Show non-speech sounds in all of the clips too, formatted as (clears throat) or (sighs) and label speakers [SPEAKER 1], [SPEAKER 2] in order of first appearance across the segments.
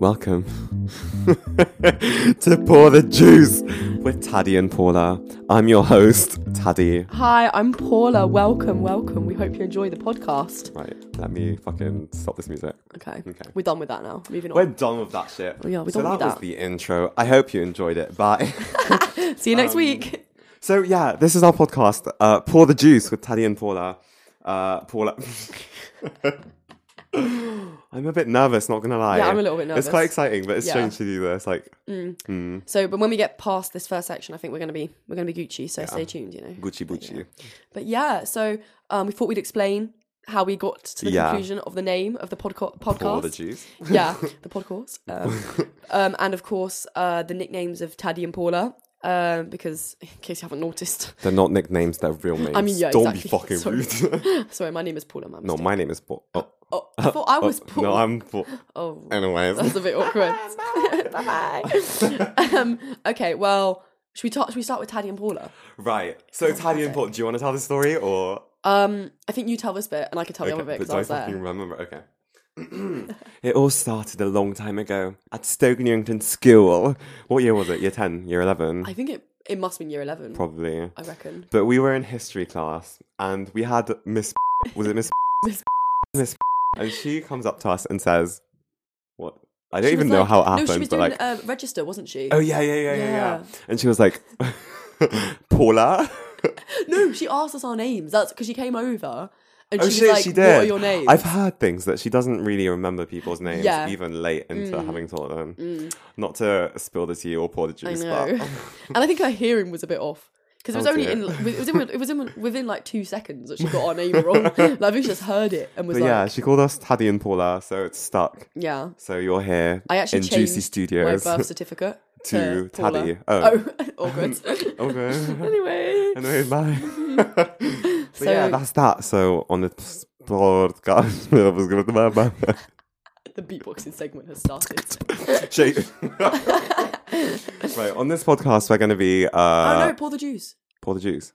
[SPEAKER 1] Welcome (laughs) to Pour the Juice with Taddy and Paula. I'm your host, Taddy.
[SPEAKER 2] Hi, I'm Paula. Welcome, welcome. We hope you enjoy the podcast.
[SPEAKER 1] Right, let me fucking stop this music.
[SPEAKER 2] Okay.
[SPEAKER 1] Okay.
[SPEAKER 2] We're done with that now. Moving
[SPEAKER 1] We're
[SPEAKER 2] on. Oh,
[SPEAKER 1] done with that shit.
[SPEAKER 2] Yeah, we're
[SPEAKER 1] so that
[SPEAKER 2] done with
[SPEAKER 1] was
[SPEAKER 2] that.
[SPEAKER 1] the intro. I hope you enjoyed it. Bye.
[SPEAKER 2] See you next
[SPEAKER 1] um,
[SPEAKER 2] week.
[SPEAKER 1] (laughs) so yeah, this is our podcast, uh, Pour the Juice with Taddy and Paula. Uh, Paula. (laughs) I'm a bit nervous, not gonna lie.
[SPEAKER 2] Yeah, I'm a little bit
[SPEAKER 1] It's quite
[SPEAKER 2] nervous.
[SPEAKER 1] exciting, but it's
[SPEAKER 2] Yeah.
[SPEAKER 1] strange to do this. Like hmm.
[SPEAKER 2] So, but when we get past this first section, I think we're gonna be we're gonna be Gucci. So stay tuned. You know.
[SPEAKER 1] Gucci Gucci.
[SPEAKER 2] But yeah, so um, we thought we'd explain how we got to the
[SPEAKER 1] Yeah.
[SPEAKER 2] conclusion of the name of the podco- podcast.
[SPEAKER 1] Pour the juice.
[SPEAKER 2] (laughs)
[SPEAKER 1] (laughs)
[SPEAKER 2] yeah, the podcast. Um, um, and of course, uh, the nicknames of Taddy and Paula. Um, because in case you haven't noticed, (laughs)
[SPEAKER 1] They're not nicknames, they're real names.
[SPEAKER 2] mean, yeah,
[SPEAKER 1] Don't be fucking
[SPEAKER 2] exactly. (laughs) Sorry.
[SPEAKER 1] rude. (laughs)
[SPEAKER 2] sorry, my name is Paula. Mum.
[SPEAKER 1] no, my name is Paul. (laughs) Oh,
[SPEAKER 2] Oh, I thought I was Paul.
[SPEAKER 1] No, I'm Paul.
[SPEAKER 2] oh,
[SPEAKER 1] Anyways.
[SPEAKER 2] That's a bit awkward.
[SPEAKER 1] (laughs)
[SPEAKER 2] bye bye. um, okay, well, should we talk? Should we start with Taddy and Paula?
[SPEAKER 1] right. So, Italian Paul, do you want to tell the story or.
[SPEAKER 2] Um, I think you tell this bit, and I can tell the
[SPEAKER 1] Okay,
[SPEAKER 2] other bit
[SPEAKER 1] but
[SPEAKER 2] because
[SPEAKER 1] do
[SPEAKER 2] I
[SPEAKER 1] I
[SPEAKER 2] was
[SPEAKER 1] fucking
[SPEAKER 2] there.
[SPEAKER 1] remember? Okay. (clears throat) it all started a long time ago at Stoke Newington School. What year was it? Year 10, year 11,
[SPEAKER 2] I think it it must have been year eleven.
[SPEAKER 1] probably.
[SPEAKER 2] I reckon.
[SPEAKER 1] But we were in history class and we had Miss. (laughs) was it Miss?
[SPEAKER 2] Miss (laughs)
[SPEAKER 1] Miss. (laughs) And she comes up to us and says, What? I don't
[SPEAKER 2] She
[SPEAKER 1] even
[SPEAKER 2] was
[SPEAKER 1] know
[SPEAKER 2] like-
[SPEAKER 1] how it happened,
[SPEAKER 2] No, she was
[SPEAKER 1] but
[SPEAKER 2] doing
[SPEAKER 1] like.
[SPEAKER 2] uh, register, wasn't she?
[SPEAKER 1] Oh yeah, yeah, yeah, yeah, yeah.
[SPEAKER 2] Yeah.
[SPEAKER 1] And she was like, (laughs) Paula.
[SPEAKER 2] No, she asked us our names. That's because she came over and she
[SPEAKER 1] oh
[SPEAKER 2] was
[SPEAKER 1] shit,
[SPEAKER 2] like,
[SPEAKER 1] she
[SPEAKER 2] "What
[SPEAKER 1] did.
[SPEAKER 2] are your names?"
[SPEAKER 1] I've heard things that she doesn't really remember people's names,
[SPEAKER 2] Yeah.
[SPEAKER 1] even late into having taught them.
[SPEAKER 2] Mm.
[SPEAKER 1] Not to spill the tea or pour the
[SPEAKER 2] I
[SPEAKER 1] juice,
[SPEAKER 2] know.
[SPEAKER 1] but
[SPEAKER 2] (laughs) and I think her hearing was a bit off. Because it was
[SPEAKER 1] Oh,
[SPEAKER 2] only
[SPEAKER 1] dear.
[SPEAKER 2] in it was in it was in within like two seconds that she got
[SPEAKER 1] (laughs)
[SPEAKER 2] our name wrong. like, I think she just heard it and was
[SPEAKER 1] but
[SPEAKER 2] like,
[SPEAKER 1] yeah, she called us Taddy and Paula, so it's stuck.
[SPEAKER 2] yeah.
[SPEAKER 1] So you're here
[SPEAKER 2] I actually
[SPEAKER 1] in
[SPEAKER 2] changed
[SPEAKER 1] Juicy
[SPEAKER 2] my
[SPEAKER 1] Studios.
[SPEAKER 2] birth certificate
[SPEAKER 1] to
[SPEAKER 2] Paula.
[SPEAKER 1] Taddy.
[SPEAKER 2] Oh,
[SPEAKER 1] Oh,
[SPEAKER 2] (laughs)
[SPEAKER 1] (laughs) (laughs)
[SPEAKER 2] awkward.
[SPEAKER 1] okay.
[SPEAKER 2] anyway,
[SPEAKER 1] anyway,
[SPEAKER 2] (laughs)
[SPEAKER 1] bye. but
[SPEAKER 2] So-
[SPEAKER 1] yeah, that's that. So on the podcast, (laughs) I was going to (laughs)
[SPEAKER 2] the beatboxing segment has started.
[SPEAKER 1] Uh, Shake. right, on this podcast, we're going to be uh,
[SPEAKER 2] oh no, pour the juice.
[SPEAKER 1] Pour the
[SPEAKER 2] (laughs)
[SPEAKER 1] Juice.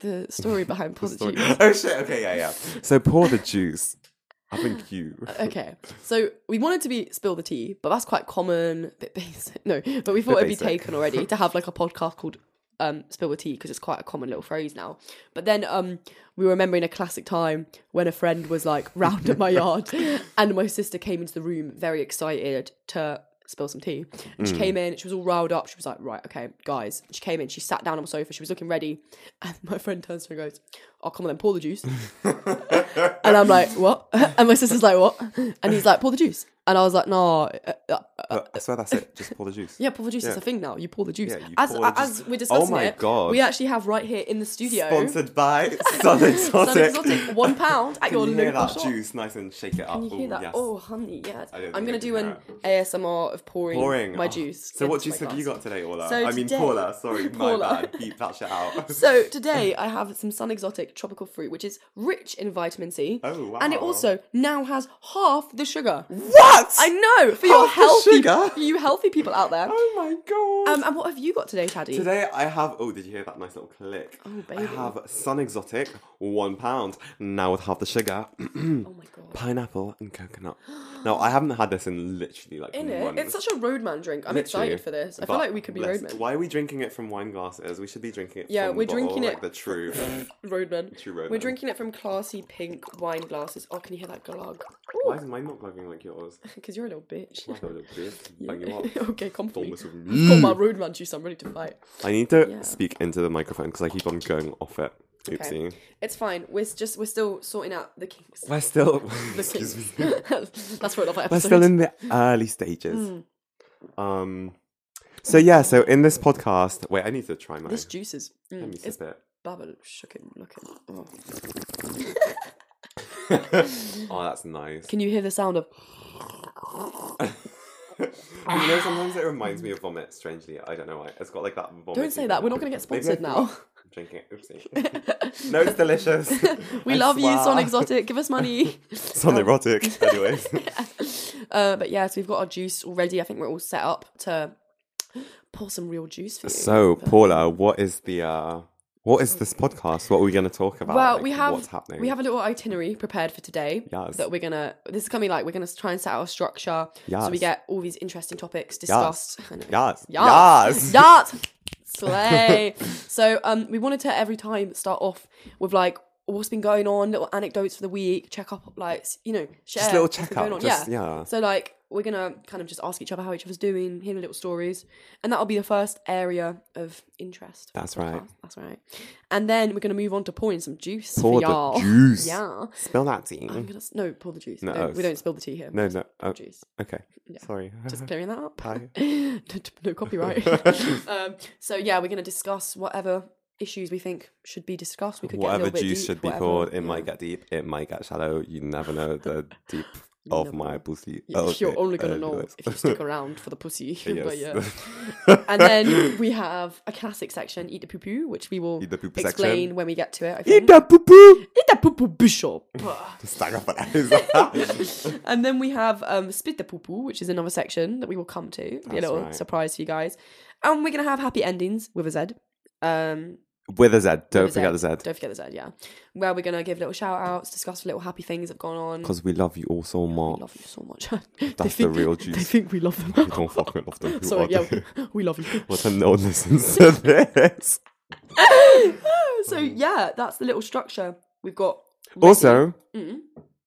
[SPEAKER 2] The story behind pour the,
[SPEAKER 1] Sorry.
[SPEAKER 2] juice.
[SPEAKER 1] Oh, shit. Okay, yeah, yeah. So, Pour the Juice. I think you.
[SPEAKER 2] Okay, so we wanted to be spill the tea, but that's quite common, (laughs) bit basic. No, but we thought it'd be
[SPEAKER 1] basic.
[SPEAKER 2] taken already to have like a podcast called um, "Spill the Tea" because it's quite a common little phrase now. But then um, we were remembering a classic time when a friend was like (laughs) round at my yard, and my sister came into the room very excited to spill some tea. And she came in, she was all riled up. She was like, "Right, okay, guys." She came in, she sat down on the sofa, she was looking ready, and my friend turns to her and goes, "Oh, come on, then pour the juice." And I'm like, what? (laughs) And my sister's like, what? And he's like, pour the juice. And I was like, no, uh, uh, uh,
[SPEAKER 1] But I swear that's it. Just pour the juice.
[SPEAKER 2] yeah, pour the juice
[SPEAKER 1] Yeah.
[SPEAKER 2] is a thing now. You pour the juice.
[SPEAKER 1] Yeah, you
[SPEAKER 2] as
[SPEAKER 1] pour the
[SPEAKER 2] as
[SPEAKER 1] juice. Oh
[SPEAKER 2] we're discussing
[SPEAKER 1] my
[SPEAKER 2] it,
[SPEAKER 1] God.
[SPEAKER 2] we actually have right here in the studio.
[SPEAKER 1] Sponsored
[SPEAKER 2] (laughs)
[SPEAKER 1] by Sun
[SPEAKER 2] Sun
[SPEAKER 1] Exotic. (laughs)
[SPEAKER 2] Exotic, one pound at your
[SPEAKER 1] Can you hear
[SPEAKER 2] local
[SPEAKER 1] that
[SPEAKER 2] shop.
[SPEAKER 1] juice nice and shake it up?
[SPEAKER 2] Can you hear
[SPEAKER 1] Ooh,
[SPEAKER 2] that?
[SPEAKER 1] yes.
[SPEAKER 2] Oh, honey, yes.
[SPEAKER 1] don't think
[SPEAKER 2] I'm
[SPEAKER 1] I
[SPEAKER 2] gonna
[SPEAKER 1] can
[SPEAKER 2] do an
[SPEAKER 1] hear
[SPEAKER 2] ASMR of pouring,
[SPEAKER 1] Pouring.
[SPEAKER 2] my
[SPEAKER 1] Oh.
[SPEAKER 2] juice.
[SPEAKER 1] So, what
[SPEAKER 2] into my
[SPEAKER 1] juice have you
[SPEAKER 2] glass.
[SPEAKER 1] got today, Ola?
[SPEAKER 2] So
[SPEAKER 1] I mean,
[SPEAKER 2] today-
[SPEAKER 1] Paula. Sorry,
[SPEAKER 2] Paula.
[SPEAKER 1] my bad. Beep that shit out.
[SPEAKER 2] So today I have some sun exotic tropical fruit, which is rich in vitamin C.
[SPEAKER 1] Oh, wow.
[SPEAKER 2] And it also now has half the sugar.
[SPEAKER 1] (laughs) what?
[SPEAKER 2] I know for your
[SPEAKER 1] Half the
[SPEAKER 2] healthy,
[SPEAKER 1] sugar?
[SPEAKER 2] for you healthy people out there.
[SPEAKER 1] Oh my god.
[SPEAKER 2] Um, and what have you got today, Taddy?
[SPEAKER 1] Today I have. Oh, did you hear that nice little click?
[SPEAKER 2] Oh,
[SPEAKER 1] I
[SPEAKER 2] baby.
[SPEAKER 1] have Sun Exotic, one pound. Now with half the sugar, (clears throat)
[SPEAKER 2] Oh my god.
[SPEAKER 1] pineapple and
[SPEAKER 2] (gasps)
[SPEAKER 1] coconut. Now I haven't had this in literally like
[SPEAKER 2] In it,
[SPEAKER 1] months.
[SPEAKER 2] it's such a roadman drink. I'm
[SPEAKER 1] Literally.
[SPEAKER 2] excited for this. I feel
[SPEAKER 1] But
[SPEAKER 2] like we could be
[SPEAKER 1] bless-
[SPEAKER 2] roadmen.
[SPEAKER 1] Why are we drinking it from wine glasses? We should be drinking it.
[SPEAKER 2] Yeah,
[SPEAKER 1] from the
[SPEAKER 2] we're
[SPEAKER 1] bottle,
[SPEAKER 2] drinking
[SPEAKER 1] like
[SPEAKER 2] it-
[SPEAKER 1] the true.
[SPEAKER 2] Roadman.
[SPEAKER 1] True roadman.
[SPEAKER 2] We're drinking it from classy pink wine glasses. Oh, can you hear that glug? (laughs)
[SPEAKER 1] Why is mine not glugging like yours?
[SPEAKER 2] Because you're a little bitch. (laughs)
[SPEAKER 1] I got a bit- bang you up.
[SPEAKER 2] okay, come for me.
[SPEAKER 1] Almost Mm. with
[SPEAKER 2] I've got my roadman juice. I'm ready to fight.
[SPEAKER 1] I need to
[SPEAKER 2] Yeah.
[SPEAKER 1] speak into the microphone because I keep on going off it. Oopsie.
[SPEAKER 2] Okay. It's fine. We're s- just we're still sorting out the kinks.
[SPEAKER 1] We're still. (laughs)
[SPEAKER 2] The
[SPEAKER 1] excuse me.
[SPEAKER 2] kinks. (laughs) That's for another episode.
[SPEAKER 1] We're still in the early stages.
[SPEAKER 2] Hmm.
[SPEAKER 1] Um. So yeah, so in this podcast, wait, I need to try my.
[SPEAKER 2] This juice is. mm,
[SPEAKER 1] Let me
[SPEAKER 2] it's
[SPEAKER 1] sip it.
[SPEAKER 2] bubble shooking looking. Oh. (laughs)
[SPEAKER 1] Oh, that's nice.
[SPEAKER 2] Can you hear the sound of? Ah.
[SPEAKER 1] you know, sometimes it reminds me of vomit. Strangely, I don't know why. It's got like that. vomit
[SPEAKER 2] Don't say that. We're not going to get sponsored now. (laughs)
[SPEAKER 1] I'm drinking it. Oopsie. no, it's delicious.
[SPEAKER 2] We
[SPEAKER 1] I
[SPEAKER 2] love you,
[SPEAKER 1] swear.
[SPEAKER 2] Son Exotic. Give us
[SPEAKER 1] (laughs)
[SPEAKER 2] money.
[SPEAKER 1] Son
[SPEAKER 2] (laughs)
[SPEAKER 1] erotic. Anyways,
[SPEAKER 2] uh, but yeah, so we've got our juice already. I think we're all set up to pour some real juice for you.
[SPEAKER 1] so Paula, what is the uh, What is this podcast? What are we going to talk about?
[SPEAKER 2] Well,
[SPEAKER 1] Like,
[SPEAKER 2] we have
[SPEAKER 1] what's happening.
[SPEAKER 2] we have a little itinerary prepared for today.
[SPEAKER 1] Yes.
[SPEAKER 2] That we're gonna. This is coming like we're gonna try and set out a structure. So we
[SPEAKER 1] Yes.
[SPEAKER 2] get all these interesting topics discussed. (laughs) I know.
[SPEAKER 1] Yes. Yes.
[SPEAKER 2] Yes. (laughs) Yes. Slay. (laughs) so um, we wanted to every time start off with like what's been going on, little anecdotes for the week, check up, like you know, share
[SPEAKER 1] little
[SPEAKER 2] what's been
[SPEAKER 1] checkup,
[SPEAKER 2] going on.
[SPEAKER 1] just-
[SPEAKER 2] yeah.
[SPEAKER 1] yeah.
[SPEAKER 2] So like we're gonna kind of just ask each other how each other's doing, hear the little stories, and that'll be the first area of interest. for
[SPEAKER 1] That's
[SPEAKER 2] the
[SPEAKER 1] right.
[SPEAKER 2] podcast. That's right. And then we're gonna move on to pouring some juice
[SPEAKER 1] Pour
[SPEAKER 2] for
[SPEAKER 1] the
[SPEAKER 2] y'all.
[SPEAKER 1] juice.
[SPEAKER 2] Yeah.
[SPEAKER 1] Spill that tea.
[SPEAKER 2] I'm gonna s- no pour the juice.
[SPEAKER 1] No,
[SPEAKER 2] No, we
[SPEAKER 1] it's-
[SPEAKER 2] don't spill the tea here.
[SPEAKER 1] No, no. Oh,
[SPEAKER 2] Juice.
[SPEAKER 1] okay.
[SPEAKER 2] (laughs)
[SPEAKER 1] Sorry.
[SPEAKER 2] Just clearing that up. (laughs)
[SPEAKER 1] Hi.
[SPEAKER 2] no, (laughs)
[SPEAKER 1] (laughs)
[SPEAKER 2] no copyright. um, so yeah, we're gonna discuss whatever issues we think should be discussed. We could
[SPEAKER 1] whatever
[SPEAKER 2] get a little bit
[SPEAKER 1] juice
[SPEAKER 2] deep,
[SPEAKER 1] should be
[SPEAKER 2] whatever.
[SPEAKER 1] poured, it
[SPEAKER 2] Yeah.
[SPEAKER 1] might get deep, it might get shallow. You never know the
[SPEAKER 2] (laughs)
[SPEAKER 1] deep of
[SPEAKER 2] never
[SPEAKER 1] my
[SPEAKER 2] know.
[SPEAKER 1] pussy.
[SPEAKER 2] Yeah,
[SPEAKER 1] of
[SPEAKER 2] You're
[SPEAKER 1] it,
[SPEAKER 2] only gonna
[SPEAKER 1] uh,
[SPEAKER 2] know
[SPEAKER 1] this.
[SPEAKER 2] if you
[SPEAKER 1] (laughs)
[SPEAKER 2] stick around for the pussy. (laughs) but yeah.
[SPEAKER 1] Yes. (laughs)
[SPEAKER 2] And then we have a classic section, eat the poo poo, which we will
[SPEAKER 1] Eat the poo poo
[SPEAKER 2] explain
[SPEAKER 1] section.
[SPEAKER 2] when we get to it. I think.
[SPEAKER 1] Eat that poo poo.
[SPEAKER 2] Eat the poo poo bishop.
[SPEAKER 1] (laughs) Stack
[SPEAKER 2] (laughs)
[SPEAKER 1] up that.
[SPEAKER 2] and then we have um, spit the poo poo, which is another section that we will come to. Be a
[SPEAKER 1] That's
[SPEAKER 2] little
[SPEAKER 1] right.
[SPEAKER 2] surprise for you guys. And we're gonna have happy endings with a Z. Um,
[SPEAKER 1] With a Z. Don't
[SPEAKER 2] with a
[SPEAKER 1] forget the Z.
[SPEAKER 2] Don't forget the Z, yeah. Where we're gonna give little shout outs, discuss little happy things that've gone on.
[SPEAKER 1] Because we love you all so
[SPEAKER 2] We
[SPEAKER 1] much.
[SPEAKER 2] love you so much. (laughs) they
[SPEAKER 1] That's the
[SPEAKER 2] think,
[SPEAKER 1] real
[SPEAKER 2] They
[SPEAKER 1] juice.
[SPEAKER 2] think we love
[SPEAKER 1] (laughs)
[SPEAKER 2] them.
[SPEAKER 1] We don't fucking love them. Who
[SPEAKER 2] (laughs) Sorry,
[SPEAKER 1] are
[SPEAKER 2] yeah,
[SPEAKER 1] they?
[SPEAKER 2] we, we love you.
[SPEAKER 1] (laughs) What if no one listens to (laughs) this?
[SPEAKER 2] so yeah, that's the little structure we've got. ready.
[SPEAKER 1] Also, Mm-hmm.
[SPEAKER 2] Mm.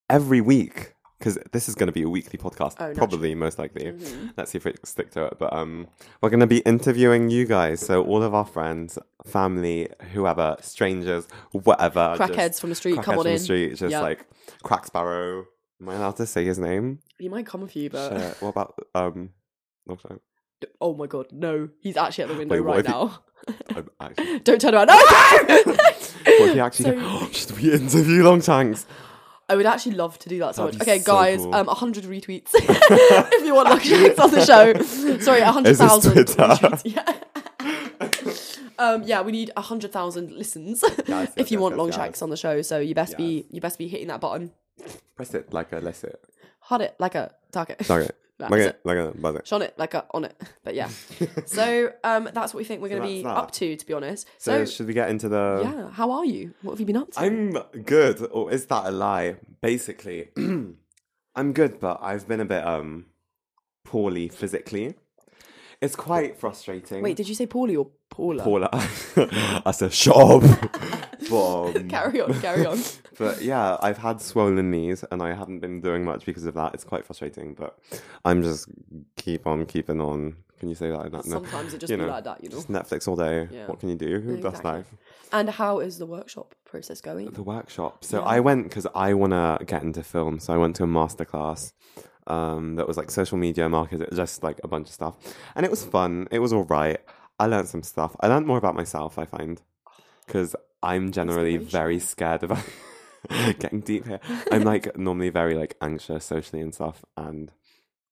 [SPEAKER 1] every week, because this is going to be a weekly podcast,
[SPEAKER 2] Oh, naturally. Mm-hmm.
[SPEAKER 1] probably, most likely. Let's see if we stick to it. But um, we're going to be interviewing you guys. So, all of our friends, family, whoever, strangers, whatever. just-
[SPEAKER 2] crackheads from the street,
[SPEAKER 1] crackheads
[SPEAKER 2] come on
[SPEAKER 1] from
[SPEAKER 2] in.
[SPEAKER 1] the street, just
[SPEAKER 2] Yeah.
[SPEAKER 1] like Crack Sparrow. Am I allowed to say his name?
[SPEAKER 2] He might come with you, but
[SPEAKER 1] Shit, What about. um? Also,
[SPEAKER 2] (laughs) oh my god, no, he's actually at the window
[SPEAKER 1] Wait, what if
[SPEAKER 2] right
[SPEAKER 1] he-
[SPEAKER 2] now. (laughs)
[SPEAKER 1] I'm actually.
[SPEAKER 2] Don't turn around. No, no!
[SPEAKER 1] Oh, What if he actually. (laughs)
[SPEAKER 2] So-
[SPEAKER 1] should we interview Long Tanks?
[SPEAKER 2] I would actually love to do that so
[SPEAKER 1] That'd
[SPEAKER 2] much.
[SPEAKER 1] be
[SPEAKER 2] Okay,
[SPEAKER 1] so
[SPEAKER 2] guys,
[SPEAKER 1] cool.
[SPEAKER 2] um, 100 retweets (laughs) if you want
[SPEAKER 1] (laughs)
[SPEAKER 2] lucky Shakes on the show. Sorry, 100,000
[SPEAKER 1] Is this Twitter?
[SPEAKER 2] retweets. (laughs) Yeah. um, yeah, we need 100,000 listens (laughs)
[SPEAKER 1] yes,
[SPEAKER 2] (laughs) if you
[SPEAKER 1] yes,
[SPEAKER 2] want
[SPEAKER 1] yes,
[SPEAKER 2] long
[SPEAKER 1] yes.
[SPEAKER 2] shakes on the show. So you best be you best be hitting that button.
[SPEAKER 1] Press it like a. Let's it.
[SPEAKER 2] Hard it like a target. (laughs)
[SPEAKER 1] Target.
[SPEAKER 2] That's
[SPEAKER 1] Like
[SPEAKER 2] it.
[SPEAKER 1] it. Like it. Buzz it.
[SPEAKER 2] Shone it like a on it.
[SPEAKER 1] (laughs)
[SPEAKER 2] But yeah. so um, that's what we think we're going to
[SPEAKER 1] that's
[SPEAKER 2] be
[SPEAKER 1] that.
[SPEAKER 2] up to, to be honest.
[SPEAKER 1] So,
[SPEAKER 2] So,
[SPEAKER 1] should we get into the?
[SPEAKER 2] yeah, how are you? What have you been up to?
[SPEAKER 1] I'm good, or is that a lie? Basically, (clears throat) I'm good, but I've been a bit um poorly physically. It's quite frustrating.
[SPEAKER 2] Wait, did you say Paulie or Paula?
[SPEAKER 1] Paula, (laughs) I said
[SPEAKER 2] (laughs)
[SPEAKER 1] shop, but um,
[SPEAKER 2] Carry on,
[SPEAKER 1] (laughs)
[SPEAKER 2] carry on.
[SPEAKER 1] but yeah, I've had swollen knees and I haven't been doing much because of that. It's quite frustrating, but I'm just keep on keeping on. Can you say that? No.
[SPEAKER 2] Sometimes it just
[SPEAKER 1] You
[SPEAKER 2] be
[SPEAKER 1] know,
[SPEAKER 2] like that, you know.
[SPEAKER 1] Just Netflix all day.
[SPEAKER 2] Yeah.
[SPEAKER 1] What can you do? That's
[SPEAKER 2] Exactly.
[SPEAKER 1] life.
[SPEAKER 2] And how is the workshop process going?
[SPEAKER 1] the workshop. So I went because I want to get into film. So I went to a masterclass um, that was like social media marketing, just like a bunch of stuff. And it was fun. It was all right. I learned some stuff. I learned more about myself, I find, because I'm generally very scared of (laughs) getting deep here. I'm like normally very like anxious socially and stuff. And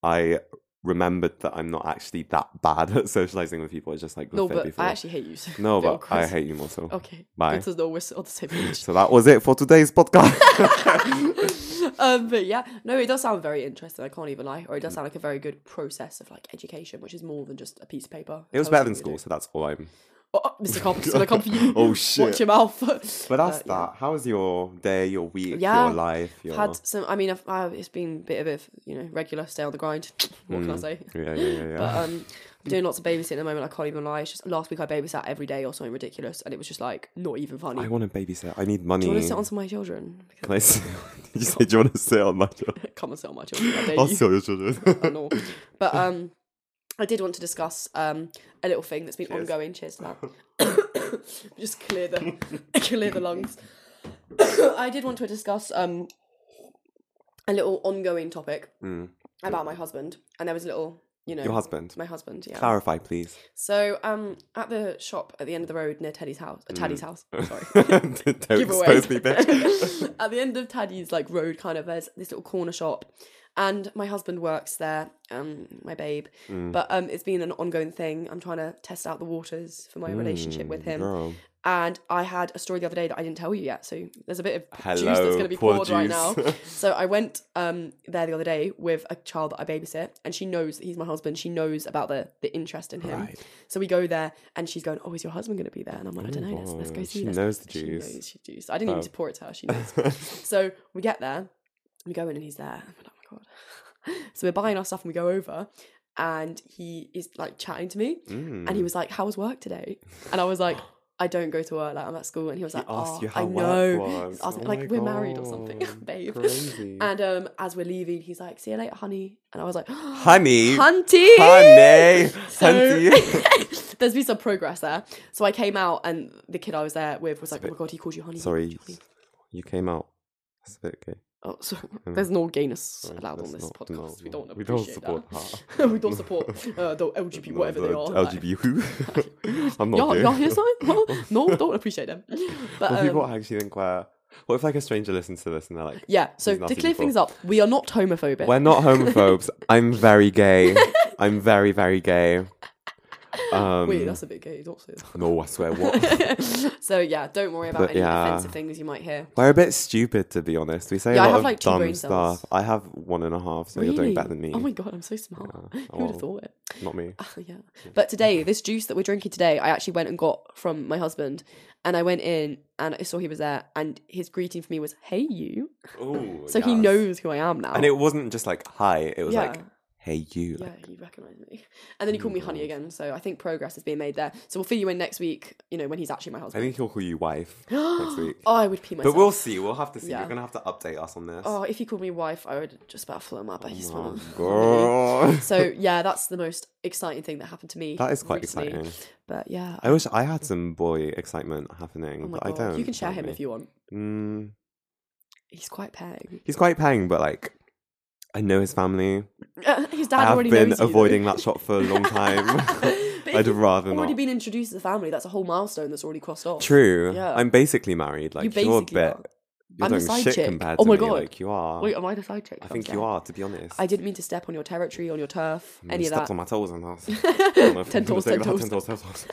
[SPEAKER 1] I remembered that I'm not actually that bad (laughs) at socializing with people. It's just like the
[SPEAKER 2] No,
[SPEAKER 1] fit
[SPEAKER 2] but
[SPEAKER 1] before.
[SPEAKER 2] I actually hate you. (laughs) So
[SPEAKER 1] no,
[SPEAKER 2] feel
[SPEAKER 1] but I
[SPEAKER 2] crazy. Oh,
[SPEAKER 1] hate you more so.
[SPEAKER 2] Okay.
[SPEAKER 1] Bye.
[SPEAKER 2] Good to know we're s- on the same page.
[SPEAKER 1] So that was it for today's podcast. (laughs)
[SPEAKER 2] (laughs) um, but yeah, no, it does sound very interesting. I can't even lie, or it
[SPEAKER 1] Mm.
[SPEAKER 2] does sound like a very good process of like education, which is more than just a piece of paper.
[SPEAKER 1] It was
[SPEAKER 2] tells
[SPEAKER 1] better than
[SPEAKER 2] you
[SPEAKER 1] school,
[SPEAKER 2] what
[SPEAKER 1] so that's all I'm.
[SPEAKER 2] to do. Oh, oh,
[SPEAKER 1] (laughs)
[SPEAKER 2] Mr. Carpenter's gonna come for you.
[SPEAKER 1] Oh, shit.
[SPEAKER 2] Watch your mouth. (laughs)
[SPEAKER 1] But that's
[SPEAKER 2] Uh, yeah.
[SPEAKER 1] that. How was your day, your week,
[SPEAKER 2] Yeah.
[SPEAKER 1] your life? Your...
[SPEAKER 2] Had some. I mean, I've, i it's been a bit of a you know regular stay on the grind. (laughs) What
[SPEAKER 1] Mm.
[SPEAKER 2] can I say?
[SPEAKER 1] Yeah, yeah, yeah. yeah.
[SPEAKER 2] But um, I'm doing lots of babysitting at the moment. I can't even lie. It's just last week I babysat every day or something ridiculous, and it was just like not even funny.
[SPEAKER 1] I want to babysit. I need money.
[SPEAKER 2] um, Do you want to sit on some of my children? Because
[SPEAKER 1] Can I
[SPEAKER 2] (laughs)
[SPEAKER 1] sit? (laughs) Did you say, do you want to sit on my (laughs) children?
[SPEAKER 2] I come and sit on my children. I dare
[SPEAKER 1] I'll
[SPEAKER 2] you.
[SPEAKER 1] sit on your
[SPEAKER 2] (laughs)
[SPEAKER 1] children.
[SPEAKER 2] I know. But um, I did want to discuss um a little thing that's been ongoing. Cheers to that. (coughs) Just clear the clear the lungs. (coughs) I did want to discuss um a little ongoing topic about my husband, and there was a little, you know,
[SPEAKER 1] your husband.
[SPEAKER 2] my (laughs) husband, yeah.
[SPEAKER 1] Clarify,
[SPEAKER 2] (laughs)
[SPEAKER 1] please.
[SPEAKER 2] So um, at the shop at the end of the road near Teddy's house, uh, Taddy's house, sorry.
[SPEAKER 1] (laughs) Don't
[SPEAKER 2] Giveaway.
[SPEAKER 1] expose me, bitch.
[SPEAKER 2] (coughs) at the end of Taddy's like road, kind of, there's this little corner shop, And my husband works there, um, my babe. But um, it's been an ongoing thing. I'm trying to test out the waters for my relationship with him.
[SPEAKER 1] Girl.
[SPEAKER 2] (laughs) And I had a story the other day that I didn't tell you yet. So there's a bit of juice that's
[SPEAKER 1] Hello,
[SPEAKER 2] going to be
[SPEAKER 1] poor
[SPEAKER 2] poured right now.
[SPEAKER 1] juice. (laughs)
[SPEAKER 2] so I went um, there the other day with a child that I babysit, and she knows that he's my husband. She knows about the the interest in him.
[SPEAKER 1] Right.
[SPEAKER 2] So we go there, and she's going, "Oh, is your husband going to be there?" And I'm like, "I don't know. Let's, let's go
[SPEAKER 1] God,
[SPEAKER 2] see."
[SPEAKER 1] Oh, she
[SPEAKER 2] let's-
[SPEAKER 1] knows the
[SPEAKER 2] she
[SPEAKER 1] juice.
[SPEAKER 2] knows she's juice. I didn't even
[SPEAKER 1] Oh.
[SPEAKER 2] need to pour it to her. She knows.
[SPEAKER 1] (laughs)
[SPEAKER 2] so we get there, we go in, and he's there. I'm like, "Oh my god!" (laughs) so we're buying our stuff, and we go over, and he is like chatting to me.
[SPEAKER 1] Mm.
[SPEAKER 2] And he was like, "How was work today?" And I was
[SPEAKER 1] (gasps)
[SPEAKER 2] like, "I don't go to work. Like I'm at school." And he was like,
[SPEAKER 1] asked
[SPEAKER 2] "Oh,
[SPEAKER 1] you how
[SPEAKER 2] I
[SPEAKER 1] work
[SPEAKER 2] know."
[SPEAKER 1] was.
[SPEAKER 2] Asked me,
[SPEAKER 1] Oh my
[SPEAKER 2] like we're married or something, (laughs)
[SPEAKER 1] God,
[SPEAKER 2] babe.
[SPEAKER 1] crazy.
[SPEAKER 2] (laughs) And um, as we're leaving, he's like, "See you later, honey." And I was like, (gasps)
[SPEAKER 1] honey,
[SPEAKER 2] "Hunty,
[SPEAKER 1] honey,
[SPEAKER 2] (laughs) So
[SPEAKER 1] hunty.
[SPEAKER 2] (laughs) there's been some progress there. So I came out, and the kid I was there with was like, "Oh my god, he called you honey." he called
[SPEAKER 1] Sorry,
[SPEAKER 2] you honey."
[SPEAKER 1] you came out. That's a bit gay.
[SPEAKER 2] Oh, (laughs) sorry.
[SPEAKER 1] Um,
[SPEAKER 2] There's no gayness
[SPEAKER 1] Sorry,
[SPEAKER 2] allowed on
[SPEAKER 1] that's
[SPEAKER 2] this
[SPEAKER 1] not-
[SPEAKER 2] podcast.
[SPEAKER 1] no,
[SPEAKER 2] we don't
[SPEAKER 1] We don't
[SPEAKER 2] appreciate
[SPEAKER 1] support
[SPEAKER 2] that. (laughs)
[SPEAKER 1] that.
[SPEAKER 2] we don't support
[SPEAKER 1] (laughs)
[SPEAKER 2] uh, the LGBT,
[SPEAKER 1] No,
[SPEAKER 2] whatever they
[SPEAKER 1] the
[SPEAKER 2] are. like- (laughs)
[SPEAKER 1] LGBTQ. I'm not
[SPEAKER 2] Y'all,
[SPEAKER 1] gay.
[SPEAKER 2] y'all
[SPEAKER 1] (laughs)
[SPEAKER 2] hear something? No, no, don't appreciate them.
[SPEAKER 1] What
[SPEAKER 2] But
[SPEAKER 1] if
[SPEAKER 2] um,
[SPEAKER 1] people actually think we're. What if like a stranger listens to this and they're like,
[SPEAKER 2] yeah, so
[SPEAKER 1] He's
[SPEAKER 2] to
[SPEAKER 1] nothing
[SPEAKER 2] clear things up, we are not homophobic.
[SPEAKER 1] "We're not
[SPEAKER 2] (laughs)
[SPEAKER 1] homophobes. I'm very gay. I'm very very gay." Um,
[SPEAKER 2] Wait, that's a bit gay. Don't say
[SPEAKER 1] no, I swear. What?
[SPEAKER 2] (laughs) that. so yeah, don't worry about
[SPEAKER 1] But
[SPEAKER 2] any
[SPEAKER 1] yeah.
[SPEAKER 2] offensive things you might hear.
[SPEAKER 1] We're a bit stupid, to be honest. We say a
[SPEAKER 2] Yeah, I
[SPEAKER 1] lot
[SPEAKER 2] have,
[SPEAKER 1] of
[SPEAKER 2] like, two
[SPEAKER 1] dumb
[SPEAKER 2] brain cells.
[SPEAKER 1] stuff. I have one and a half, so you're
[SPEAKER 2] Really?
[SPEAKER 1] doing better than me.
[SPEAKER 2] Oh my god, I'm so smart.
[SPEAKER 1] Yeah.
[SPEAKER 2] Who would
[SPEAKER 1] Oh,
[SPEAKER 2] have thought it? (laughs)
[SPEAKER 1] Not me.
[SPEAKER 2] Ah, yeah. But today, this juice that we're drinking today, I actually went and got from my husband, and I went in and I saw he was there, and his greeting for me was "Hey you,"
[SPEAKER 1] Ooh,
[SPEAKER 2] so he
[SPEAKER 1] yes.
[SPEAKER 2] knows who I am now.
[SPEAKER 1] And it wasn't just like hi. It was
[SPEAKER 2] yeah,
[SPEAKER 1] like hey you.
[SPEAKER 2] yeah, he recognised me, and then he called me
[SPEAKER 1] Mm.
[SPEAKER 2] honey again. So I think progress is being made there. So we'll fill you in next week. You know when he's actually my
[SPEAKER 1] I
[SPEAKER 2] husband.
[SPEAKER 1] think he'll call you wife
[SPEAKER 2] (gasps)
[SPEAKER 1] next week.
[SPEAKER 2] Oh, I would pee myself.
[SPEAKER 1] But we'll see. We'll have to see.
[SPEAKER 2] Yeah.
[SPEAKER 1] You're gonna have to update us on this.
[SPEAKER 2] Oh, if he called me wife, I would just about float him up. I just
[SPEAKER 1] Oh,
[SPEAKER 2] want (laughs)
[SPEAKER 1] God.
[SPEAKER 2] So yeah, that's the most exciting thing that happened to me.
[SPEAKER 1] (laughs) That is quite
[SPEAKER 2] recently.
[SPEAKER 1] exciting.
[SPEAKER 2] But yeah.
[SPEAKER 1] I wish I had some boy excitement happening,
[SPEAKER 2] Oh my
[SPEAKER 1] but
[SPEAKER 2] god.
[SPEAKER 1] I don't.
[SPEAKER 2] You can share him if you want.
[SPEAKER 1] Mm,
[SPEAKER 2] He's quite paying.
[SPEAKER 1] he's quite paying, but like, I know his family.
[SPEAKER 2] (laughs) His dad
[SPEAKER 1] I've
[SPEAKER 2] already
[SPEAKER 1] been
[SPEAKER 2] knows you, though. (laughs)
[SPEAKER 1] avoiding that shot for a long time. (laughs)
[SPEAKER 2] But
[SPEAKER 1] I'd
[SPEAKER 2] if you've
[SPEAKER 1] rather
[SPEAKER 2] already
[SPEAKER 1] not.
[SPEAKER 2] been introduced to the family. That's a whole milestone that's already crossed off.
[SPEAKER 1] True.
[SPEAKER 2] Yeah.
[SPEAKER 1] I'm basically married. Like
[SPEAKER 2] you
[SPEAKER 1] you
[SPEAKER 2] basically
[SPEAKER 1] are a bit.
[SPEAKER 2] are.
[SPEAKER 1] You're
[SPEAKER 2] I'm the
[SPEAKER 1] doing
[SPEAKER 2] side
[SPEAKER 1] shit
[SPEAKER 2] chick.
[SPEAKER 1] compared
[SPEAKER 2] Oh
[SPEAKER 1] to
[SPEAKER 2] my
[SPEAKER 1] me.
[SPEAKER 2] God.
[SPEAKER 1] Like you are.
[SPEAKER 2] Wait, am I the side chick?
[SPEAKER 1] I think you are, to be honest.
[SPEAKER 2] I didn't mean to step on your territory, on your turf,
[SPEAKER 1] Mm,
[SPEAKER 2] any of
[SPEAKER 1] stepped
[SPEAKER 2] that.
[SPEAKER 1] on my toes and that.
[SPEAKER 2] (laughs) Ten toes, ten toes.
[SPEAKER 1] ten toes.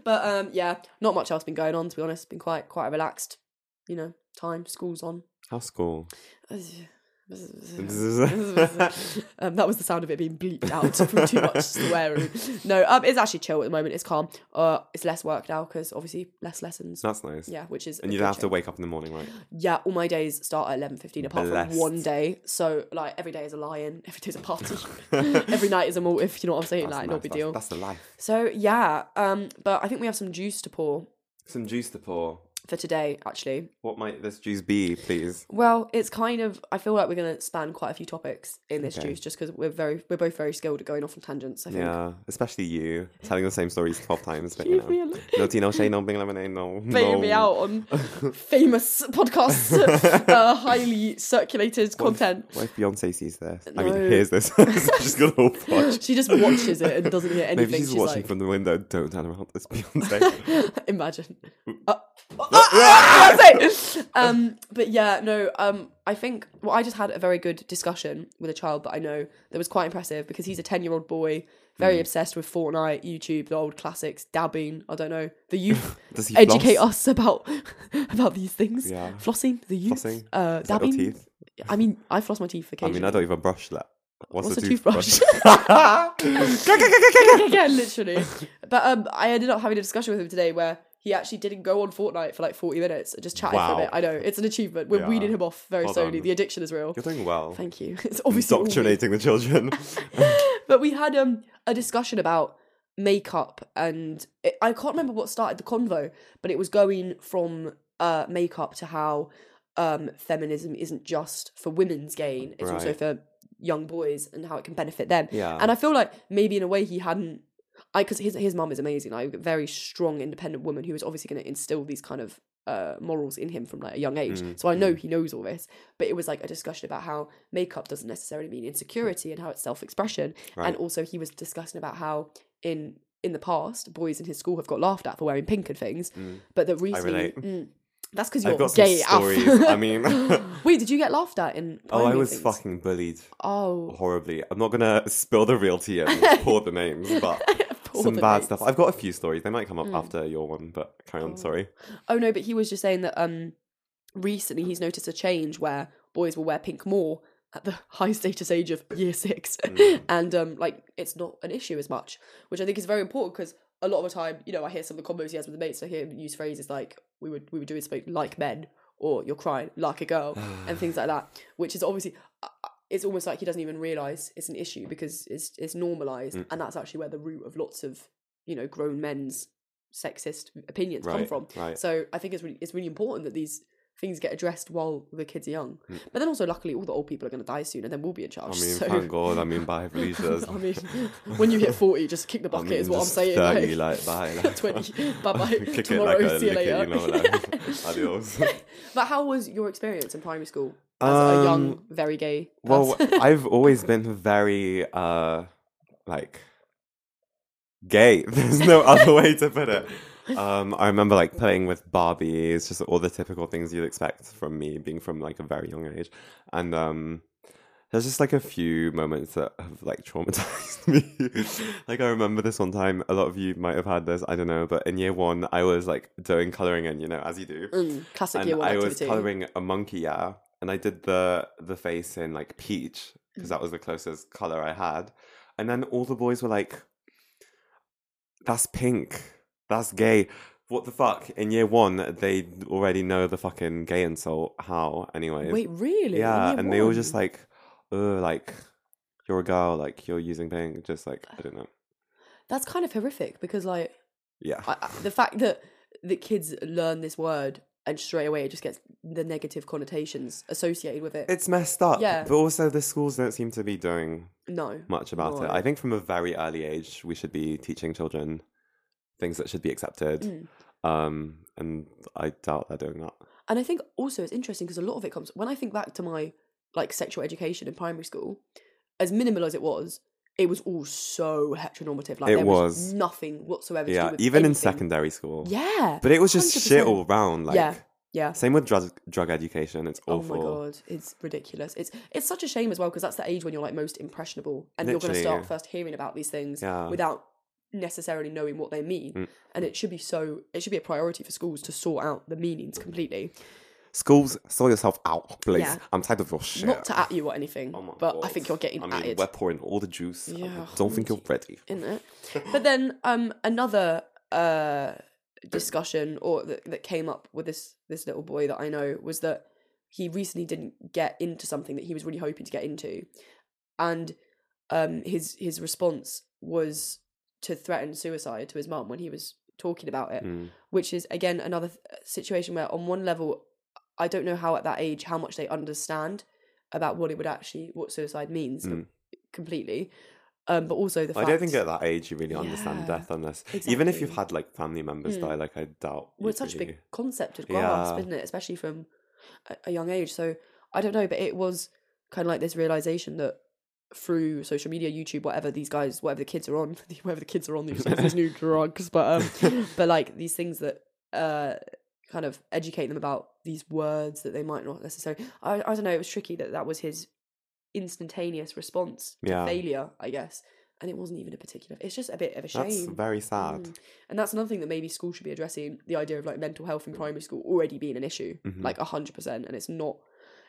[SPEAKER 2] (laughs) But um, yeah, not much else been going on to be honest. It's been quite quite a relaxed, you know, time. School's on. (sighs)
[SPEAKER 1] How's
[SPEAKER 2] (laughs)
[SPEAKER 1] school?
[SPEAKER 2] um, that was the sound of it being bleeped out (laughs) from too much swearing. No, um, it's actually chill at the moment. It's calm. Uh, it's less work now because obviously less lessons.
[SPEAKER 1] (laughs) That's nice.
[SPEAKER 2] Yeah, which is a
[SPEAKER 1] And you
[SPEAKER 2] good
[SPEAKER 1] don't have to
[SPEAKER 2] change.
[SPEAKER 1] wake up in the morning, right?
[SPEAKER 2] Yeah, all my days start at eleven fifteen, apart
[SPEAKER 1] Blessed.
[SPEAKER 2] from one day. So like every day is a lie-in, (laughs) every day's a
[SPEAKER 1] (laughs)
[SPEAKER 2] party, every night is a malt. If you know what I'm saying,
[SPEAKER 1] That's
[SPEAKER 2] like
[SPEAKER 1] nice.
[SPEAKER 2] no big
[SPEAKER 1] That's-
[SPEAKER 2] deal.
[SPEAKER 1] That's the life.
[SPEAKER 2] So yeah, um, but I think we have some juice to pour
[SPEAKER 1] Some juice to pour.
[SPEAKER 2] for today. Actually,
[SPEAKER 1] What might this juice be, please?
[SPEAKER 2] Well, it's kind of. I feel like we're going to span quite a few topics in this
[SPEAKER 1] Okay.
[SPEAKER 2] juice, just because we're very, we're both very skilled at going off on tangents. I think.
[SPEAKER 1] Yeah, especially you telling the same stories twelve times. But, you
[SPEAKER 2] Leave me
[SPEAKER 1] know.
[SPEAKER 2] alone.
[SPEAKER 1] No tea, no shade, no bing lemonade,
[SPEAKER 2] (laughs)
[SPEAKER 1] no.
[SPEAKER 2] Bailing
[SPEAKER 1] no.
[SPEAKER 2] me out
[SPEAKER 1] (laughs)
[SPEAKER 2] on famous podcasts, uh, highly circulated content.
[SPEAKER 1] What if Beyonce sees this? I
[SPEAKER 2] No.
[SPEAKER 1] mean, hears this. (laughs) she's gonna
[SPEAKER 2] (laughs)
[SPEAKER 1] watch.
[SPEAKER 2] She just watches it and doesn't hear anything.
[SPEAKER 1] Maybe she's,
[SPEAKER 2] she's
[SPEAKER 1] watching
[SPEAKER 2] like,
[SPEAKER 1] from the window. Don't turn around. It's
[SPEAKER 2] (laughs)
[SPEAKER 1] Beyonce. (laughs)
[SPEAKER 2] imagine. Uh, oh, (laughs) ah, ah, ah, that's it. um, but yeah, no. Um, I think well, I just had a very good discussion with a child that I know that was quite impressive because he's a ten-year-old boy,
[SPEAKER 1] Hmm.
[SPEAKER 2] very obsessed with Fortnite, YouTube, the old classics, dabbing. I don't know. The
[SPEAKER 1] (laughs)
[SPEAKER 2] youth
[SPEAKER 1] Does he
[SPEAKER 2] educate
[SPEAKER 1] floss?
[SPEAKER 2] us (laughs) about about these things.
[SPEAKER 1] Yeah.
[SPEAKER 2] Flossing, the youth,
[SPEAKER 1] Flossing,
[SPEAKER 2] uh,
[SPEAKER 1] Is that your
[SPEAKER 2] dabbing.
[SPEAKER 1] teeth?
[SPEAKER 2] I mean, I floss my teeth
[SPEAKER 1] I
[SPEAKER 2] occasionally.
[SPEAKER 1] mean, I don't even brush that. What's,
[SPEAKER 2] What's
[SPEAKER 1] a,
[SPEAKER 2] a
[SPEAKER 1] toothbrush?
[SPEAKER 2] (laughs)
[SPEAKER 1] (laughs)
[SPEAKER 2] yeah, literally. But um, I ended up having a discussion with him today where he actually didn't go on Fortnite for like 40 minutes and just chatted for a
[SPEAKER 1] Wow.
[SPEAKER 2] bit. I know, it's an achievement. We're
[SPEAKER 1] Yeah.
[SPEAKER 2] weeding him off very
[SPEAKER 1] Well
[SPEAKER 2] slowly.
[SPEAKER 1] done.
[SPEAKER 2] The addiction is real.
[SPEAKER 1] You're doing well.
[SPEAKER 2] Thank you. (laughs) It's obviously. all me.
[SPEAKER 1] Indoctrinating the
[SPEAKER 2] (laughs)
[SPEAKER 1] children.
[SPEAKER 2] But we had um a discussion about makeup and it, I can't remember what started the convo, but it was going from uh makeup to how um feminism isn't just for women's gain, it's also
[SPEAKER 1] Right.
[SPEAKER 2] for young boys and how it can benefit them.
[SPEAKER 1] Yeah.
[SPEAKER 2] And I feel like maybe in a way he hadn't. I because his his mum is amazing, like a very strong, independent woman who is obviously going to instill these kind of uh, morals in him from like a young age.
[SPEAKER 1] Mm,
[SPEAKER 2] So I know he knows all this, but it was like a discussion about how makeup doesn't necessarily mean insecurity and how it's self expression, and
[SPEAKER 1] Right.
[SPEAKER 2] also he was discussing about how in in the past boys in his school have got laughed at for wearing pink and things,
[SPEAKER 1] Mm.
[SPEAKER 2] but that recently
[SPEAKER 1] relate.
[SPEAKER 2] Mm. That's because you're
[SPEAKER 1] I've got some
[SPEAKER 2] gay. Alf.
[SPEAKER 1] stories. I mean,
[SPEAKER 2] (laughs)
[SPEAKER 1] (laughs)
[SPEAKER 2] Wait, did you get laughed at in?
[SPEAKER 1] oh, I
[SPEAKER 2] primary
[SPEAKER 1] was
[SPEAKER 2] things?
[SPEAKER 1] fucking bullied
[SPEAKER 2] Oh, (laughs)
[SPEAKER 1] horribly. I'm not gonna (laughs) spill the real tea and pour the names, but
[SPEAKER 2] Poor
[SPEAKER 1] some
[SPEAKER 2] the Hmm.
[SPEAKER 1] bad
[SPEAKER 2] mate.
[SPEAKER 1] stuff. I've got a few stories. They might come up after your one, but carry on.
[SPEAKER 2] Cool.
[SPEAKER 1] Sorry.
[SPEAKER 2] Oh no, but he was just saying that um recently he's noticed a change where boys will wear pink more at the (laughs) high status age of year six, (laughs) and um like it's not an issue as much, which I think is very important because a lot of the time, you know, I hear some of the combos he has with the mates. I hear him use phrases like "we would we would do it spoke like men" or "you're crying like a girl" and things like that, which is obviously. uh, uh, It's almost like he doesn't even realize it's an issue because it's it's normalized, and that's actually where the root of lots of you know grown men's sexist opinions come
[SPEAKER 1] Right,
[SPEAKER 2] from.
[SPEAKER 1] right.
[SPEAKER 2] So I think it's really, it's really important that these things get addressed while the kids are young. But then also, luckily, all the old people are going to die soon, and then we'll be in
[SPEAKER 1] Hmm. I
[SPEAKER 2] charge.
[SPEAKER 1] mean,
[SPEAKER 2] so.
[SPEAKER 1] thank God. I mean, by leisures.
[SPEAKER 2] (laughs) I mean,
[SPEAKER 1] (laughs)
[SPEAKER 2] when you hit forty, just kick the
[SPEAKER 1] I
[SPEAKER 2] bucket
[SPEAKER 1] mean,
[SPEAKER 2] is what I'm
[SPEAKER 1] just
[SPEAKER 2] saying.
[SPEAKER 1] 30,
[SPEAKER 2] (laughs)
[SPEAKER 1] like,
[SPEAKER 2] like.
[SPEAKER 1] bye. Like, (laughs)
[SPEAKER 2] 20, bye-bye,
[SPEAKER 1] Kick it
[SPEAKER 2] tomorrow,
[SPEAKER 1] like a
[SPEAKER 2] see you
[SPEAKER 1] lick it, you
[SPEAKER 2] later.
[SPEAKER 1] know,
[SPEAKER 2] (laughs)
[SPEAKER 1] like, (laughs) adios.
[SPEAKER 2] But how was your experience in primary school as a
[SPEAKER 1] Um,
[SPEAKER 2] young, very gay?
[SPEAKER 1] Well,
[SPEAKER 2] (laughs) person?
[SPEAKER 1] I've always been very uh like gay. (laughs) There's no other way to put it. Um, I remember like playing with Barbies, just all the typical things you'd expect from me, being from like a very young age, and um, there's just like a few moments that have like traumatized (laughs) me. like I remember this one time. A lot of you might have had this. I don't know, but in year one, I was like doing coloring in, you know, as you do
[SPEAKER 2] (laughs) Mm, classic
[SPEAKER 1] and
[SPEAKER 2] year one
[SPEAKER 1] I was
[SPEAKER 2] activity.
[SPEAKER 1] coloring a monkey, yeah, and I did the the face in like peach
[SPEAKER 2] Mm.
[SPEAKER 1] because that was the closest color I had, and then all the boys were like, "That's pink, that's gay." What the fuck? In year one, they already know the fucking gay insult. How, anyways?
[SPEAKER 2] Wait, really? In
[SPEAKER 1] yeah,
[SPEAKER 2] year
[SPEAKER 1] and they were
[SPEAKER 2] one?
[SPEAKER 1] just like, "Oh, like you're a girl, like you're using pink," just like I don't know.
[SPEAKER 2] that's kind of horrific because like
[SPEAKER 1] Yeah,
[SPEAKER 2] I, I- the fact that that kids learn this word and straight away it just gets the negative connotations associated with it.
[SPEAKER 1] it's messed up.
[SPEAKER 2] Yeah.
[SPEAKER 1] but also the schools don't seem to be doing
[SPEAKER 2] no,
[SPEAKER 1] much about it.
[SPEAKER 2] No.
[SPEAKER 1] I think from a very early age, we should be teaching children things that should be accepted.
[SPEAKER 2] Mm.
[SPEAKER 1] Um, and I doubt they're doing that.
[SPEAKER 2] and I think also it's interesting because a lot of it comes when I think back to my like sexual education in primary school, as minimal as it was, it was all so heteronormative. Like
[SPEAKER 1] It
[SPEAKER 2] there
[SPEAKER 1] was.
[SPEAKER 2] nothing whatsoever. to
[SPEAKER 1] yeah,
[SPEAKER 2] do with
[SPEAKER 1] even in
[SPEAKER 2] anything.
[SPEAKER 1] secondary school.
[SPEAKER 2] Yeah,
[SPEAKER 1] But it was just shit
[SPEAKER 2] 100%.
[SPEAKER 1] all round. Like,
[SPEAKER 2] Yeah, yeah.
[SPEAKER 1] Same with drug drug education. It's awful.
[SPEAKER 2] Oh my god, it's ridiculous. It's it's such a shame as well because that's the age when you're like most impressionable and you're
[SPEAKER 1] Literally.
[SPEAKER 2] going to start first hearing about these things
[SPEAKER 1] Yeah. Mm.
[SPEAKER 2] without necessarily knowing what they mean. And it should be so it should be a priority for schools to sort out the meanings completely.
[SPEAKER 1] Schools, sort yourself out, please.
[SPEAKER 2] Yeah.
[SPEAKER 1] I'm tired of your shit.
[SPEAKER 2] Not to at you or anything,
[SPEAKER 1] Oh my
[SPEAKER 2] but I
[SPEAKER 1] God.
[SPEAKER 2] think you're getting
[SPEAKER 1] I
[SPEAKER 2] at
[SPEAKER 1] mean,
[SPEAKER 2] it.
[SPEAKER 1] we're pouring all the juice. I
[SPEAKER 2] Yeah,
[SPEAKER 1] don't think you're ready.
[SPEAKER 2] in
[SPEAKER 1] (laughs)
[SPEAKER 2] it. But then um another uh discussion or that, that came up with this this little boy that I know was that he recently didn't get into something that he was really hoping to get into and um his his response was to threaten suicide to his mum when he was talking about it
[SPEAKER 1] Mm.
[SPEAKER 2] which is again another th- uh, situation where on one level i don't know how at that age how much they understand about what it would actually what suicide means
[SPEAKER 1] Mm.
[SPEAKER 2] completely um but also the
[SPEAKER 1] I
[SPEAKER 2] fact
[SPEAKER 1] don't think at that age you really understand
[SPEAKER 2] Yeah,
[SPEAKER 1] death unless, even if you've
[SPEAKER 2] exactly.
[SPEAKER 1] had like family members
[SPEAKER 2] Mm.
[SPEAKER 1] die, like I doubt.
[SPEAKER 2] well,
[SPEAKER 1] you
[SPEAKER 2] it's such a
[SPEAKER 1] really-
[SPEAKER 2] big concept to grasp,
[SPEAKER 1] Yeah.
[SPEAKER 2] isn't it? Especially from a, a young age. So I don't know, but it was kind of like this realization that through social media, YouTube, whatever these guys, whatever the kids are on, (laughs) whatever the kids are on these days, these
[SPEAKER 1] (laughs)
[SPEAKER 2] new drugs, but um, but like these things that uh kind of educate them about these words that they might not necessarily. I I don't know. It was tricky that that was his instantaneous response to
[SPEAKER 1] Yeah.
[SPEAKER 2] failure, I guess. And it wasn't even a particular. It's just a bit of a shame.
[SPEAKER 1] That's very sad.
[SPEAKER 2] Mm. And that's another thing that maybe school should be addressing the idea of like mental health in primary school already being an issue,
[SPEAKER 1] Mhm.
[SPEAKER 2] like hundred percent, and it's not.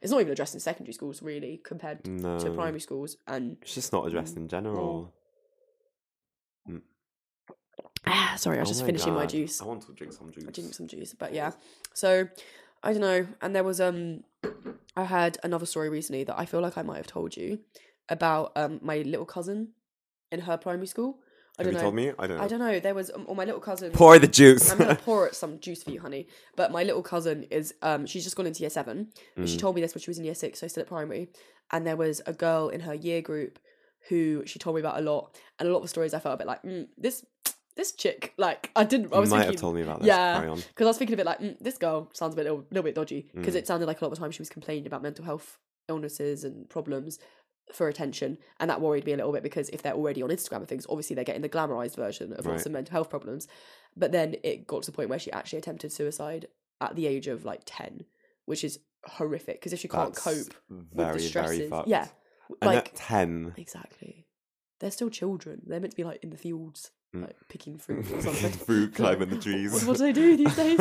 [SPEAKER 2] It's not even addressed in secondary schools really compared Mm. to Mm.
[SPEAKER 1] No.
[SPEAKER 2] primary schools. And
[SPEAKER 1] It's just not addressed in general.
[SPEAKER 2] Ah, sorry, I was
[SPEAKER 1] Oh
[SPEAKER 2] just
[SPEAKER 1] my
[SPEAKER 2] finishing my
[SPEAKER 1] God.
[SPEAKER 2] juice.
[SPEAKER 1] I want to drink some juice.
[SPEAKER 2] I drink some juice, but yeah. So I don't know. And there was um, I had another story recently that I feel like I might have told you about um my little cousin in her primary school. I
[SPEAKER 1] Have
[SPEAKER 2] don't
[SPEAKER 1] you
[SPEAKER 2] know.
[SPEAKER 1] told me? I don't know.
[SPEAKER 2] I don't know. There was um, or my little cousin.
[SPEAKER 1] Pour the juice. (laughs)
[SPEAKER 2] I'm gonna pour it some juice for you, honey. But my little cousin is um she's just gone into year seven. But
[SPEAKER 1] Mm.
[SPEAKER 2] She told me this when she was in year six, so still at primary. And there was a girl in her year group who she told me about a lot, and a lot of the stories I felt a bit like mm, this this chick like I didn't I
[SPEAKER 1] you
[SPEAKER 2] was
[SPEAKER 1] might have
[SPEAKER 2] thinking.
[SPEAKER 1] told me about this.
[SPEAKER 2] Yeah,
[SPEAKER 1] Carry on.
[SPEAKER 2] because I was thinking a bit like mm, this girl sounds a bit little, little bit dodgy because
[SPEAKER 1] Mm.
[SPEAKER 2] it sounded like a lot of the time she was complaining about mental health illnesses and problems for attention, and that worried me a little bit because if they're already on Instagram and things, obviously they're getting the glamorized version of lots
[SPEAKER 1] Right.
[SPEAKER 2] of mental health problems. But then it got to the point where she actually attempted suicide at the age of like 10, which is horrific because if she can't
[SPEAKER 1] That's
[SPEAKER 2] cope,
[SPEAKER 1] Very, very
[SPEAKER 2] stresses.
[SPEAKER 1] fucked.
[SPEAKER 2] Yeah,
[SPEAKER 1] And
[SPEAKER 2] like
[SPEAKER 1] at 10.
[SPEAKER 2] exactly. They're still children. They're meant to be like in the fields,
[SPEAKER 1] Mm.
[SPEAKER 2] like
[SPEAKER 1] (laughs)
[SPEAKER 2] picking fruit or something.
[SPEAKER 1] Fruit climbing the trees.
[SPEAKER 2] What, what do they do these days?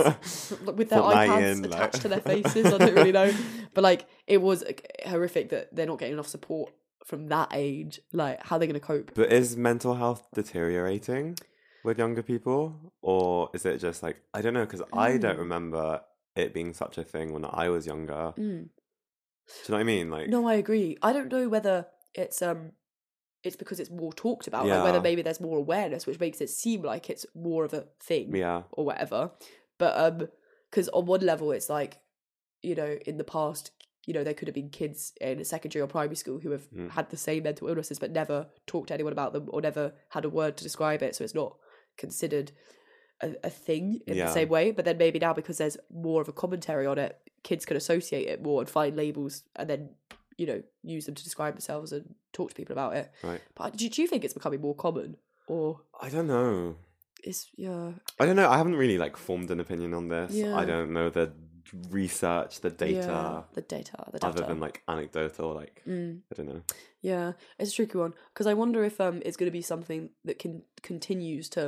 [SPEAKER 2] With their
[SPEAKER 1] Fortnite
[SPEAKER 2] iPads
[SPEAKER 1] in, like-
[SPEAKER 2] attached to their faces, I don't really know. But like, it was like, horrific that they're not getting enough support from that age. Like, how they're going to cope?
[SPEAKER 1] (laughs) But is mental health deteriorating with younger people? Or is it just like, I don't know, because I don't
[SPEAKER 2] Mm.
[SPEAKER 1] remember it being such a thing when I was younger. Do
[SPEAKER 2] Mm.
[SPEAKER 1] you know what I mean? Like,
[SPEAKER 2] No, I agree. I don't know whether it's um, it's because it's more talked about, like whether
[SPEAKER 1] Yeah.
[SPEAKER 2] maybe there's more awareness, which makes it seem like it's more of a thing.
[SPEAKER 1] yeah.
[SPEAKER 2] or whatever. But um, because on one level, it's like, you know, in the past, you know, there could have been kids in secondary or primary school who have
[SPEAKER 1] Mm.
[SPEAKER 2] had the same mental illnesses but never talked to anyone about them or never had a word to describe it, so it's not considered a, a thing in
[SPEAKER 1] Yeah.
[SPEAKER 2] the same way. But then maybe now because there's more of a commentary on it, kids can associate it more and find labels and then you know use them to describe themselves and talk to people about it.
[SPEAKER 1] Right.
[SPEAKER 2] But uh, do, do you think it's becoming more common or
[SPEAKER 1] I don't know.
[SPEAKER 2] is yeah?
[SPEAKER 1] I don't know. I haven't really like formed an opinion on this. I
[SPEAKER 2] Yeah.
[SPEAKER 1] don't know the research, the data,
[SPEAKER 2] Yeah, the data. The data.
[SPEAKER 1] other than like anecdotal, like
[SPEAKER 2] Mm,
[SPEAKER 1] I don't know.
[SPEAKER 2] yeah, it's a tricky one because I wonder if um it's going to be something that can continues to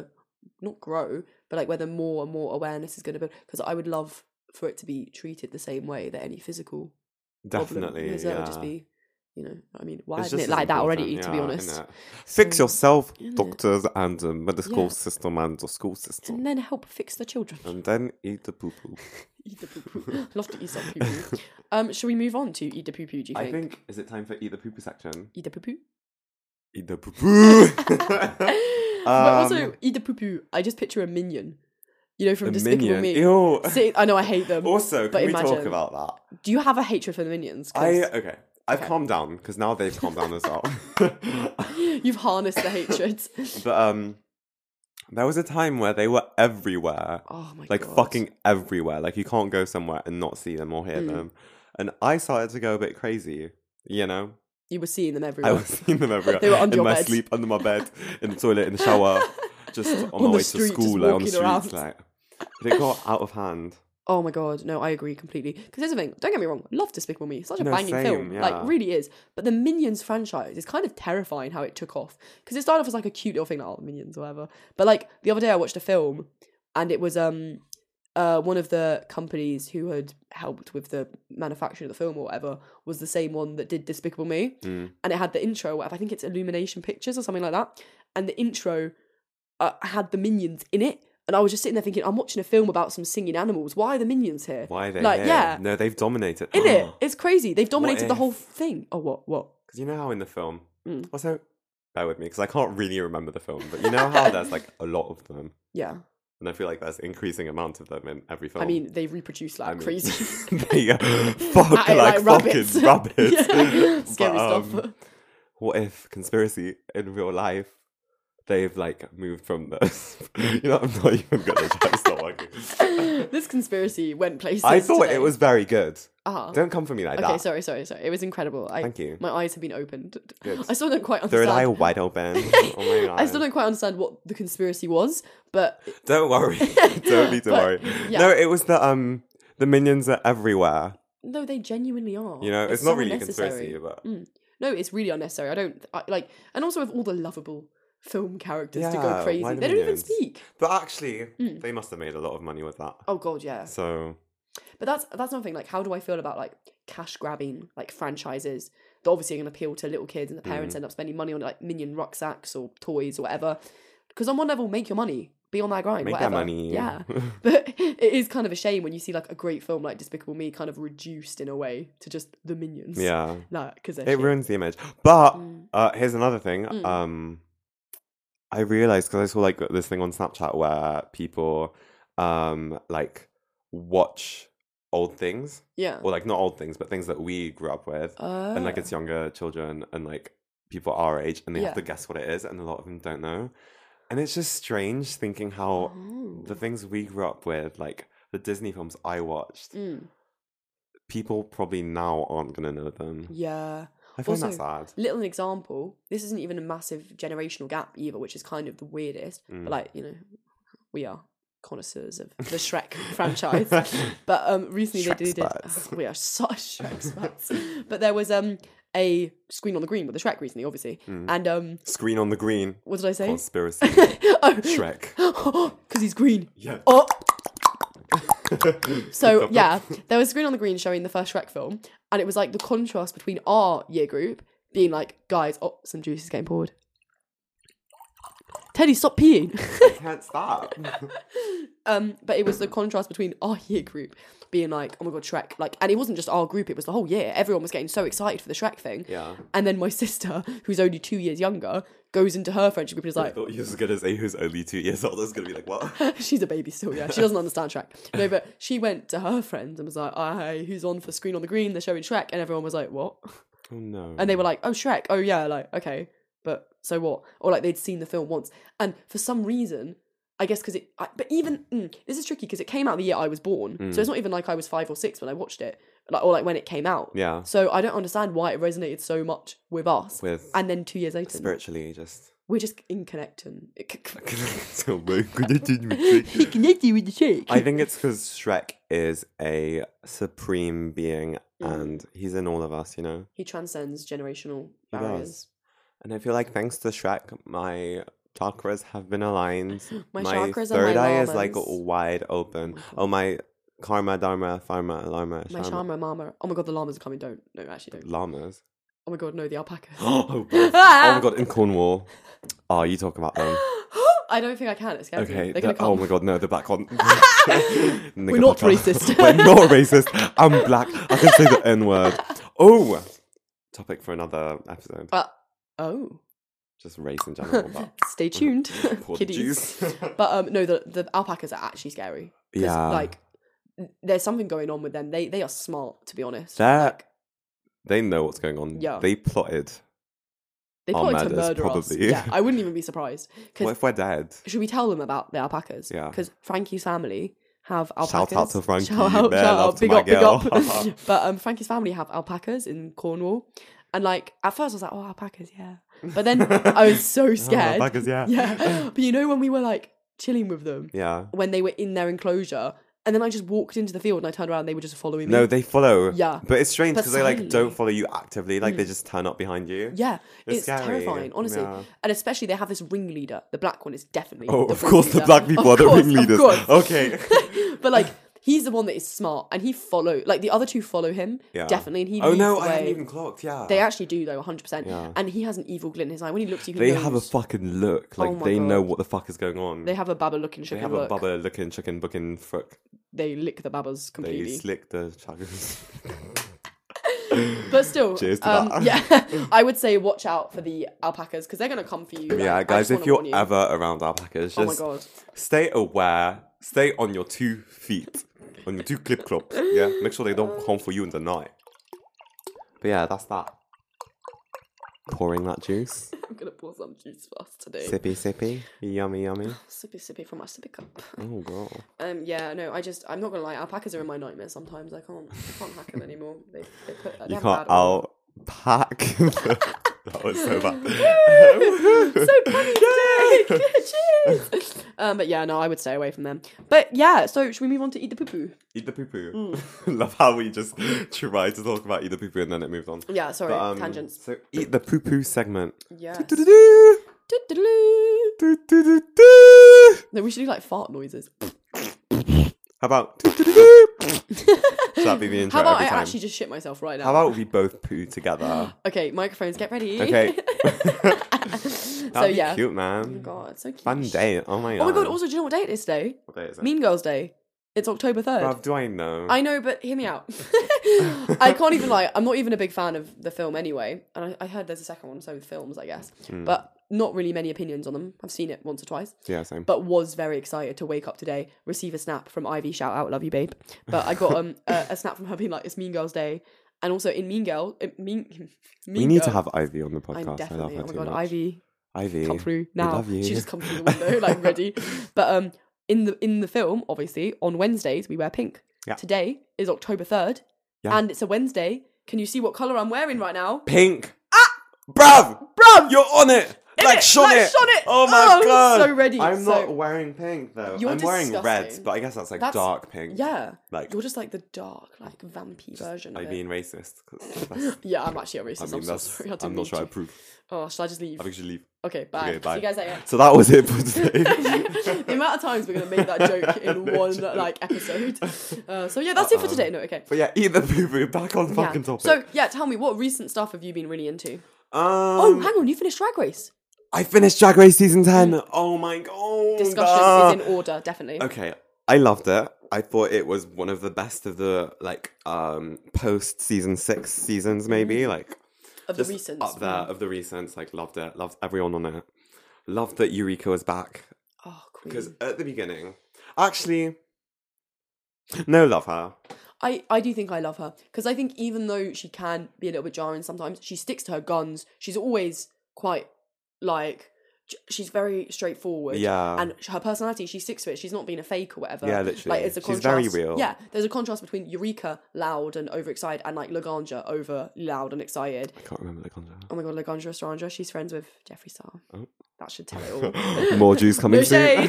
[SPEAKER 2] not grow, but like whether more and more awareness is going to be. Because I would love for it to be treated the same way that any physical problem
[SPEAKER 1] Definitely,
[SPEAKER 2] is. That
[SPEAKER 1] yeah.
[SPEAKER 2] would just be, you know, I mean, why
[SPEAKER 1] It's
[SPEAKER 2] isn't
[SPEAKER 1] just
[SPEAKER 2] it
[SPEAKER 1] as
[SPEAKER 2] like that already?
[SPEAKER 1] important,
[SPEAKER 2] To be
[SPEAKER 1] yeah,
[SPEAKER 2] honest,
[SPEAKER 1] innit? fix
[SPEAKER 2] So-
[SPEAKER 1] yourself,
[SPEAKER 2] Innit?
[SPEAKER 1] doctors and the medical
[SPEAKER 2] Yeah.
[SPEAKER 1] system and the school system,
[SPEAKER 2] and then help fix the children. (laughs) E
[SPEAKER 1] and then eat the poo poo.
[SPEAKER 2] Eat the poo
[SPEAKER 1] (laughs)
[SPEAKER 2] (laughs) poo. Love to eat some poo poo. E Um, shall we move on to eat the poo poo? Do you
[SPEAKER 1] I
[SPEAKER 2] think? E
[SPEAKER 1] think is it time for eat the poo poo section?
[SPEAKER 2] Eat the poo poo.
[SPEAKER 1] Eat the poo
[SPEAKER 2] (laughs)
[SPEAKER 1] poo.
[SPEAKER 2] but also,
[SPEAKER 1] Um,
[SPEAKER 2] Ida Poopoo, I just picture a minion. You know, from
[SPEAKER 1] the
[SPEAKER 2] Despicable
[SPEAKER 1] minion.
[SPEAKER 2] Me.
[SPEAKER 1] Ew.
[SPEAKER 2] See, I know I hate them.
[SPEAKER 1] also,
[SPEAKER 2] but
[SPEAKER 1] can we talk
[SPEAKER 2] imagine-
[SPEAKER 1] about that?
[SPEAKER 2] Do you have a hatred for the minions? 'Cause
[SPEAKER 1] I uh, okay. I've
[SPEAKER 2] Okay.
[SPEAKER 1] calmed down because now they've calmed down as well.
[SPEAKER 2] (laughs)
[SPEAKER 1] (laughs)
[SPEAKER 2] You've harnessed the hatred.
[SPEAKER 1] but um, there was a time where they were everywhere,
[SPEAKER 2] oh my
[SPEAKER 1] like
[SPEAKER 2] god.
[SPEAKER 1] fucking everywhere. Like you can't go somewhere and not see them or hear
[SPEAKER 2] Mm.
[SPEAKER 1] them. And I started to go a bit crazy. You know,
[SPEAKER 2] You were seeing them
[SPEAKER 1] I
[SPEAKER 2] everywhere.
[SPEAKER 1] was (laughs) seeing them everywhere.
[SPEAKER 2] They were under
[SPEAKER 1] in
[SPEAKER 2] your
[SPEAKER 1] my
[SPEAKER 2] bed.
[SPEAKER 1] sleep, under my bed, in the toilet, in the
[SPEAKER 2] (laughs)
[SPEAKER 1] shower, just on,
[SPEAKER 2] On
[SPEAKER 1] my
[SPEAKER 2] the
[SPEAKER 1] way
[SPEAKER 2] street,
[SPEAKER 1] to
[SPEAKER 2] just
[SPEAKER 1] school, like on the
[SPEAKER 2] walking
[SPEAKER 1] streets,
[SPEAKER 2] around.
[SPEAKER 1] like. But it got out of hand.
[SPEAKER 2] Oh my god, no, I agree completely. Because here's the thing, don't get me wrong, love Despicable Me, such a
[SPEAKER 1] No,
[SPEAKER 2] banging
[SPEAKER 1] same,
[SPEAKER 2] film, like
[SPEAKER 1] yeah.
[SPEAKER 2] really is. But the Minions franchise is kind of terrifying how it took off because it started off as like a cute little thing, like oh Minions or whatever. But like the other day, I watched a film, and it was um, uh, one of the companies who had helped with the manufacturing of the film or whatever was the same one that did Despicable Me, (laughs)
[SPEAKER 1] Mm.
[SPEAKER 2] and it had the intro. Whatever, I think it's Illumination Pictures or something like that, and the intro uh, had the Minions in it. And I was just sitting there thinking, I'm watching a film about some singing animals. Why are the minions here?
[SPEAKER 1] Why are they
[SPEAKER 2] Like,
[SPEAKER 1] here?
[SPEAKER 2] yeah.
[SPEAKER 1] No, they've dominated. Oh.
[SPEAKER 2] In it, it's crazy. They've
[SPEAKER 1] What
[SPEAKER 2] dominated the
[SPEAKER 1] if-
[SPEAKER 2] whole thing. Oh, what? What?
[SPEAKER 1] Because you know how in the film,
[SPEAKER 2] Mm.
[SPEAKER 1] also bear with me because I can't really remember the film, but you know how there's
[SPEAKER 2] (laughs)
[SPEAKER 1] like a lot of them,
[SPEAKER 2] Yeah.
[SPEAKER 1] and I feel like there's increasing amount of them in every film.
[SPEAKER 2] I
[SPEAKER 1] (laughs)
[SPEAKER 2] mean, they reproduce like
[SPEAKER 1] mean,
[SPEAKER 2] crazy.
[SPEAKER 1] (laughs)
[SPEAKER 2] (laughs)
[SPEAKER 1] they are fuck
[SPEAKER 2] At it
[SPEAKER 1] like,
[SPEAKER 2] rabbits.
[SPEAKER 1] fucking
[SPEAKER 2] (laughs)
[SPEAKER 1] rabbits.
[SPEAKER 2] Yeah, Scary
[SPEAKER 1] But,
[SPEAKER 2] stuff.
[SPEAKER 1] um, (laughs) what if conspiracy in real life? They've like moved from this. (laughs) you know, I'm not even
[SPEAKER 2] (laughs)
[SPEAKER 1] gonna try to stop working.
[SPEAKER 2] this conspiracy went places.
[SPEAKER 1] um, I thought
[SPEAKER 2] today.
[SPEAKER 1] it was very good. (laughs)
[SPEAKER 2] Uh-huh.
[SPEAKER 1] Don't come for me like
[SPEAKER 2] Okay,
[SPEAKER 1] that.
[SPEAKER 2] sorry, sorry, sorry. It was incredible. I,
[SPEAKER 1] Thank you.
[SPEAKER 2] My eyes have been opened.
[SPEAKER 1] Good.
[SPEAKER 2] (laughs) I still don't quite
[SPEAKER 1] Third
[SPEAKER 2] understand.
[SPEAKER 1] eye wide
[SPEAKER 2] (laughs)
[SPEAKER 1] open. Oh my god.
[SPEAKER 2] I still don't quite understand what the conspiracy was, but
[SPEAKER 1] Don't
[SPEAKER 2] (laughs)
[SPEAKER 1] worry. (laughs) Don't need to
[SPEAKER 2] But,
[SPEAKER 1] worry.
[SPEAKER 2] yeah.
[SPEAKER 1] No, it was the um the minions are everywhere.
[SPEAKER 2] no, they genuinely are.
[SPEAKER 1] You know, it's, not
[SPEAKER 2] so
[SPEAKER 1] really a
[SPEAKER 2] unnecessary.
[SPEAKER 1] conspiracy, but
[SPEAKER 2] No, it's really unnecessary. I don't I, like, and also with all the lovable film characters to
[SPEAKER 1] Yeah,
[SPEAKER 2] go
[SPEAKER 1] why
[SPEAKER 2] crazy,
[SPEAKER 1] the
[SPEAKER 2] they don't even
[SPEAKER 1] minions?
[SPEAKER 2] speak.
[SPEAKER 1] but actually
[SPEAKER 2] Mm.
[SPEAKER 1] they must have made a lot of money with that.
[SPEAKER 2] Oh god, yeah.
[SPEAKER 1] So
[SPEAKER 2] But that's that's something like how do I feel about like cash grabbing like franchises that obviously are going to appeal to little kids and the parents
[SPEAKER 1] Mm-hmm.
[SPEAKER 2] end up spending money on like minion rucksacks or toys or whatever. Because on one level, make your money, be on that grind,
[SPEAKER 1] make
[SPEAKER 2] whatever.
[SPEAKER 1] that money. (laughs)
[SPEAKER 2] yeah. (laughs) But it is kind of a shame when you see like a great film like Despicable Me kind of reduced in a way to just the minions.
[SPEAKER 1] yeah.
[SPEAKER 2] like because
[SPEAKER 1] It ruins the image. But
[SPEAKER 2] Mm.
[SPEAKER 1] uh here's another thing.
[SPEAKER 2] Mm.
[SPEAKER 1] Um I realized because I saw like this thing on Snapchat where people um like watch old things.
[SPEAKER 2] yeah.
[SPEAKER 1] Or like not old things, but things that we grew up with. and like
[SPEAKER 2] Oh.
[SPEAKER 1] it's younger children and like people our age and they
[SPEAKER 2] Yeah.
[SPEAKER 1] have to guess what it is and a lot of them don't know and it's just strange thinking how the
[SPEAKER 2] Oh.
[SPEAKER 1] things we grew up with like the disney films i watched
[SPEAKER 2] Mm.
[SPEAKER 1] people probably now aren't gonna know them
[SPEAKER 2] yeah.
[SPEAKER 1] i find that
[SPEAKER 2] Mm. Also,
[SPEAKER 1] sad
[SPEAKER 2] Little example. This isn't even a massive generational gap either, which is kind of the weirdest.
[SPEAKER 1] Mm.
[SPEAKER 2] But like you know, we are connoisseurs of the
[SPEAKER 1] (laughs)
[SPEAKER 2] Shrek franchise. But um, recently
[SPEAKER 1] Shrek
[SPEAKER 2] they did. did-
[SPEAKER 1] spats.
[SPEAKER 2] (laughs) we are such Shrek spats. but there was um a screen on the green with the Shrek recently, obviously.
[SPEAKER 1] Mm.
[SPEAKER 2] And um,
[SPEAKER 1] (laughs) Screen on the green.
[SPEAKER 2] what did I say? (laughs)
[SPEAKER 1] Conspiracy.
[SPEAKER 2] oh,
[SPEAKER 1] Shrek.
[SPEAKER 2] (gasps) because he's green.
[SPEAKER 1] Yeah.
[SPEAKER 2] Oh. (laughs) so yeah, there was a screen on the green showing the first Shrek film, and it was like the contrast between our year group being like, guys, oh, some juice is getting poured. Teddy, stop peeing.
[SPEAKER 1] I can't
[SPEAKER 2] (laughs)
[SPEAKER 1] stop.
[SPEAKER 2] um, (laughs) but it was the contrast between our year group being like, oh my god, Shrek. Like, and it wasn't just our group; it was the whole year. Everyone was getting so excited for the Shrek thing.
[SPEAKER 1] Yeah.
[SPEAKER 2] And then my (laughs) sister, who's only two years younger, goes into her friendship group and is
[SPEAKER 1] I
[SPEAKER 2] like,
[SPEAKER 1] thought you were going to say who's only two years old. I was going to be like, what?
[SPEAKER 2] (laughs) She's a baby still, yeah. She doesn't understand Shrek. No, but she went to her friends and was like, "Hey, who's on for Screen on the Green? They're showing Shrek," and everyone was like, "What?"
[SPEAKER 1] Oh no.
[SPEAKER 2] And they were like, "Oh, Shrek. Oh yeah, like okay, but so what?" Or like they'd seen the film once, and for some reason, I guess because it. I, but even mm, this is tricky because it came out the year I was born,
[SPEAKER 1] Mm.
[SPEAKER 2] so it's not even like I was five or six when I watched it, like or like when it came out.
[SPEAKER 1] Yeah.
[SPEAKER 2] So I don't understand why it resonated so much with us.
[SPEAKER 1] With
[SPEAKER 2] and then two years later,
[SPEAKER 1] spiritually, just.
[SPEAKER 2] we're just in connecting.
[SPEAKER 1] (laughs)
[SPEAKER 2] Connected
[SPEAKER 1] So we're gonna do it.
[SPEAKER 2] (laughs) with the Shrek.
[SPEAKER 1] I think it's because Shrek is a supreme being
[SPEAKER 2] Mm.
[SPEAKER 1] and he's in all of us, you know?
[SPEAKER 2] he transcends generational
[SPEAKER 1] He does.
[SPEAKER 2] barriers.
[SPEAKER 1] And I feel like thanks to Shrek, my chakras have been aligned.
[SPEAKER 2] (laughs) My chakras are my
[SPEAKER 1] third eye is like
[SPEAKER 2] llamas. Mm-hmm.
[SPEAKER 1] wide open. Oh my karma, dharma, pharma, alarma,
[SPEAKER 2] My
[SPEAKER 1] sharma.
[SPEAKER 2] sharma mama. Oh my god, the llamas are coming. Don't. No, actually don't. (laughs)
[SPEAKER 1] llamas. (gasps)
[SPEAKER 2] Oh my god, no, the alpacas.
[SPEAKER 1] oh, both. oh my god, in
[SPEAKER 2] (laughs)
[SPEAKER 1] Cornwall. Oh, you talk about them.
[SPEAKER 2] (gasps) I don't think I can. It scares
[SPEAKER 1] Okay.
[SPEAKER 2] me. They're gonna
[SPEAKER 1] the- oh
[SPEAKER 2] come.
[SPEAKER 1] my god, no, they're back
[SPEAKER 2] (laughs)
[SPEAKER 1] on.
[SPEAKER 2] We're
[SPEAKER 1] (laughs)
[SPEAKER 2] not racist.
[SPEAKER 1] We're
[SPEAKER 2] (laughs)
[SPEAKER 1] not racist. I'm black. I can say the N word. Oh, topic for another episode.
[SPEAKER 2] Uh, oh,
[SPEAKER 1] Just race in general. But
[SPEAKER 2] stay (laughs)
[SPEAKER 1] (laughs)
[SPEAKER 2] tuned,
[SPEAKER 1] poor
[SPEAKER 2] kiddies.
[SPEAKER 1] Jews.
[SPEAKER 2] (laughs) But um, no, the the alpacas are actually scary. 'Cause,
[SPEAKER 1] yeah.
[SPEAKER 2] Like, there's something going on with them. They they are smart, to be honest.
[SPEAKER 1] They're-
[SPEAKER 2] Like,
[SPEAKER 1] they know what's going on.
[SPEAKER 2] Yeah.
[SPEAKER 1] They plotted.
[SPEAKER 2] they
[SPEAKER 1] are
[SPEAKER 2] plotted
[SPEAKER 1] murders,
[SPEAKER 2] to murder us.
[SPEAKER 1] probably.
[SPEAKER 2] Yeah, I
[SPEAKER 1] (laughs)
[SPEAKER 2] wouldn't even be surprised.
[SPEAKER 1] What
[SPEAKER 2] Because
[SPEAKER 1] if we're dead?
[SPEAKER 2] should we tell them about the alpacas?
[SPEAKER 1] Yeah.
[SPEAKER 2] Because Frankie's family have alpacas.
[SPEAKER 1] Shout out to Frankie.
[SPEAKER 2] Shout out,
[SPEAKER 1] Man,
[SPEAKER 2] shout
[SPEAKER 1] love
[SPEAKER 2] out,
[SPEAKER 1] to
[SPEAKER 2] big
[SPEAKER 1] my
[SPEAKER 2] up, big
[SPEAKER 1] girl. (laughs)
[SPEAKER 2] up. (laughs) but um, Frankie's family have alpacas in Cornwall, and like at first I was like, oh, alpacas, yeah. But
[SPEAKER 1] (laughs)
[SPEAKER 2] then I was so scared.
[SPEAKER 1] Oh, Alpacas, yeah.
[SPEAKER 2] (laughs) Yeah, but you know when we were like chilling with them
[SPEAKER 1] Yeah.
[SPEAKER 2] when they were in their enclosure, and then I just walked into the field and I turned around, and they were just following me.
[SPEAKER 1] No, they follow.
[SPEAKER 2] Yeah.
[SPEAKER 1] But it's strange
[SPEAKER 2] But
[SPEAKER 1] because they like don't
[SPEAKER 2] silently.
[SPEAKER 1] follow you actively. Like they just turn up behind you.
[SPEAKER 2] yeah,
[SPEAKER 1] It's
[SPEAKER 2] it's,
[SPEAKER 1] scary.
[SPEAKER 2] terrifying, honestly.
[SPEAKER 1] Yeah.
[SPEAKER 2] And especially they have this ringleader. The black one is definitely.
[SPEAKER 1] Oh,
[SPEAKER 2] the
[SPEAKER 1] of course, the
[SPEAKER 2] ringleader.
[SPEAKER 1] black people
[SPEAKER 2] Of
[SPEAKER 1] are the
[SPEAKER 2] course, of
[SPEAKER 1] ringleaders.
[SPEAKER 2] course. (laughs)
[SPEAKER 1] Okay.
[SPEAKER 2] but like he's the one that is smart and he follow like the other two follow him
[SPEAKER 1] Yeah.
[SPEAKER 2] definitely and he
[SPEAKER 1] Oh
[SPEAKER 2] leads
[SPEAKER 1] no,
[SPEAKER 2] the
[SPEAKER 1] I haven't
[SPEAKER 2] way.
[SPEAKER 1] even clocked. Yeah.
[SPEAKER 2] they actually do though 100%
[SPEAKER 1] Yeah.
[SPEAKER 2] and he has an evil glint in his eye when he looks you can
[SPEAKER 1] They have a
[SPEAKER 2] knows.
[SPEAKER 1] fucking look. Like
[SPEAKER 2] Oh my
[SPEAKER 1] they know
[SPEAKER 2] God.
[SPEAKER 1] what the fuck is going on.
[SPEAKER 2] they have a baba looking
[SPEAKER 1] They
[SPEAKER 2] chicken
[SPEAKER 1] have
[SPEAKER 2] look
[SPEAKER 1] a bubba looking chicken booking frick.
[SPEAKER 2] they lick the babas
[SPEAKER 1] They
[SPEAKER 2] completely
[SPEAKER 1] slick the
[SPEAKER 2] (laughs)
[SPEAKER 1] chuggers.
[SPEAKER 2] but still
[SPEAKER 1] Cheers to
[SPEAKER 2] um,
[SPEAKER 1] that.
[SPEAKER 2] (laughs) yeah i would say watch out for the alpacas because they're gonna come for you like,
[SPEAKER 1] yeah,
[SPEAKER 2] I
[SPEAKER 1] guys,
[SPEAKER 2] just
[SPEAKER 1] if
[SPEAKER 2] wanna
[SPEAKER 1] you're
[SPEAKER 2] warn you.
[SPEAKER 1] ever around alpacas,
[SPEAKER 2] oh my
[SPEAKER 1] just
[SPEAKER 2] god (laughs)
[SPEAKER 1] stay aware, stay on your two feet, on your two clip clops. Yeah, make sure they don't come for you in the night. But yeah, that's that. Pouring that juice,
[SPEAKER 2] i'm gonna pour some juice fast today
[SPEAKER 1] sippy sippy, yummy yummy.
[SPEAKER 2] sippy sippy from my sippy cup
[SPEAKER 1] Oh god.
[SPEAKER 2] um yeah no i just i'm not gonna lie alpacas are in my nightmare sometimes i can't i can't hack them anymore they, they put they
[SPEAKER 1] You
[SPEAKER 2] have
[SPEAKER 1] can't
[SPEAKER 2] bad oil.
[SPEAKER 1] (laughs) pack. that was so bad.
[SPEAKER 2] so (laughs) funny today. (laughs) Cheers. Um, but yeah, no, I would stay away from them. But yeah, so should we move on to eat the poo poo?
[SPEAKER 1] Eat the poo poo. (laughs) Love how we just tried to talk about eat the poo poo and then it moved on.
[SPEAKER 2] Yeah, sorry,
[SPEAKER 1] But, um,
[SPEAKER 2] tangents.
[SPEAKER 1] So eat the poo poo segment.
[SPEAKER 2] Yeah.
[SPEAKER 1] Do-do-do,
[SPEAKER 2] Do-do-do.
[SPEAKER 1] do-do-do-do.
[SPEAKER 2] No, we should do like fart noises.
[SPEAKER 1] How
[SPEAKER 2] (laughs)
[SPEAKER 1] about do-do-do-do? Should that be the intro
[SPEAKER 2] How about I
[SPEAKER 1] every time?
[SPEAKER 2] actually just shit myself right now?
[SPEAKER 1] How about we both poo
[SPEAKER 2] (laughs)
[SPEAKER 1] together?
[SPEAKER 2] okay, microphones, get ready.
[SPEAKER 1] Okay. (laughs)
[SPEAKER 2] so
[SPEAKER 1] That'd be
[SPEAKER 2] yeah.
[SPEAKER 1] cute,
[SPEAKER 2] Oh my
[SPEAKER 1] man.
[SPEAKER 2] (laughs) god, it's so cute.
[SPEAKER 1] Fun day. Oh my god.
[SPEAKER 2] Oh my god, also do you know what day it is today?
[SPEAKER 1] What day is it?
[SPEAKER 2] Mean Girls Day. It's October third.
[SPEAKER 1] Bruv, do I know?
[SPEAKER 2] I know, but hear
[SPEAKER 1] (laughs)
[SPEAKER 2] me out. I can't even lie. I'm not even a big fan of the film anyway. And I, I heard there's a second one, so with films, I guess.
[SPEAKER 1] Hmm.
[SPEAKER 2] But not really many opinions on them. I've seen it once or twice,
[SPEAKER 1] yeah, same.
[SPEAKER 2] but was very excited to wake up today, receive a snap from Ivy. Shout out, love you, babe. But I got um, a, a snap from her being like, it's Mean Girls Day. And also in Mean Girl, it, mean, mean (laughs)
[SPEAKER 1] we need to
[SPEAKER 2] Girl-
[SPEAKER 1] have Ivy on the
[SPEAKER 2] I'm
[SPEAKER 1] podcast. I love
[SPEAKER 2] definitely,
[SPEAKER 1] her
[SPEAKER 2] oh my
[SPEAKER 1] too
[SPEAKER 2] god,
[SPEAKER 1] much.
[SPEAKER 2] Ivy,
[SPEAKER 1] Ivy.
[SPEAKER 2] come through now.
[SPEAKER 1] love you.
[SPEAKER 2] She just comes through the window (laughs) like ready. But um, in the in the film, obviously, on Wednesdays we wear pink.
[SPEAKER 1] Yeah.
[SPEAKER 2] Today is October third,
[SPEAKER 1] Yeah.
[SPEAKER 2] and it's a Wednesday. Can you see what color I'm wearing right now?
[SPEAKER 1] Pink. Ah, bruv, bruv, you're on it. like shone
[SPEAKER 2] like
[SPEAKER 1] it.
[SPEAKER 2] shone it.
[SPEAKER 1] Oh my
[SPEAKER 2] Oh, I'm
[SPEAKER 1] god!
[SPEAKER 2] so ready.
[SPEAKER 1] I'm
[SPEAKER 2] So-
[SPEAKER 1] not wearing pink though.
[SPEAKER 2] You're
[SPEAKER 1] I'm wearing reds,
[SPEAKER 2] disgusting.
[SPEAKER 1] but I guess that's like
[SPEAKER 2] That's-
[SPEAKER 1] dark pink.
[SPEAKER 2] Yeah.
[SPEAKER 1] Like
[SPEAKER 2] You're just like the dark, like vampy version of
[SPEAKER 1] I
[SPEAKER 2] it.
[SPEAKER 1] mean racist.
[SPEAKER 2] (laughs)
[SPEAKER 1] 'cause that's-
[SPEAKER 2] yeah, I'm actually a racist.
[SPEAKER 1] I
[SPEAKER 2] I am
[SPEAKER 1] mean
[SPEAKER 2] so
[SPEAKER 1] that's.
[SPEAKER 2] (laughs) sorry. I didn't
[SPEAKER 1] I'm not
[SPEAKER 2] mean
[SPEAKER 1] sure I
[SPEAKER 2] to.
[SPEAKER 1] approve.
[SPEAKER 2] Oh, should I just leave?
[SPEAKER 1] I think you should leave.
[SPEAKER 2] Okay, bye.
[SPEAKER 1] Okay, bye.
[SPEAKER 2] See you guys later. (laughs)
[SPEAKER 1] So that was it for today.
[SPEAKER 2] the amount of times we're gonna make that joke
[SPEAKER 1] (laughs)
[SPEAKER 2] in
[SPEAKER 1] No
[SPEAKER 2] one
[SPEAKER 1] joke.
[SPEAKER 2] like episode.
[SPEAKER 1] (laughs)
[SPEAKER 2] Uh, so yeah, that's it for today. No, okay.
[SPEAKER 1] but yeah, eat the poo poo. Back on fucking
[SPEAKER 2] yeah.
[SPEAKER 1] topic.
[SPEAKER 2] So yeah, tell me what recent stuff have you been really into? oh,
[SPEAKER 1] um,
[SPEAKER 2] hang on, you finished Drag Race.
[SPEAKER 1] I finished Drag Race season ten. Oh my god.
[SPEAKER 2] Mm. Discussion
[SPEAKER 1] Ah.
[SPEAKER 2] is in order, definitely.
[SPEAKER 1] Okay, I loved it. I thought it was one of the best of the like um post season six seasons, maybe like
[SPEAKER 2] Of Mm. the
[SPEAKER 1] just
[SPEAKER 2] recent.
[SPEAKER 1] up there of the recents. Like loved it. Loved everyone on it. Loved that Eureka was back
[SPEAKER 2] Oh, queen.
[SPEAKER 1] because at the beginning, actually, no, love her.
[SPEAKER 2] I, I do think I love her because I think even though she can be a little bit jarring sometimes, she sticks to her guns. She's always quite like j- she's very straightforward.
[SPEAKER 1] Yeah.
[SPEAKER 2] and her personality, she sticks to it. She's not being a fake or whatever.
[SPEAKER 1] Yeah,
[SPEAKER 2] Like
[SPEAKER 1] literally.
[SPEAKER 2] it's a
[SPEAKER 1] She's
[SPEAKER 2] contrast.
[SPEAKER 1] very real.
[SPEAKER 2] Yeah, there's a contrast between Eureka, loud and overexcited, and like Laganja, over loud and excited.
[SPEAKER 1] I can't remember the contract.
[SPEAKER 2] Oh my god, Laganja Estranja, she's friends with Jeffree Star.
[SPEAKER 1] Oh.
[SPEAKER 2] That should tell
[SPEAKER 1] (laughs)
[SPEAKER 2] it all.
[SPEAKER 1] More juice coming
[SPEAKER 2] No
[SPEAKER 1] soon.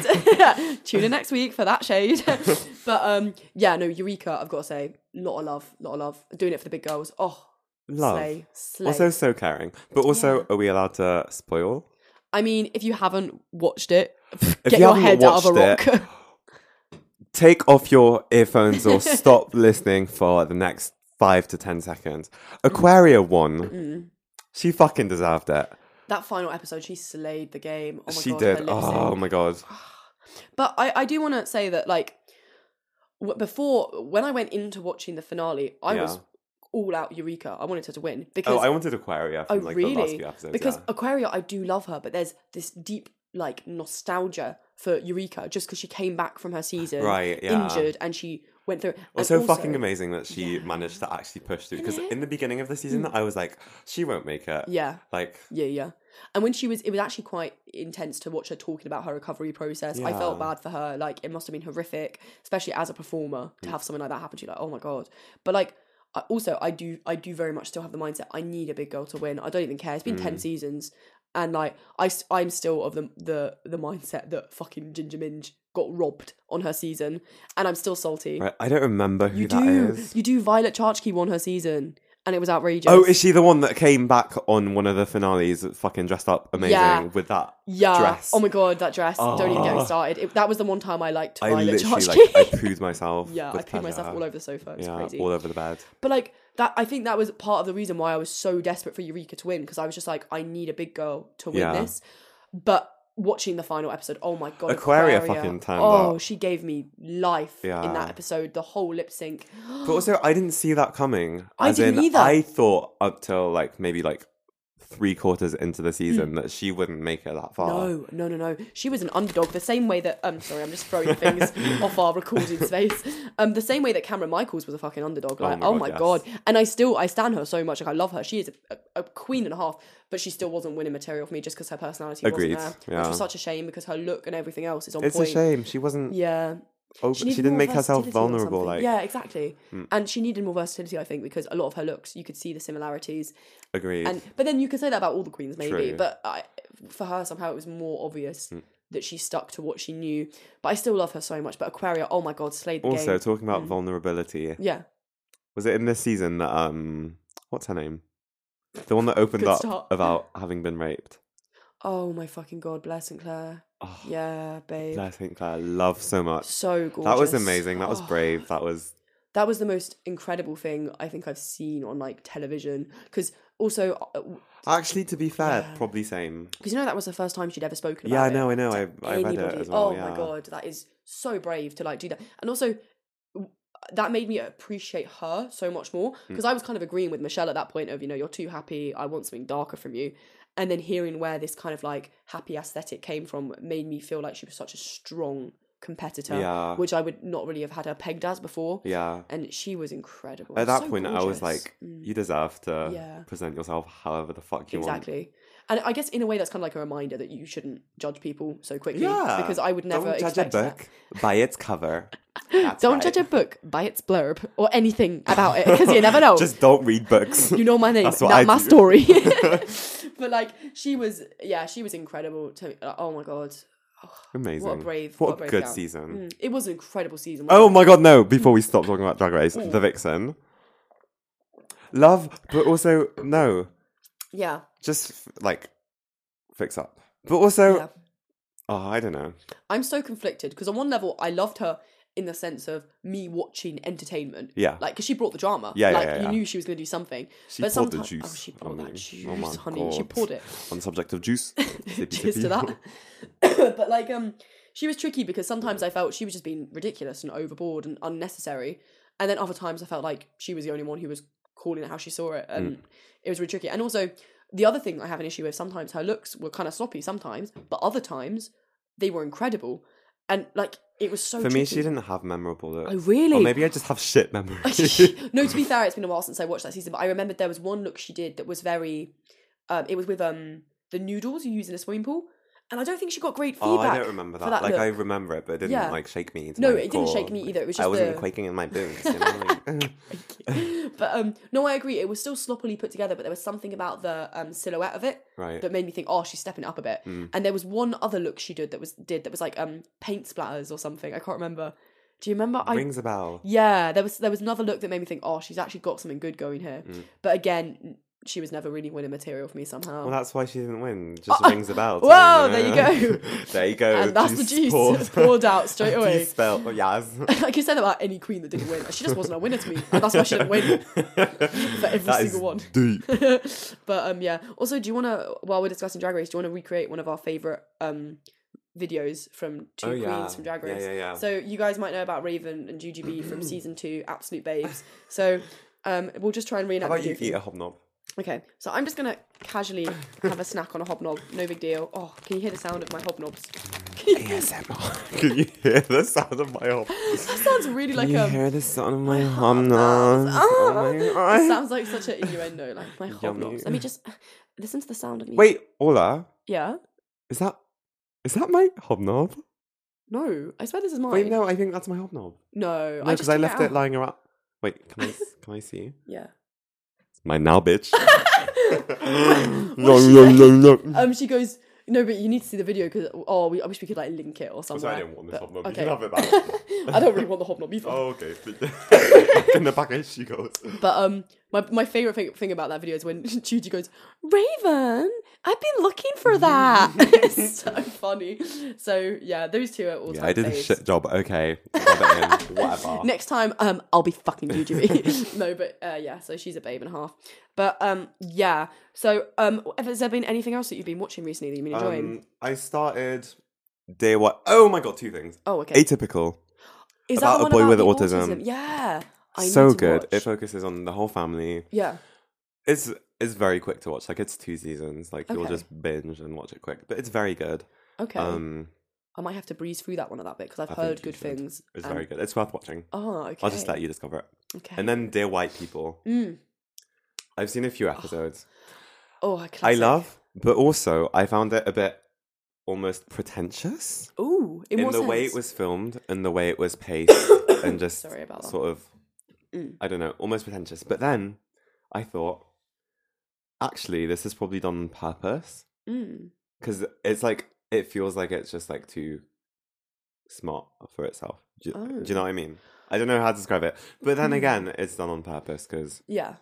[SPEAKER 1] (laughs)
[SPEAKER 2] shade. (laughs) Tune in next week for that shade. but um, yeah, no, Eureka. I've got to say, lot of love, lot of love. Doing it for the big girls. Oh,
[SPEAKER 1] Love.
[SPEAKER 2] slay, slay.
[SPEAKER 1] Also, so caring, but also, are we allowed to spoil?
[SPEAKER 2] I mean, if you haven't watched it, (laughs)
[SPEAKER 1] If
[SPEAKER 2] get
[SPEAKER 1] you
[SPEAKER 2] your
[SPEAKER 1] haven't
[SPEAKER 2] head out of a
[SPEAKER 1] watched
[SPEAKER 2] rock. (laughs)
[SPEAKER 1] it, take off your earphones or stop listening for the next five to ten seconds. Aquaria won.
[SPEAKER 2] Mm.
[SPEAKER 1] She fucking deserved it.
[SPEAKER 2] that final episode, she slayed the game. Oh my
[SPEAKER 1] she
[SPEAKER 2] god, her
[SPEAKER 1] did.
[SPEAKER 2] lip sync.
[SPEAKER 1] Oh my god.
[SPEAKER 2] But I, I do want to say that, like, w- before, when I went into watching the finale, I
[SPEAKER 1] Yeah.
[SPEAKER 2] was all out Eureka. I wanted her to win. Because,
[SPEAKER 1] Oh, I wanted Aquaria
[SPEAKER 2] oh,
[SPEAKER 1] from like
[SPEAKER 2] really?
[SPEAKER 1] the last few episodes.
[SPEAKER 2] because
[SPEAKER 1] yeah.
[SPEAKER 2] Aquaria, I do love her, but there's this deep, like, nostalgia for Eureka just because she came back from her season
[SPEAKER 1] Right, yeah.
[SPEAKER 2] injured and she went through it. And
[SPEAKER 1] also, fucking amazing that she managed to actually push through. Because
[SPEAKER 2] Innit?
[SPEAKER 1] in the beginning of the season, I was like, she won't make it.
[SPEAKER 2] Mm. Yeah.
[SPEAKER 1] Like,
[SPEAKER 2] Yeah, yeah. And when she was, it was actually quite intense to watch her talking about her recovery process. I felt
[SPEAKER 1] Yeah.
[SPEAKER 2] bad for her. Like, it must have been horrific, especially as a performer,
[SPEAKER 1] Mm.
[SPEAKER 2] to have something like that happen to you. Like, oh my God. But, like, I, also, I do, I do very much still have the mindset I need a big girl to win. I don't even care. It's been
[SPEAKER 1] Mm.
[SPEAKER 2] 10 seasons. And, like, I, s- I'm still of the, the, the mindset that fucking Ginger Minge got robbed on her season. And I'm still salty.
[SPEAKER 1] right, I don't remember who
[SPEAKER 2] You
[SPEAKER 1] that
[SPEAKER 2] do.
[SPEAKER 1] is.
[SPEAKER 2] You do. Violet Chachki won her season. And it was outrageous.
[SPEAKER 1] Oh, is she the one that came back on one of the finales, fucking dressed up amazing
[SPEAKER 2] Yeah.
[SPEAKER 1] with that
[SPEAKER 2] Yeah.
[SPEAKER 1] dress?
[SPEAKER 2] Oh my god, that dress. Don't even get me
[SPEAKER 1] Ah.
[SPEAKER 2] started. It, that was the one time I liked
[SPEAKER 1] I
[SPEAKER 2] Violet
[SPEAKER 1] literally
[SPEAKER 2] Chachki. (laughs)
[SPEAKER 1] like I pooed myself.
[SPEAKER 2] yeah, I
[SPEAKER 1] with
[SPEAKER 2] peed myself
[SPEAKER 1] pleasure.
[SPEAKER 2] all over the sofa. It's
[SPEAKER 1] yeah,
[SPEAKER 2] crazy.
[SPEAKER 1] all over the
[SPEAKER 2] (gasps)
[SPEAKER 1] bed.
[SPEAKER 2] but like that, I think that was part of the reason why I was so desperate for Eureka to win because I was just like, I need a big girl to win
[SPEAKER 1] Yeah.
[SPEAKER 2] this. But watching the final episode, oh my god,
[SPEAKER 1] Aquaria
[SPEAKER 2] Aquaria
[SPEAKER 1] fucking turned
[SPEAKER 2] Oh,
[SPEAKER 1] up.
[SPEAKER 2] she gave me life in
[SPEAKER 1] Yeah.
[SPEAKER 2] that episode. The whole lip sync.
[SPEAKER 1] But also, I didn't see that coming.
[SPEAKER 2] I
[SPEAKER 1] As
[SPEAKER 2] didn't
[SPEAKER 1] in,
[SPEAKER 2] either.
[SPEAKER 1] I thought up till like maybe like three quarters into the season that she wouldn't make it that far.
[SPEAKER 2] Hmm. No, no, no, no. She was an underdog. The same way that um, sorry, I'm just
[SPEAKER 1] (laughs)
[SPEAKER 2] throwing things off our recording space. Um, the same way that Cameron Michaels was a fucking underdog. Like,
[SPEAKER 1] my
[SPEAKER 2] oh
[SPEAKER 1] God,
[SPEAKER 2] my
[SPEAKER 1] yes.
[SPEAKER 2] god. And I still, I stand her so much. Like, I love her. She is a, a, a queen and a half. But she still wasn't winning material for me just because her personality
[SPEAKER 1] Agreed,
[SPEAKER 2] wasn't there, which
[SPEAKER 1] yeah.
[SPEAKER 2] was such a shame because her look and everything else is on
[SPEAKER 1] It's
[SPEAKER 2] point.
[SPEAKER 1] a shame she wasn't.
[SPEAKER 2] Yeah,
[SPEAKER 1] Oh, she,
[SPEAKER 2] needed
[SPEAKER 1] didn't
[SPEAKER 2] more
[SPEAKER 1] make herself
[SPEAKER 2] versatility or
[SPEAKER 1] vulnerable.
[SPEAKER 2] something.
[SPEAKER 1] Like Hmm.
[SPEAKER 2] yeah, exactly. And she needed more versatility, I think, because a lot of her looks, you could see the similarities.
[SPEAKER 1] agreed.
[SPEAKER 2] And but then you could say that about all the queens, maybe.
[SPEAKER 1] True. Hmm.
[SPEAKER 2] But I, for her, somehow it was more obvious that she stuck to what she knew. But I still love her so much. But Aquaria, oh my god, slayed the
[SPEAKER 1] also,
[SPEAKER 2] game. Hmm.
[SPEAKER 1] talking about vulnerability,
[SPEAKER 2] Yeah,
[SPEAKER 1] was it in this season that um, what's her name? The one that opened
[SPEAKER 2] Good
[SPEAKER 1] up
[SPEAKER 2] start.
[SPEAKER 1] about having been raped.
[SPEAKER 2] oh my fucking god, Blair St Clair.
[SPEAKER 1] Oh,
[SPEAKER 2] Yeah, babe,
[SPEAKER 1] I think I love so much.
[SPEAKER 2] so gorgeous.
[SPEAKER 1] That was amazing. That was
[SPEAKER 2] Oh,
[SPEAKER 1] brave. That was
[SPEAKER 2] that was the most incredible thing I think I've seen on like television. Because also, because
[SPEAKER 1] actually, to be fair, probably same.
[SPEAKER 2] you know that was the first time she'd ever spoken.
[SPEAKER 1] Yeah, I
[SPEAKER 2] about it.
[SPEAKER 1] know, I know. I, I read it
[SPEAKER 2] anybody.
[SPEAKER 1] as well.
[SPEAKER 2] oh
[SPEAKER 1] yeah.
[SPEAKER 2] my god, that is so brave to like do that. And also, w- that made me appreciate her so much more
[SPEAKER 1] Hmm.
[SPEAKER 2] because I was kind of agreeing with Michelle at that point of you know you're too happy. I want something darker from you. And then hearing where this kind of like happy aesthetic came from made me feel like she was such a strong competitor,
[SPEAKER 1] Yeah.
[SPEAKER 2] which I would not really have had her pegged as before.
[SPEAKER 1] Yeah.
[SPEAKER 2] And she was incredible.
[SPEAKER 1] At that
[SPEAKER 2] So
[SPEAKER 1] point, I was
[SPEAKER 2] gorgeous.
[SPEAKER 1] like,
[SPEAKER 2] Mm.
[SPEAKER 1] you deserve to
[SPEAKER 2] Yeah.
[SPEAKER 1] present yourself however the fuck you
[SPEAKER 2] Exactly. And I guess in a way that's kind of like a reminder that you shouldn't judge people so quickly.
[SPEAKER 1] want. Yeah.
[SPEAKER 2] Because I would never
[SPEAKER 1] Don't judge a
[SPEAKER 2] expect that.
[SPEAKER 1] book by its cover. That's
[SPEAKER 2] Don't
[SPEAKER 1] right.
[SPEAKER 2] judge a book by its blurb or
[SPEAKER 1] (laughs)
[SPEAKER 2] anything about it because you never know. (laughs)
[SPEAKER 1] Just don't read books.
[SPEAKER 2] you know my
[SPEAKER 1] (laughs)
[SPEAKER 2] name,
[SPEAKER 1] That's what
[SPEAKER 2] not
[SPEAKER 1] I
[SPEAKER 2] my
[SPEAKER 1] do.
[SPEAKER 2] story. (laughs) but like she was, yeah, she was incredible. To like, oh my god,
[SPEAKER 1] Amazing.
[SPEAKER 2] what a brave,
[SPEAKER 1] What
[SPEAKER 2] what
[SPEAKER 1] a
[SPEAKER 2] a brave
[SPEAKER 1] good
[SPEAKER 2] gal.
[SPEAKER 1] season.
[SPEAKER 2] Mm, it was an incredible season. wasn't
[SPEAKER 1] Oh
[SPEAKER 2] it?
[SPEAKER 1] my god, no. Before we stop talking about Drag Race,
[SPEAKER 2] Mm.
[SPEAKER 1] The Vixen. Love, but also, no.
[SPEAKER 2] yeah,
[SPEAKER 1] Just f- like fix up. But also,
[SPEAKER 2] yeah.
[SPEAKER 1] oh, I don't know.
[SPEAKER 2] I'm so conflicted because on one level I loved her in the sense of me watching entertainment.
[SPEAKER 1] Yeah.
[SPEAKER 2] Like, cause she brought the drama.
[SPEAKER 1] Yeah, yeah,
[SPEAKER 2] like
[SPEAKER 1] yeah,
[SPEAKER 2] you
[SPEAKER 1] yeah.
[SPEAKER 2] knew she was gonna do something.
[SPEAKER 1] She
[SPEAKER 2] but
[SPEAKER 1] poured the
[SPEAKER 2] sometimes-
[SPEAKER 1] juice.
[SPEAKER 2] oh, she poured
[SPEAKER 1] on
[SPEAKER 2] that
[SPEAKER 1] me.
[SPEAKER 2] juice, honey. She poured it.
[SPEAKER 1] On the subject of juice. sippy,
[SPEAKER 2] (laughs) Cheers to
[SPEAKER 1] sippy.
[SPEAKER 2] that. (coughs) but like, um, she was tricky because sometimes I felt she was just being ridiculous and overboard and unnecessary, and then other times I felt like she was the only one who was calling it how she saw it, and
[SPEAKER 1] Mm.
[SPEAKER 2] it was really tricky. And also, the other thing I have an issue with sometimes her looks were kind of sloppy sometimes, but other times they were incredible, and like it was so.
[SPEAKER 1] (laughs) For me, she
[SPEAKER 2] tricky.
[SPEAKER 1] didn't have memorable looks.
[SPEAKER 2] Oh, really?
[SPEAKER 1] Or maybe I just have shit (laughs)
[SPEAKER 2] (laughs)
[SPEAKER 1] memories.
[SPEAKER 2] no, to be fair, it's been a while since I watched that season, but I remembered there was one look she did that was very. Um, it was with um the noodles you use in a swimming pool, and I don't think she got great
[SPEAKER 1] oh,
[SPEAKER 2] feedback.
[SPEAKER 1] I don't remember
[SPEAKER 2] for
[SPEAKER 1] that.
[SPEAKER 2] that
[SPEAKER 1] like, I
[SPEAKER 2] look.
[SPEAKER 1] remember it, but it didn't
[SPEAKER 2] Yeah.
[SPEAKER 1] like shake me. to
[SPEAKER 2] No,
[SPEAKER 1] my
[SPEAKER 2] it didn't shake
[SPEAKER 1] core.
[SPEAKER 2] me either, it was
[SPEAKER 1] I
[SPEAKER 2] just
[SPEAKER 1] wasn't
[SPEAKER 2] the-
[SPEAKER 1] quaking in
[SPEAKER 2] (laughs)
[SPEAKER 1] my boots. You know? like, (laughs)
[SPEAKER 2] but um, no, I agree. It was still sloppily put together, but there was something about the um silhouette of it
[SPEAKER 1] right.
[SPEAKER 2] that made me think, oh, she's stepping it up a bit.
[SPEAKER 1] Mm.
[SPEAKER 2] And there was one other look she did that was did that was like um paint splatters or something. I can't remember. Do you remember? I
[SPEAKER 1] Rings a bell.
[SPEAKER 2] yeah, there was there was another look that made me think, oh, she's actually got something good going here.
[SPEAKER 1] Mm.
[SPEAKER 2] But again, she was never really winning material for me somehow.
[SPEAKER 1] Well, that's why she didn't win. Just
[SPEAKER 2] (laughs) Oh,
[SPEAKER 1] rings a bell. to
[SPEAKER 2] wow,
[SPEAKER 1] me, you
[SPEAKER 2] there you
[SPEAKER 1] know? (laughs) there you go.
[SPEAKER 2] and that's the juice (laughs) poured, out straight away. (laughs)
[SPEAKER 1] Juice spelled. Oh, yes.
[SPEAKER 2] I could say that about any queen that didn't win. She just wasn't a winner to me, and that's why she didn't win.
[SPEAKER 1] for
[SPEAKER 2] every single one. (laughs)
[SPEAKER 1] Deep.
[SPEAKER 2] but um, yeah. Also, do you want to while we're discussing Drag Race, do you want to recreate one of our favorite um videos from Two
[SPEAKER 1] Oh,
[SPEAKER 2] Queens
[SPEAKER 1] yeah.
[SPEAKER 2] from Drag
[SPEAKER 1] Yeah,
[SPEAKER 2] Race?
[SPEAKER 1] yeah, yeah.
[SPEAKER 2] So you guys might know about Raven and GGB from season two, absolute babes. So um, we'll just try and
[SPEAKER 1] How
[SPEAKER 2] reenact.
[SPEAKER 1] about
[SPEAKER 2] the
[SPEAKER 1] you
[SPEAKER 2] video.
[SPEAKER 1] eat a hobnob?
[SPEAKER 2] Okay, so I'm just gonna casually have a snack on a hobnob. No big deal. Oh, can you hear the sound of my hobnobs?
[SPEAKER 1] ASMR. (laughs) Can you hear the sound of my hob?
[SPEAKER 2] that sounds really like
[SPEAKER 1] you
[SPEAKER 2] um.
[SPEAKER 1] hear the sound of my hobnobs?
[SPEAKER 2] (laughs)
[SPEAKER 1] Oh my
[SPEAKER 2] Ah, It
[SPEAKER 1] god.
[SPEAKER 2] sounds like such an innuendo, like my hobnobs. Let me just listen to the sound of me.
[SPEAKER 1] Wait, Ola,
[SPEAKER 2] Yeah.
[SPEAKER 1] is that is that my hobnob?
[SPEAKER 2] No, I swear this is mine.
[SPEAKER 1] Wait, no, I think that's my hobnob.
[SPEAKER 2] No,
[SPEAKER 1] No, because I,
[SPEAKER 2] took
[SPEAKER 1] left
[SPEAKER 2] out.
[SPEAKER 1] it, lying around. Wait,
[SPEAKER 2] (laughs)
[SPEAKER 1] can I s- can I see?
[SPEAKER 2] Yeah.
[SPEAKER 1] My now,
[SPEAKER 2] (laughs)
[SPEAKER 1] bitch.
[SPEAKER 2] What did she say?
[SPEAKER 1] yum.
[SPEAKER 2] Um, she goes, no, but you need to see the video because oh, we, I wish we could like link it or
[SPEAKER 1] I'm
[SPEAKER 2] something.
[SPEAKER 1] sorry, I didn't want this hobnob.
[SPEAKER 2] okay.
[SPEAKER 1] You can have it back.
[SPEAKER 2] (laughs) I don't really want
[SPEAKER 1] (laughs)
[SPEAKER 2] the hobnob either.
[SPEAKER 1] Oh,
[SPEAKER 2] (laughs)
[SPEAKER 1] okay. Back in the package she goes.
[SPEAKER 2] But um, my my favorite thing, thing about that video is when (laughs) Judy goes, Raven, I've been looking for that. (laughs) it's so funny. So yeah, those two are all.
[SPEAKER 1] Yeah,
[SPEAKER 2] time
[SPEAKER 1] I did a
[SPEAKER 2] faves.
[SPEAKER 1] shit job.
[SPEAKER 2] (laughs)
[SPEAKER 1] Okay. Rub it in. Whatever.
[SPEAKER 2] Next time, um, I'll be fucking Jujuy. (laughs) no, but uh, yeah, so she's a babe and a half. But um, yeah. So um, has there been anything else that you've been watching recently that you've been enjoying?
[SPEAKER 1] Um, I started day one. Oh my god, two things.
[SPEAKER 2] oh, okay.
[SPEAKER 1] Atypical.
[SPEAKER 2] Is
[SPEAKER 1] about
[SPEAKER 2] the
[SPEAKER 1] a
[SPEAKER 2] one
[SPEAKER 1] boy with
[SPEAKER 2] the
[SPEAKER 1] autism.
[SPEAKER 2] Yeah. I need
[SPEAKER 1] so
[SPEAKER 2] to
[SPEAKER 1] good.
[SPEAKER 2] watch.
[SPEAKER 1] It focuses on the whole family.
[SPEAKER 2] yeah.
[SPEAKER 1] It's it's very quick to watch. Like it's two seasons. Like you'll
[SPEAKER 2] Okay.
[SPEAKER 1] just binge and watch it quick. But it's very good.
[SPEAKER 2] Okay.
[SPEAKER 1] Um,
[SPEAKER 2] I might have to breeze through that one a that bit because I've
[SPEAKER 1] I think
[SPEAKER 2] heard
[SPEAKER 1] you
[SPEAKER 2] good
[SPEAKER 1] should.
[SPEAKER 2] things.
[SPEAKER 1] it's
[SPEAKER 2] and-
[SPEAKER 1] very good. It's worth watching.
[SPEAKER 2] Oh, Um, okay.
[SPEAKER 1] I'll just let you discover it.
[SPEAKER 2] Okay.
[SPEAKER 1] And then Dear White People.
[SPEAKER 2] Mm.
[SPEAKER 1] I've seen a few episodes.
[SPEAKER 2] Oh, a classic.
[SPEAKER 1] I love, but also I found it a bit almost pretentious
[SPEAKER 2] Ooh, in,
[SPEAKER 1] in,
[SPEAKER 2] what
[SPEAKER 1] the way it
[SPEAKER 2] sense?
[SPEAKER 1] was filmed and the way it was
[SPEAKER 2] (coughs)
[SPEAKER 1] paced and just
[SPEAKER 2] Sorry about that.
[SPEAKER 1] sort of
[SPEAKER 2] Mm.
[SPEAKER 1] I don't know, almost pretentious. But then I thought actually this is probably done on purpose
[SPEAKER 2] Mm.
[SPEAKER 1] cuz it's like it feels like it's just like too smart for itself. Do, do you know what I mean? I don't know how to describe it. But then
[SPEAKER 2] Oh. Mm.
[SPEAKER 1] again, it's done on purpose cuz
[SPEAKER 2] Yeah,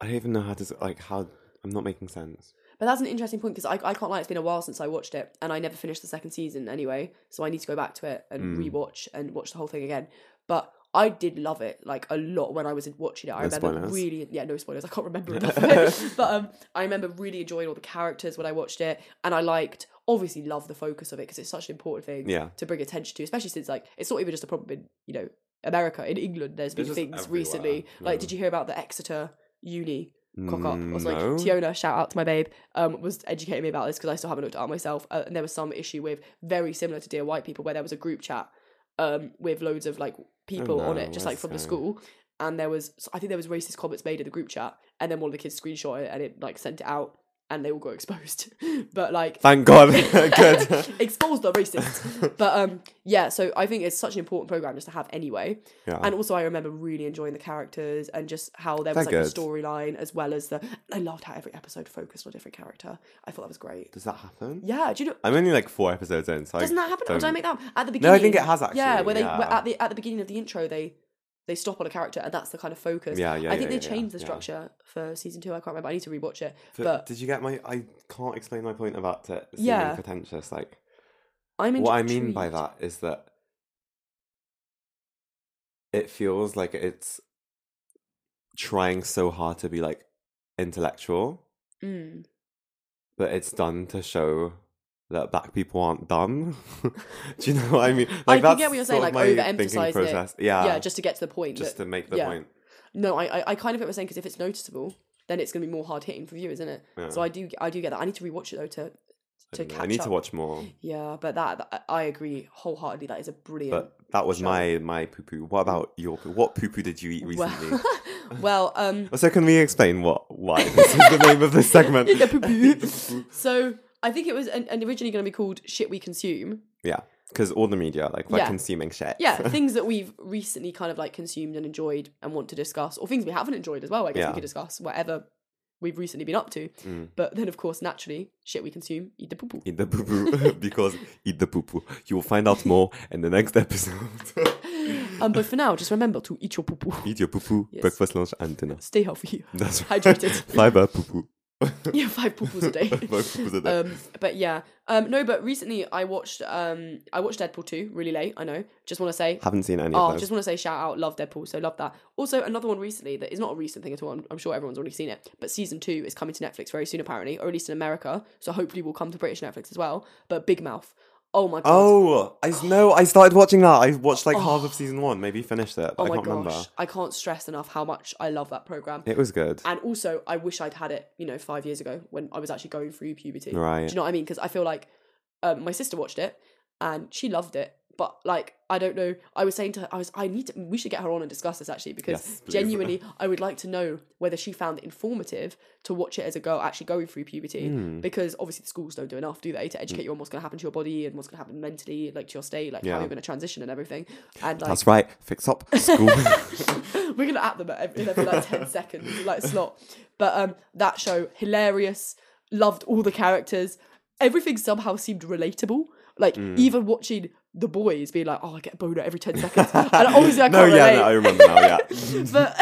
[SPEAKER 1] I don't even know how to s- like how I'm not making sense.
[SPEAKER 2] but that's an interesting point because I, I can't lie. It's been a while since I watched it, and I never finished the second season anyway. So I need to go back to it and
[SPEAKER 1] Mm.
[SPEAKER 2] rewatch and watch the whole thing again. But I did love it like a lot when I was watching it. I
[SPEAKER 1] No
[SPEAKER 2] remember
[SPEAKER 1] spoilers.
[SPEAKER 2] really, yeah, no spoilers. I can't
[SPEAKER 1] (laughs)
[SPEAKER 2] remember enough. of it. But um, I remember really enjoying all the characters when I watched it, and I liked obviously love the focus of it because it's such an important thing.
[SPEAKER 1] Yeah.
[SPEAKER 2] to bring attention to, especially since like it's not even just a problem in you know America. In England, there's been
[SPEAKER 1] just
[SPEAKER 2] things
[SPEAKER 1] everywhere, Hmm.
[SPEAKER 2] recently. Like,
[SPEAKER 1] yeah.
[SPEAKER 2] did you hear about the Exeter Uni cock up? Or
[SPEAKER 1] Mm,
[SPEAKER 2] something?
[SPEAKER 1] no.
[SPEAKER 2] Tiona, shout out to my babe, um, was educating me about this because I still haven't looked it up myself. Uh, and there was some issue with very similar to Dear White People, where there was a group chat um with loads of like people on
[SPEAKER 1] no,
[SPEAKER 2] it, just like
[SPEAKER 1] that's
[SPEAKER 2] from the
[SPEAKER 1] so-
[SPEAKER 2] school. And there was, I think there was racist comments made in the group chat, and then one of the kids screenshot it and it like sent it out. and they all got (laughs) exposed. but like
[SPEAKER 1] Thank God. (laughs)
[SPEAKER 2] (laughs)
[SPEAKER 1] Good.
[SPEAKER 2] expose the
[SPEAKER 1] (laughs)
[SPEAKER 2] racists. but um yeah, so I think it's such an important program just to have anyway.
[SPEAKER 1] Yeah.
[SPEAKER 2] And also I remember really enjoying the characters and just how there was
[SPEAKER 1] They're
[SPEAKER 2] like the
[SPEAKER 1] good.
[SPEAKER 2] storyline as well as the I loved how every episode focused on a different character. I thought that was great.
[SPEAKER 1] Does that happen?
[SPEAKER 2] Yeah, do you know
[SPEAKER 1] I'm only like four episodes in, so I
[SPEAKER 2] doesn't that happen? Or did I
[SPEAKER 1] don't-
[SPEAKER 2] make that up? at the beginning?
[SPEAKER 1] No, I think it has
[SPEAKER 2] Yeah,
[SPEAKER 1] actually,
[SPEAKER 2] where they where
[SPEAKER 1] yeah.
[SPEAKER 2] at the at the beginning of the intro they they stop on a character and that's the kind of focus.
[SPEAKER 1] Yeah, yeah,
[SPEAKER 2] I think
[SPEAKER 1] yeah,
[SPEAKER 2] they
[SPEAKER 1] yeah,
[SPEAKER 2] changed the
[SPEAKER 1] yeah.
[SPEAKER 2] structure for season two. I can't remember. I need to rewatch it.
[SPEAKER 1] But
[SPEAKER 2] but
[SPEAKER 1] did you get my? I can't explain my point about it seeming
[SPEAKER 2] Yeah.
[SPEAKER 1] pretentious. Like
[SPEAKER 2] I'm
[SPEAKER 1] what I mean by
[SPEAKER 2] intrigued.
[SPEAKER 1] that is that it feels like it's trying so hard to be like intellectual,
[SPEAKER 2] Mm.
[SPEAKER 1] but it's done to show that black people aren't dumb. (laughs) Do you know what I mean? Like
[SPEAKER 2] can get what you're
[SPEAKER 1] sort
[SPEAKER 2] saying,
[SPEAKER 1] of
[SPEAKER 2] like,
[SPEAKER 1] my thinking
[SPEAKER 2] overemphasising it.
[SPEAKER 1] process. Yeah,
[SPEAKER 2] Yeah. just to get to the point.
[SPEAKER 1] uh, just
[SPEAKER 2] that,
[SPEAKER 1] to make the
[SPEAKER 2] yeah.
[SPEAKER 1] point.
[SPEAKER 2] No, I, I I kind of get what you're saying because if it's noticeable, then it's going to be more hard hitting for viewers, isn't it?
[SPEAKER 1] Yeah.
[SPEAKER 2] So I do I do get that. I need to rewatch it though to
[SPEAKER 1] I
[SPEAKER 2] to
[SPEAKER 1] don't know.
[SPEAKER 2] catch
[SPEAKER 1] I need
[SPEAKER 2] up.
[SPEAKER 1] to watch more.
[SPEAKER 2] Yeah, but that, that- I agree wholeheartedly. That is a brilliant.
[SPEAKER 1] But that was
[SPEAKER 2] Sure.
[SPEAKER 1] my my poo poo. What about your poo? What poo poo did you eat recently?
[SPEAKER 2] (laughs) well, well,
[SPEAKER 1] (laughs)
[SPEAKER 2] um, (laughs)
[SPEAKER 1] So can we explain what why this is the name of this segment? (laughs)
[SPEAKER 2] Yeah, poo-poo. so I think it was and, and originally going to be called "Shit We Consume."
[SPEAKER 1] yeah, because all the media like we're
[SPEAKER 2] Yeah.
[SPEAKER 1] consuming shit. (laughs)
[SPEAKER 2] Yeah, things that we've recently kind of like consumed and enjoyed and want to discuss, or things we haven't enjoyed as well. I guess
[SPEAKER 1] Yeah.
[SPEAKER 2] we could discuss whatever we've recently been up to.
[SPEAKER 1] Mm.
[SPEAKER 2] But then, of course, naturally, shit we consume, eat the poo poo.
[SPEAKER 1] Eat the poo poo (laughs) because eat the poo poo. You will find out more in the next episode. (laughs)
[SPEAKER 2] Um, but for now, just remember to eat your poo poo.
[SPEAKER 1] eat your poo poo,
[SPEAKER 2] Yes.
[SPEAKER 1] breakfast, lunch, and dinner.
[SPEAKER 2] (laughs) Stay healthy.
[SPEAKER 1] That's
[SPEAKER 2] Hydrated.
[SPEAKER 1] (laughs) Fiber poo
[SPEAKER 2] (laughs)
[SPEAKER 1] poo.
[SPEAKER 2] yeah, five poo poos a day. (laughs) um, but yeah, um, no, but recently I watched um, I watched Deadpool two really late. I know. Just want to say,
[SPEAKER 1] Haven't seen any
[SPEAKER 2] oh,
[SPEAKER 1] of those.
[SPEAKER 2] just want to say shout out, love Deadpool, so love that. Also, another one recently that is not a recent thing at all. I'm, I'm sure everyone's already seen it, but season two is coming to Netflix very soon, apparently, or at least in America. So hopefully, will come to British Netflix as well. But Big Mouth, oh my god,
[SPEAKER 1] Oh, I s- no! I started watching that. I watched like half of season one, maybe finished it. but
[SPEAKER 2] oh
[SPEAKER 1] I
[SPEAKER 2] my
[SPEAKER 1] can't
[SPEAKER 2] gosh,
[SPEAKER 1] remember.
[SPEAKER 2] I can't stress enough how much I love that program.
[SPEAKER 1] It was good.
[SPEAKER 2] And also, I wish I'd had it, you know, five years ago when I was actually going through puberty.
[SPEAKER 1] Right.
[SPEAKER 2] Do you know what I mean? Because I feel like um, my sister watched it and she loved it. But like, I don't know. I was saying to her, I was, I need to. We should get her on and discuss this actually because
[SPEAKER 1] Yes, please.
[SPEAKER 2] genuinely, I would like to know whether she found it informative to watch it as a girl actually going through puberty.
[SPEAKER 1] Hmm.
[SPEAKER 2] Because obviously, the schools don't do enough, do they, to educate you on what's going to happen to your body and what's going to happen mentally, like to your state, like
[SPEAKER 1] Yeah.
[SPEAKER 2] how you're going to transition and everything. And like,
[SPEAKER 1] That's right. Fix up school.
[SPEAKER 2] we're gonna at them at every, in every
[SPEAKER 1] (laughs)
[SPEAKER 2] like ten seconds, like slot. But um, that show hilarious. Loved all the characters. Everything somehow seemed relatable. Like
[SPEAKER 1] Hmm.
[SPEAKER 2] even watching the boys being like, "Oh, I get a boner every ten seconds,"
[SPEAKER 1] (laughs)
[SPEAKER 2] and obviously I can't
[SPEAKER 1] no, yeah,
[SPEAKER 2] relate.
[SPEAKER 1] no, I remember now. Yeah,
[SPEAKER 2] but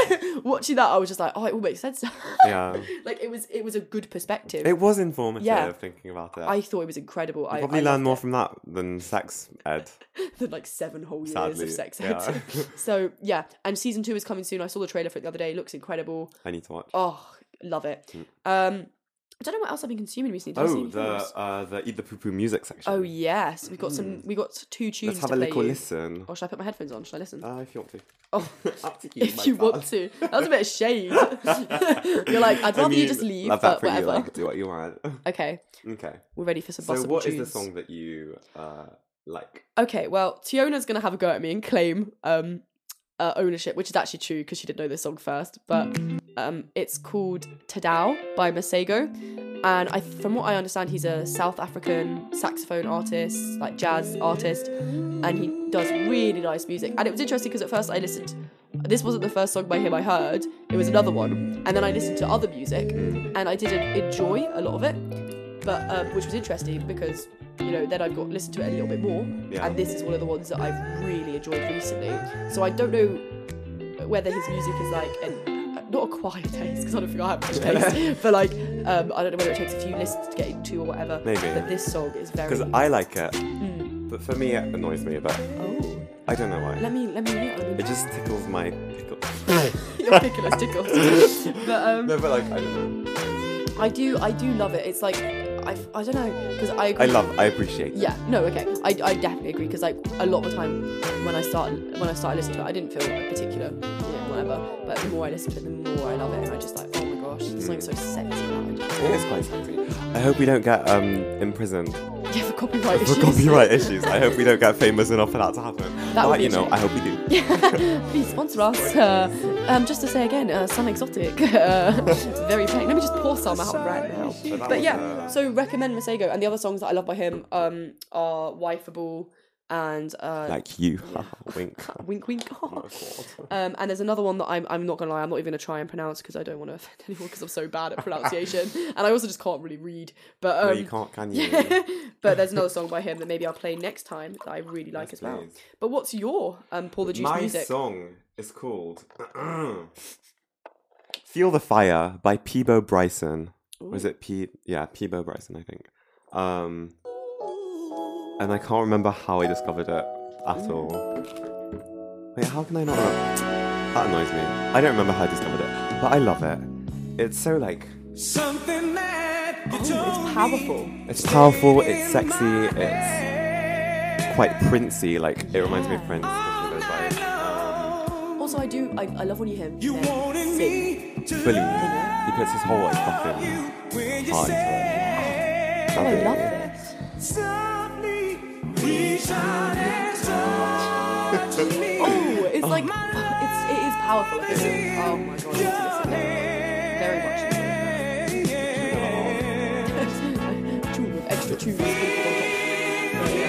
[SPEAKER 2] (laughs) watching that, I was just like, "Oh, it all makes sense."
[SPEAKER 1] yeah.
[SPEAKER 2] (laughs) like it was, it was a good perspective.
[SPEAKER 1] It was informative.
[SPEAKER 2] Yeah.
[SPEAKER 1] Thinking about it,
[SPEAKER 2] I thought it was incredible. I
[SPEAKER 1] probably
[SPEAKER 2] I
[SPEAKER 1] learned
[SPEAKER 2] loved
[SPEAKER 1] more
[SPEAKER 2] it.
[SPEAKER 1] from that than sex ed.
[SPEAKER 2] than like seven whole years
[SPEAKER 1] Sadly,
[SPEAKER 2] of sex
[SPEAKER 1] yeah.
[SPEAKER 2] ed. (laughs) so yeah, and season two is coming soon. I saw the trailer for it the other day. It looks incredible.
[SPEAKER 1] I need to watch.
[SPEAKER 2] Oh, love it. Um, I don't know what else I've been consuming recently. Did I see
[SPEAKER 1] Mm. Oh,
[SPEAKER 2] anything
[SPEAKER 1] the
[SPEAKER 2] else?
[SPEAKER 1] uh, the eat the poo poo music section.
[SPEAKER 2] oh yes, we've got some. We got two
[SPEAKER 1] Mm.
[SPEAKER 2] tunes
[SPEAKER 1] Let's have
[SPEAKER 2] to
[SPEAKER 1] a
[SPEAKER 2] play.
[SPEAKER 1] little
[SPEAKER 2] you.
[SPEAKER 1] listen.
[SPEAKER 2] Or should I put my headphones on? Should I listen?
[SPEAKER 1] Uh, if you want to.
[SPEAKER 2] oh,
[SPEAKER 1] (laughs) Up to you, my
[SPEAKER 2] (laughs) if you
[SPEAKER 1] darling.
[SPEAKER 2] want to. That was a bit
[SPEAKER 1] (laughs)
[SPEAKER 2] of shade. (laughs) You're like, I'd rather
[SPEAKER 1] I
[SPEAKER 2] you
[SPEAKER 1] mean,
[SPEAKER 2] just leave,
[SPEAKER 1] love that
[SPEAKER 2] but
[SPEAKER 1] for you,
[SPEAKER 2] whatever.
[SPEAKER 1] like, do what you want. (laughs)
[SPEAKER 2] Okay,
[SPEAKER 1] okay.
[SPEAKER 2] we're ready for some
[SPEAKER 1] So,
[SPEAKER 2] possible
[SPEAKER 1] what is
[SPEAKER 2] tunes.
[SPEAKER 1] the song that you uh, like?
[SPEAKER 2] Okay, well, Tiona's gonna have a go at me and claim um uh, ownership, which is actually true because she did know this song first. But um, it's called Tadao by Masego, and I, from what I understand, he's a South African saxophone artist, like jazz artist, and he does really nice music. And it was interesting because at first I listened. This wasn't the first song by him I heard. It was another one, and then I listened to other music, and I did enjoy a lot of it but um, which was interesting because you know then I've got listened to it a little bit more,
[SPEAKER 1] Yeah.
[SPEAKER 2] and this is one of the ones that I've really enjoyed recently. So I don't know whether his music is like an not a quiet taste because I don't think I have
[SPEAKER 1] (laughs)
[SPEAKER 2] much taste, but like um, I don't know whether it takes a few listens to get into or whatever.
[SPEAKER 1] Maybe.
[SPEAKER 2] But this song is very. Hmm.
[SPEAKER 1] Because I like it, but for me, it annoys me a bit.
[SPEAKER 2] oh,
[SPEAKER 1] I don't know why.
[SPEAKER 2] let me let me. I
[SPEAKER 1] it
[SPEAKER 2] mean, (laughs)
[SPEAKER 1] just tickles my pickle.
[SPEAKER 2] your pickles tickles. but
[SPEAKER 1] (laughs)
[SPEAKER 2] um,
[SPEAKER 1] no, but like, I don't know.
[SPEAKER 2] I do I do love it. It's like I I don't know because I agree
[SPEAKER 1] I love, I appreciate it.
[SPEAKER 2] Yeah, no, okay. I, I definitely agree because like a lot of the time when I started when I started listening to it, I didn't feel a particular you know, whatever. But the more I listen to it, the more I love it, and I just like, oh my gosh, this song's so sexy. and I just- (laughs)
[SPEAKER 1] It is quite sexy. I hope we don't get um imprisoned
[SPEAKER 2] Yeah, for copyright
[SPEAKER 1] For
[SPEAKER 2] issues.
[SPEAKER 1] copyright issues. I hope we don't get famous enough for that to happen.
[SPEAKER 2] That would
[SPEAKER 1] but
[SPEAKER 2] be
[SPEAKER 1] you
[SPEAKER 2] a
[SPEAKER 1] know,
[SPEAKER 2] shame.
[SPEAKER 1] I hope we do.
[SPEAKER 2] Please sponsor us. Uh, um, just to say again, uh, some exotic. (laughs) Uh, it's very plain. Let me just pour some out right now.
[SPEAKER 1] that
[SPEAKER 2] But
[SPEAKER 1] was,
[SPEAKER 2] yeah,
[SPEAKER 1] uh,
[SPEAKER 2] so recommend Masego. And the other songs that I love by him um, are Wifeable and uh,
[SPEAKER 1] like you, (laughs)
[SPEAKER 2] (laughs)
[SPEAKER 1] wink.
[SPEAKER 2] Wink Wink. um, and there's another one that I'm, I'm not going to lie, I'm not even going to try and pronounce because I don't want to offend (laughs) anyone because I'm so bad at
[SPEAKER 1] (laughs)
[SPEAKER 2] pronunciation. and I also just can't really read. But um,
[SPEAKER 1] no, you can't, can you?
[SPEAKER 2] but there's
[SPEAKER 1] (laughs)
[SPEAKER 2] another song by him that maybe I'll play next time that I really like as well.
[SPEAKER 1] please.
[SPEAKER 2] But what's your um, Paul the Juice
[SPEAKER 1] My
[SPEAKER 2] music?
[SPEAKER 1] song is called (clears throat) "Feel the Fire" by Peebo Bryson. Was it P? Yeah, Peebo Bryson, I think. Um, and I can't remember how I discovered it at all. Wait, how can I not? Remember? That annoys me. I don't remember how I discovered it, but I love it. It's so like
[SPEAKER 3] Something that
[SPEAKER 1] Oh,
[SPEAKER 3] you
[SPEAKER 2] It's powerful.
[SPEAKER 1] it's powerful. It's sexy. It's quite princey. Like it reminds me of Prince. 'cause of those vibes.
[SPEAKER 2] Also, I do. I, I love when you hear him.
[SPEAKER 3] You wanted me to
[SPEAKER 1] Fully, he puts his whole like fucking
[SPEAKER 3] you when you
[SPEAKER 1] heart into
[SPEAKER 3] said
[SPEAKER 1] it.
[SPEAKER 2] Oh, I love
[SPEAKER 1] it.
[SPEAKER 2] this.
[SPEAKER 3] softly, reach out and
[SPEAKER 1] (laughs)
[SPEAKER 3] touch me.
[SPEAKER 2] Oh, it's like it's it is powerful. Like, oh my god, I need to listen to that. Very (laughs) much. Tune with extra tunes. Yeah,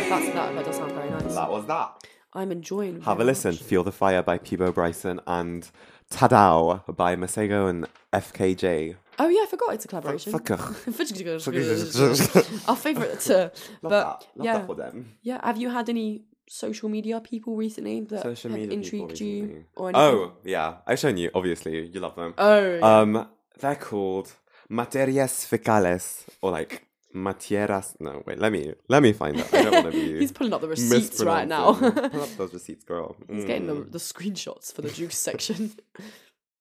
[SPEAKER 2] that's that. That does sound very nice.
[SPEAKER 1] That was that.
[SPEAKER 2] I'm enjoying.
[SPEAKER 1] Have a
[SPEAKER 2] very
[SPEAKER 1] listen.
[SPEAKER 2] much.
[SPEAKER 1] Feel the Fire by Peebo Bryson and Tadao by Masego and FKJ.
[SPEAKER 2] Oh yeah, I forgot it's a collaboration. (laughs)
[SPEAKER 1] Fucker. (laughs)
[SPEAKER 2] Our favourite. Uh, but
[SPEAKER 1] Love
[SPEAKER 2] Uh, yeah,
[SPEAKER 1] that for them.
[SPEAKER 2] yeah. Have you had any social media people recently that
[SPEAKER 1] Social
[SPEAKER 2] have
[SPEAKER 1] media people
[SPEAKER 2] intrigued
[SPEAKER 1] recently.
[SPEAKER 2] you or anything?
[SPEAKER 1] Oh, yeah. I've shown you, obviously. You love them.
[SPEAKER 2] Oh, yeah.
[SPEAKER 1] Um, They're called Materias Fecales or like Matieras. No, wait, let me let me find it. I don't want to be.
[SPEAKER 2] (laughs) He's
[SPEAKER 1] (laughs)
[SPEAKER 2] pulling up the receipts right now. (laughs)
[SPEAKER 1] mispronouncing. Pull up those receipts, girl.
[SPEAKER 2] He's getting the,
[SPEAKER 1] Hmm.
[SPEAKER 2] the screenshots for the juice
[SPEAKER 1] (laughs)
[SPEAKER 2] section. (laughs)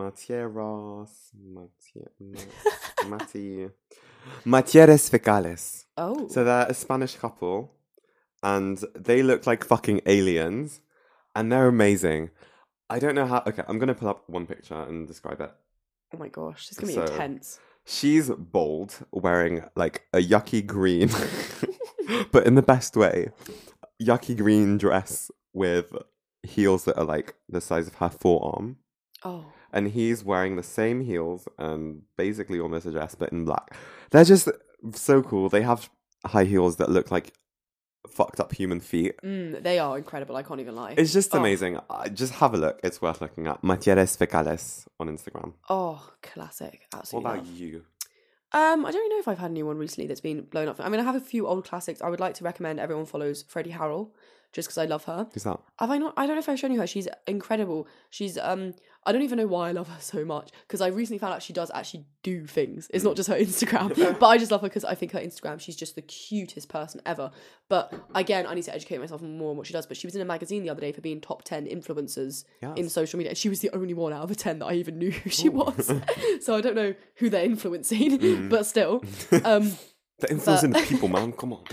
[SPEAKER 1] Matieras, Matie- Ma- Mati, Matieres Fecales.
[SPEAKER 2] Oh,
[SPEAKER 1] So they're a Spanish couple, and they look like fucking aliens, and they're amazing. I don't know how. Okay, I'm gonna pull up one picture and describe it.
[SPEAKER 2] oh my gosh, it's gonna be
[SPEAKER 1] So-
[SPEAKER 2] intense.
[SPEAKER 1] She's bald, wearing like a yucky green, (laughs) but in the best way, yucky green dress with heels that are like the size of her forearm.
[SPEAKER 2] Oh,
[SPEAKER 1] and he's wearing the same heels and basically almost a dress, but in black. They're just so cool. They have high heels that look like fucked up human feet.
[SPEAKER 2] mm, they are incredible. I can't even lie.
[SPEAKER 1] It's just
[SPEAKER 2] Oh.
[SPEAKER 1] amazing. Uh, Just have a look. It's worth looking at. Matieres Fecales on Instagram.
[SPEAKER 2] Oh, classic. Absolutely. love.
[SPEAKER 1] you?
[SPEAKER 2] Um, I don't know if I've had anyone recently that's been blown up. I mean, I have a few old classics. I would like to recommend everyone follows Freddie Harrell just because I love her.
[SPEAKER 1] Who's that?
[SPEAKER 2] Have I not? I don't know if I've shown you her. She's incredible. She's um. I don't even know why I love her so much because I recently found out she does actually do things. It's not just her Instagram, but I just love her because I think her Instagram. She's just the cutest person ever. But again, I need to educate myself more on what she does. But she was in a magazine the other day for being top ten influencers in
[SPEAKER 1] Yes.
[SPEAKER 2] social media. She was the only one out of the ten that I even knew who she was. (laughs) so I don't know who they're influencing, but still. Um,
[SPEAKER 1] The influence
[SPEAKER 2] (laughs)
[SPEAKER 1] in the people, man. Come on.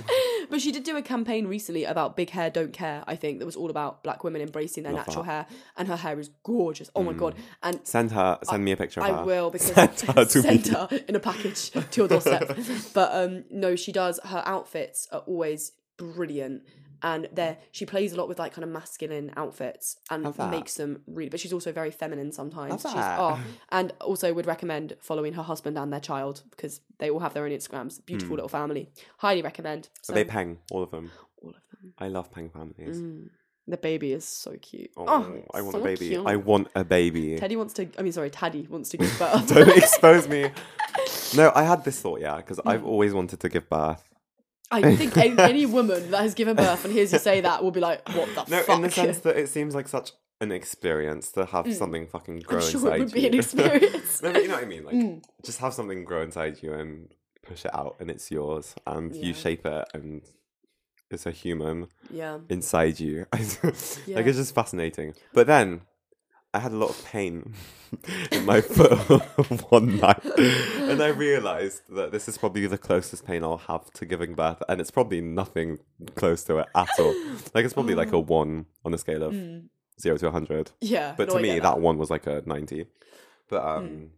[SPEAKER 2] but she did do a campaign recently about big hair don't care, I think, that was all about black women embracing their natural hair. And her hair is gorgeous. Oh my god. And
[SPEAKER 1] Mm. Send her. Send me a picture of her.
[SPEAKER 2] I
[SPEAKER 1] (laughs)
[SPEAKER 2] will because
[SPEAKER 1] Send her to
[SPEAKER 2] send
[SPEAKER 1] me.
[SPEAKER 2] her in a package to your doorstep.
[SPEAKER 1] (laughs)
[SPEAKER 2] but um no, she does her outfits are always brilliant. And there, she plays a lot with like kind of masculine outfits and
[SPEAKER 1] Love that.
[SPEAKER 2] makes them really. But she's also very feminine sometimes.
[SPEAKER 1] Love
[SPEAKER 2] She's,
[SPEAKER 1] that. (laughs)
[SPEAKER 2] oh, and also would recommend following her husband and their child because they all have their own Instagrams. Beautiful little family. Highly recommend. So
[SPEAKER 1] Hmm. They peng all of them.
[SPEAKER 2] all of them.
[SPEAKER 1] I love peng families.
[SPEAKER 2] The baby is so cute.
[SPEAKER 1] Oh, I
[SPEAKER 2] it's
[SPEAKER 1] want
[SPEAKER 2] Mm. so
[SPEAKER 1] a baby.
[SPEAKER 2] cute.
[SPEAKER 1] I want a baby.
[SPEAKER 2] Teddy wants to. I mean, sorry, Taddy
[SPEAKER 1] (laughs)
[SPEAKER 2] wants to give birth.
[SPEAKER 1] Don't expose
[SPEAKER 2] (laughs)
[SPEAKER 1] me. No, I had this thought, yeah, because
[SPEAKER 2] Mm.
[SPEAKER 1] I've always wanted to give birth.
[SPEAKER 2] I think any, any woman that has given birth and hears you say that will be like, "What the
[SPEAKER 1] (laughs) No,
[SPEAKER 2] fuck?" Mm.
[SPEAKER 1] in the sense that it seems like such an experience to have something fucking grow
[SPEAKER 2] I'm (laughs)
[SPEAKER 1] inside
[SPEAKER 2] sure it would
[SPEAKER 1] you. (laughs)
[SPEAKER 2] be an experience. Mm.
[SPEAKER 1] no, but you know what I mean. Like, just have something grow inside you and push it out, and it's yours, and
[SPEAKER 2] Yeah.
[SPEAKER 1] you shape it, and it's a human
[SPEAKER 2] yeah.
[SPEAKER 1] inside you. (laughs)
[SPEAKER 2] Yeah.
[SPEAKER 1] Like, it's just fascinating. But then. I had a lot of pain (laughs) in my foot (laughs) one night, and I realized that this is probably the closest pain I'll have to giving birth, and it's probably nothing close to it at all. Like it's probably
[SPEAKER 2] Oh.
[SPEAKER 1] like a one on the scale of zero to 100.
[SPEAKER 2] Yeah.
[SPEAKER 1] But
[SPEAKER 2] Hmm.
[SPEAKER 1] to
[SPEAKER 2] no, I get Hmm.
[SPEAKER 1] me, that. one was like a 90. But um,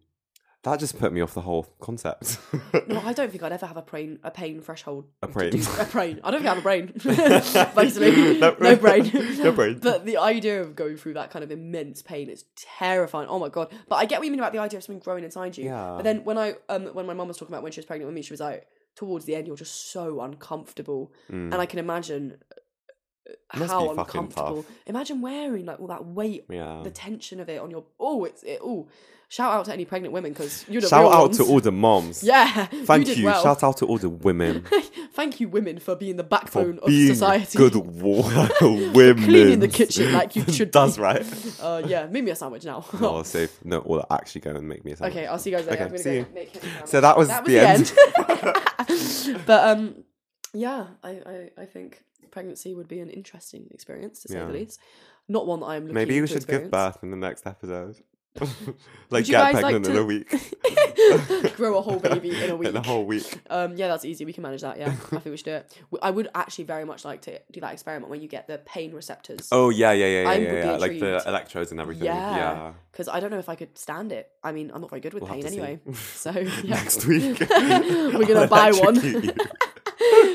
[SPEAKER 1] That just put me off the whole concept. (laughs)
[SPEAKER 2] No, I don't think I'd ever have a pain a pain threshold.
[SPEAKER 1] A
[SPEAKER 2] to
[SPEAKER 1] brain.
[SPEAKER 2] (laughs) do- a brain. I don't think I have a brain.
[SPEAKER 1] (laughs)
[SPEAKER 2] Basically, no, brain.
[SPEAKER 1] no brain.
[SPEAKER 2] But the idea of going through that kind of immense pain is terrifying. Oh my god! But I get what you mean about the idea of something growing inside you.
[SPEAKER 1] Yeah.
[SPEAKER 2] But then when I um when my mum was talking about when she was pregnant with me, she was like, towards the end, you're just so uncomfortable, and I can imagine uh,
[SPEAKER 1] Mm. Must
[SPEAKER 2] how
[SPEAKER 1] be fucking
[SPEAKER 2] uncomfortable.
[SPEAKER 1] tough.
[SPEAKER 2] Imagine wearing like all that weight,
[SPEAKER 1] yeah.
[SPEAKER 2] the tension of it on your. Oh, it's it. Oh, shout out to any pregnant women because you're the
[SPEAKER 1] Shout
[SPEAKER 2] real
[SPEAKER 1] out
[SPEAKER 2] ones.
[SPEAKER 1] to all the moms.
[SPEAKER 2] (laughs) Yeah,
[SPEAKER 1] Thank
[SPEAKER 2] did
[SPEAKER 1] you.
[SPEAKER 2] well.
[SPEAKER 1] Shout out to all the women
[SPEAKER 2] Thank you, women, for being the
[SPEAKER 1] for
[SPEAKER 2] backbone of
[SPEAKER 1] being
[SPEAKER 2] society. (laughs)
[SPEAKER 1] good wa- (laughs) women.
[SPEAKER 2] Cleaning the kitchen like
[SPEAKER 1] (laughs)
[SPEAKER 2] you should.
[SPEAKER 1] That's
[SPEAKER 2] be. (laughs)
[SPEAKER 1] right.
[SPEAKER 2] Uh, yeah, make me a
[SPEAKER 1] (laughs)
[SPEAKER 2] sandwich now.
[SPEAKER 1] No, safe. No, well, actually go and make me a sandwich.
[SPEAKER 2] (laughs) okay, I'll see you guys later.
[SPEAKER 1] Okay,
[SPEAKER 2] I'm gonna
[SPEAKER 1] see
[SPEAKER 2] go
[SPEAKER 1] you.
[SPEAKER 2] make him a sandwich.
[SPEAKER 1] So that was,
[SPEAKER 2] that was
[SPEAKER 1] the, end.
[SPEAKER 2] (laughs) but um, yeah, I, I I think pregnancy would be an interesting experience to say
[SPEAKER 1] Yeah.
[SPEAKER 2] the least. Not one that I'm
[SPEAKER 1] (laughs)
[SPEAKER 2] looking
[SPEAKER 1] Maybe we
[SPEAKER 2] to
[SPEAKER 1] should give
[SPEAKER 2] experience.
[SPEAKER 1] birth in the next episode. (laughs) like
[SPEAKER 2] Would you
[SPEAKER 1] get
[SPEAKER 2] guys like
[SPEAKER 1] pregnant in
[SPEAKER 2] to-
[SPEAKER 1] a week. (laughs)
[SPEAKER 2] (laughs) Grow a whole baby in a week.
[SPEAKER 1] In a whole week.
[SPEAKER 2] Um, yeah, that's easy. We can manage that. Yeah, I think we should do it. W- I would actually very much like to do that experiment where you get the pain receptors.
[SPEAKER 1] Oh yeah, yeah, yeah, yeah,
[SPEAKER 2] I
[SPEAKER 1] yeah,
[SPEAKER 2] would be
[SPEAKER 1] yeah. Like the
[SPEAKER 2] intrigued.
[SPEAKER 1] electrodes and everything.
[SPEAKER 2] Yeah.
[SPEAKER 1] Yeah.
[SPEAKER 2] (laughs) Because I don't know if I could stand it. I mean, I'm not very good with
[SPEAKER 1] We'll have
[SPEAKER 2] pain
[SPEAKER 1] to see.
[SPEAKER 2] anyway.
[SPEAKER 1] (laughs)
[SPEAKER 2] So (laughs) yeah.
[SPEAKER 1] Next week.
[SPEAKER 2] (laughs) we're gonna
[SPEAKER 1] (laughs)
[SPEAKER 2] buy one.
[SPEAKER 1] Electrocute you.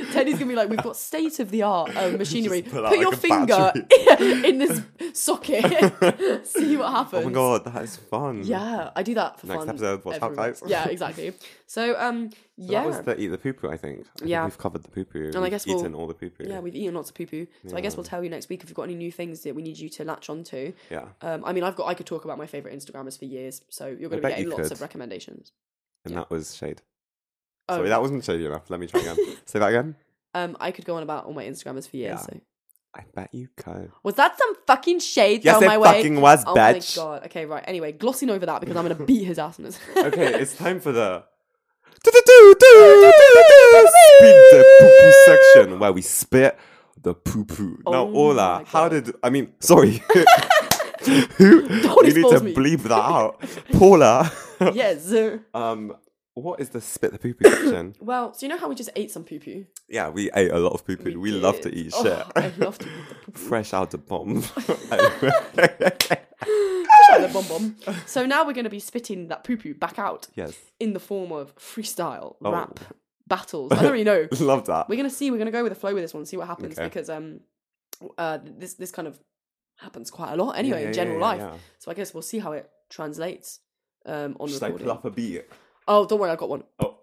[SPEAKER 2] (laughs) Teddy's gonna be like, we've got state of the art um,
[SPEAKER 1] (laughs)
[SPEAKER 2] machinery.
[SPEAKER 1] Just
[SPEAKER 2] Put,
[SPEAKER 1] pull out
[SPEAKER 2] your
[SPEAKER 1] like a
[SPEAKER 2] finger (laughs) in this
[SPEAKER 1] (laughs)
[SPEAKER 2] socket. (laughs) see what
[SPEAKER 1] oh
[SPEAKER 2] happens. (laughs)
[SPEAKER 1] my god, that is fun.
[SPEAKER 2] Yeah, I do that for
[SPEAKER 1] Next
[SPEAKER 2] fun.
[SPEAKER 1] episode, watch out,
[SPEAKER 2] every week.
[SPEAKER 1] guys.
[SPEAKER 2] Yeah, exactly. So
[SPEAKER 1] (laughs)
[SPEAKER 2] um,
[SPEAKER 1] So
[SPEAKER 2] yeah,
[SPEAKER 1] That was the eat the poo poo. I think. I think
[SPEAKER 2] Yeah.
[SPEAKER 1] we've covered the poo poo.
[SPEAKER 2] I guess we'll-
[SPEAKER 1] eaten all the poo poo.
[SPEAKER 2] yeah, we've eaten lots of poo poo. So I guess we'll tell you next week if you've got any new things that we need you to latch onto.
[SPEAKER 1] yeah.
[SPEAKER 2] Um, I mean, I've got I could talk about my favorite Instagrammers for years, so you're gonna be
[SPEAKER 1] bet
[SPEAKER 2] getting
[SPEAKER 1] you
[SPEAKER 2] lots
[SPEAKER 1] could.
[SPEAKER 2] of recommendations.
[SPEAKER 1] And
[SPEAKER 2] Yeah.
[SPEAKER 1] that was shade.
[SPEAKER 2] Oh,
[SPEAKER 1] Sorry, that wasn't shady enough. Let me try
[SPEAKER 2] (laughs)
[SPEAKER 1] again. Say that again.
[SPEAKER 2] um, I could go on about all my Instagrammers for years.
[SPEAKER 1] Yeah.
[SPEAKER 2] So.
[SPEAKER 1] I bet you could.
[SPEAKER 2] Was that some fucking shade
[SPEAKER 1] Yes,
[SPEAKER 2] down
[SPEAKER 1] it
[SPEAKER 2] my way?
[SPEAKER 1] fucking was,
[SPEAKER 2] oh
[SPEAKER 1] bitch.
[SPEAKER 2] my god. Okay, right. Anyway, glossing over that because I'm gonna beat his ass in this.
[SPEAKER 1] (laughs) Okay, it's time for (laughs) the speed the poo poo section where we spit the poo poo. Now,
[SPEAKER 2] Oh
[SPEAKER 1] Ola,
[SPEAKER 2] my
[SPEAKER 1] how
[SPEAKER 2] God.
[SPEAKER 1] did I mean? (laughs) Sorry, who? we need to
[SPEAKER 2] expose
[SPEAKER 1] (laughs)
[SPEAKER 2] me.
[SPEAKER 1] bleep that out, Paula.
[SPEAKER 2] (laughs) yes.
[SPEAKER 1] (laughs) um, what is the spit the poo poo (coughs) section?
[SPEAKER 2] Well, so you know how we just ate some poo poo?
[SPEAKER 1] Yeah, we ate a lot of poo poo. We, love to
[SPEAKER 2] did.
[SPEAKER 1] eat
[SPEAKER 2] Oh,
[SPEAKER 1] shit.
[SPEAKER 2] I love to eat the poo
[SPEAKER 1] (laughs)
[SPEAKER 2] poo.
[SPEAKER 1] Fresh out the (laughs) bomb.
[SPEAKER 2] the bomb bomb. So now we're gonna be spitting that poo poo back out
[SPEAKER 1] (laughs) yes,
[SPEAKER 2] in the form of freestyle,
[SPEAKER 1] Oh.
[SPEAKER 2] rap, battles. I
[SPEAKER 1] (laughs)
[SPEAKER 2] don't really know.
[SPEAKER 1] love that.
[SPEAKER 2] we're gonna see. We're gonna go with the flow with this one. See what happens
[SPEAKER 1] Okay.
[SPEAKER 2] because um, uh, th- this this kind of happens quite a lot anyway
[SPEAKER 1] yeah,
[SPEAKER 2] in general
[SPEAKER 1] yeah,
[SPEAKER 2] life.
[SPEAKER 1] yeah.
[SPEAKER 2] So I guess we'll see how it translates um on
[SPEAKER 1] Just like
[SPEAKER 2] recording.
[SPEAKER 1] pull up a beat.
[SPEAKER 2] oh, don't worry, I got one. (laughs)
[SPEAKER 1] Oh.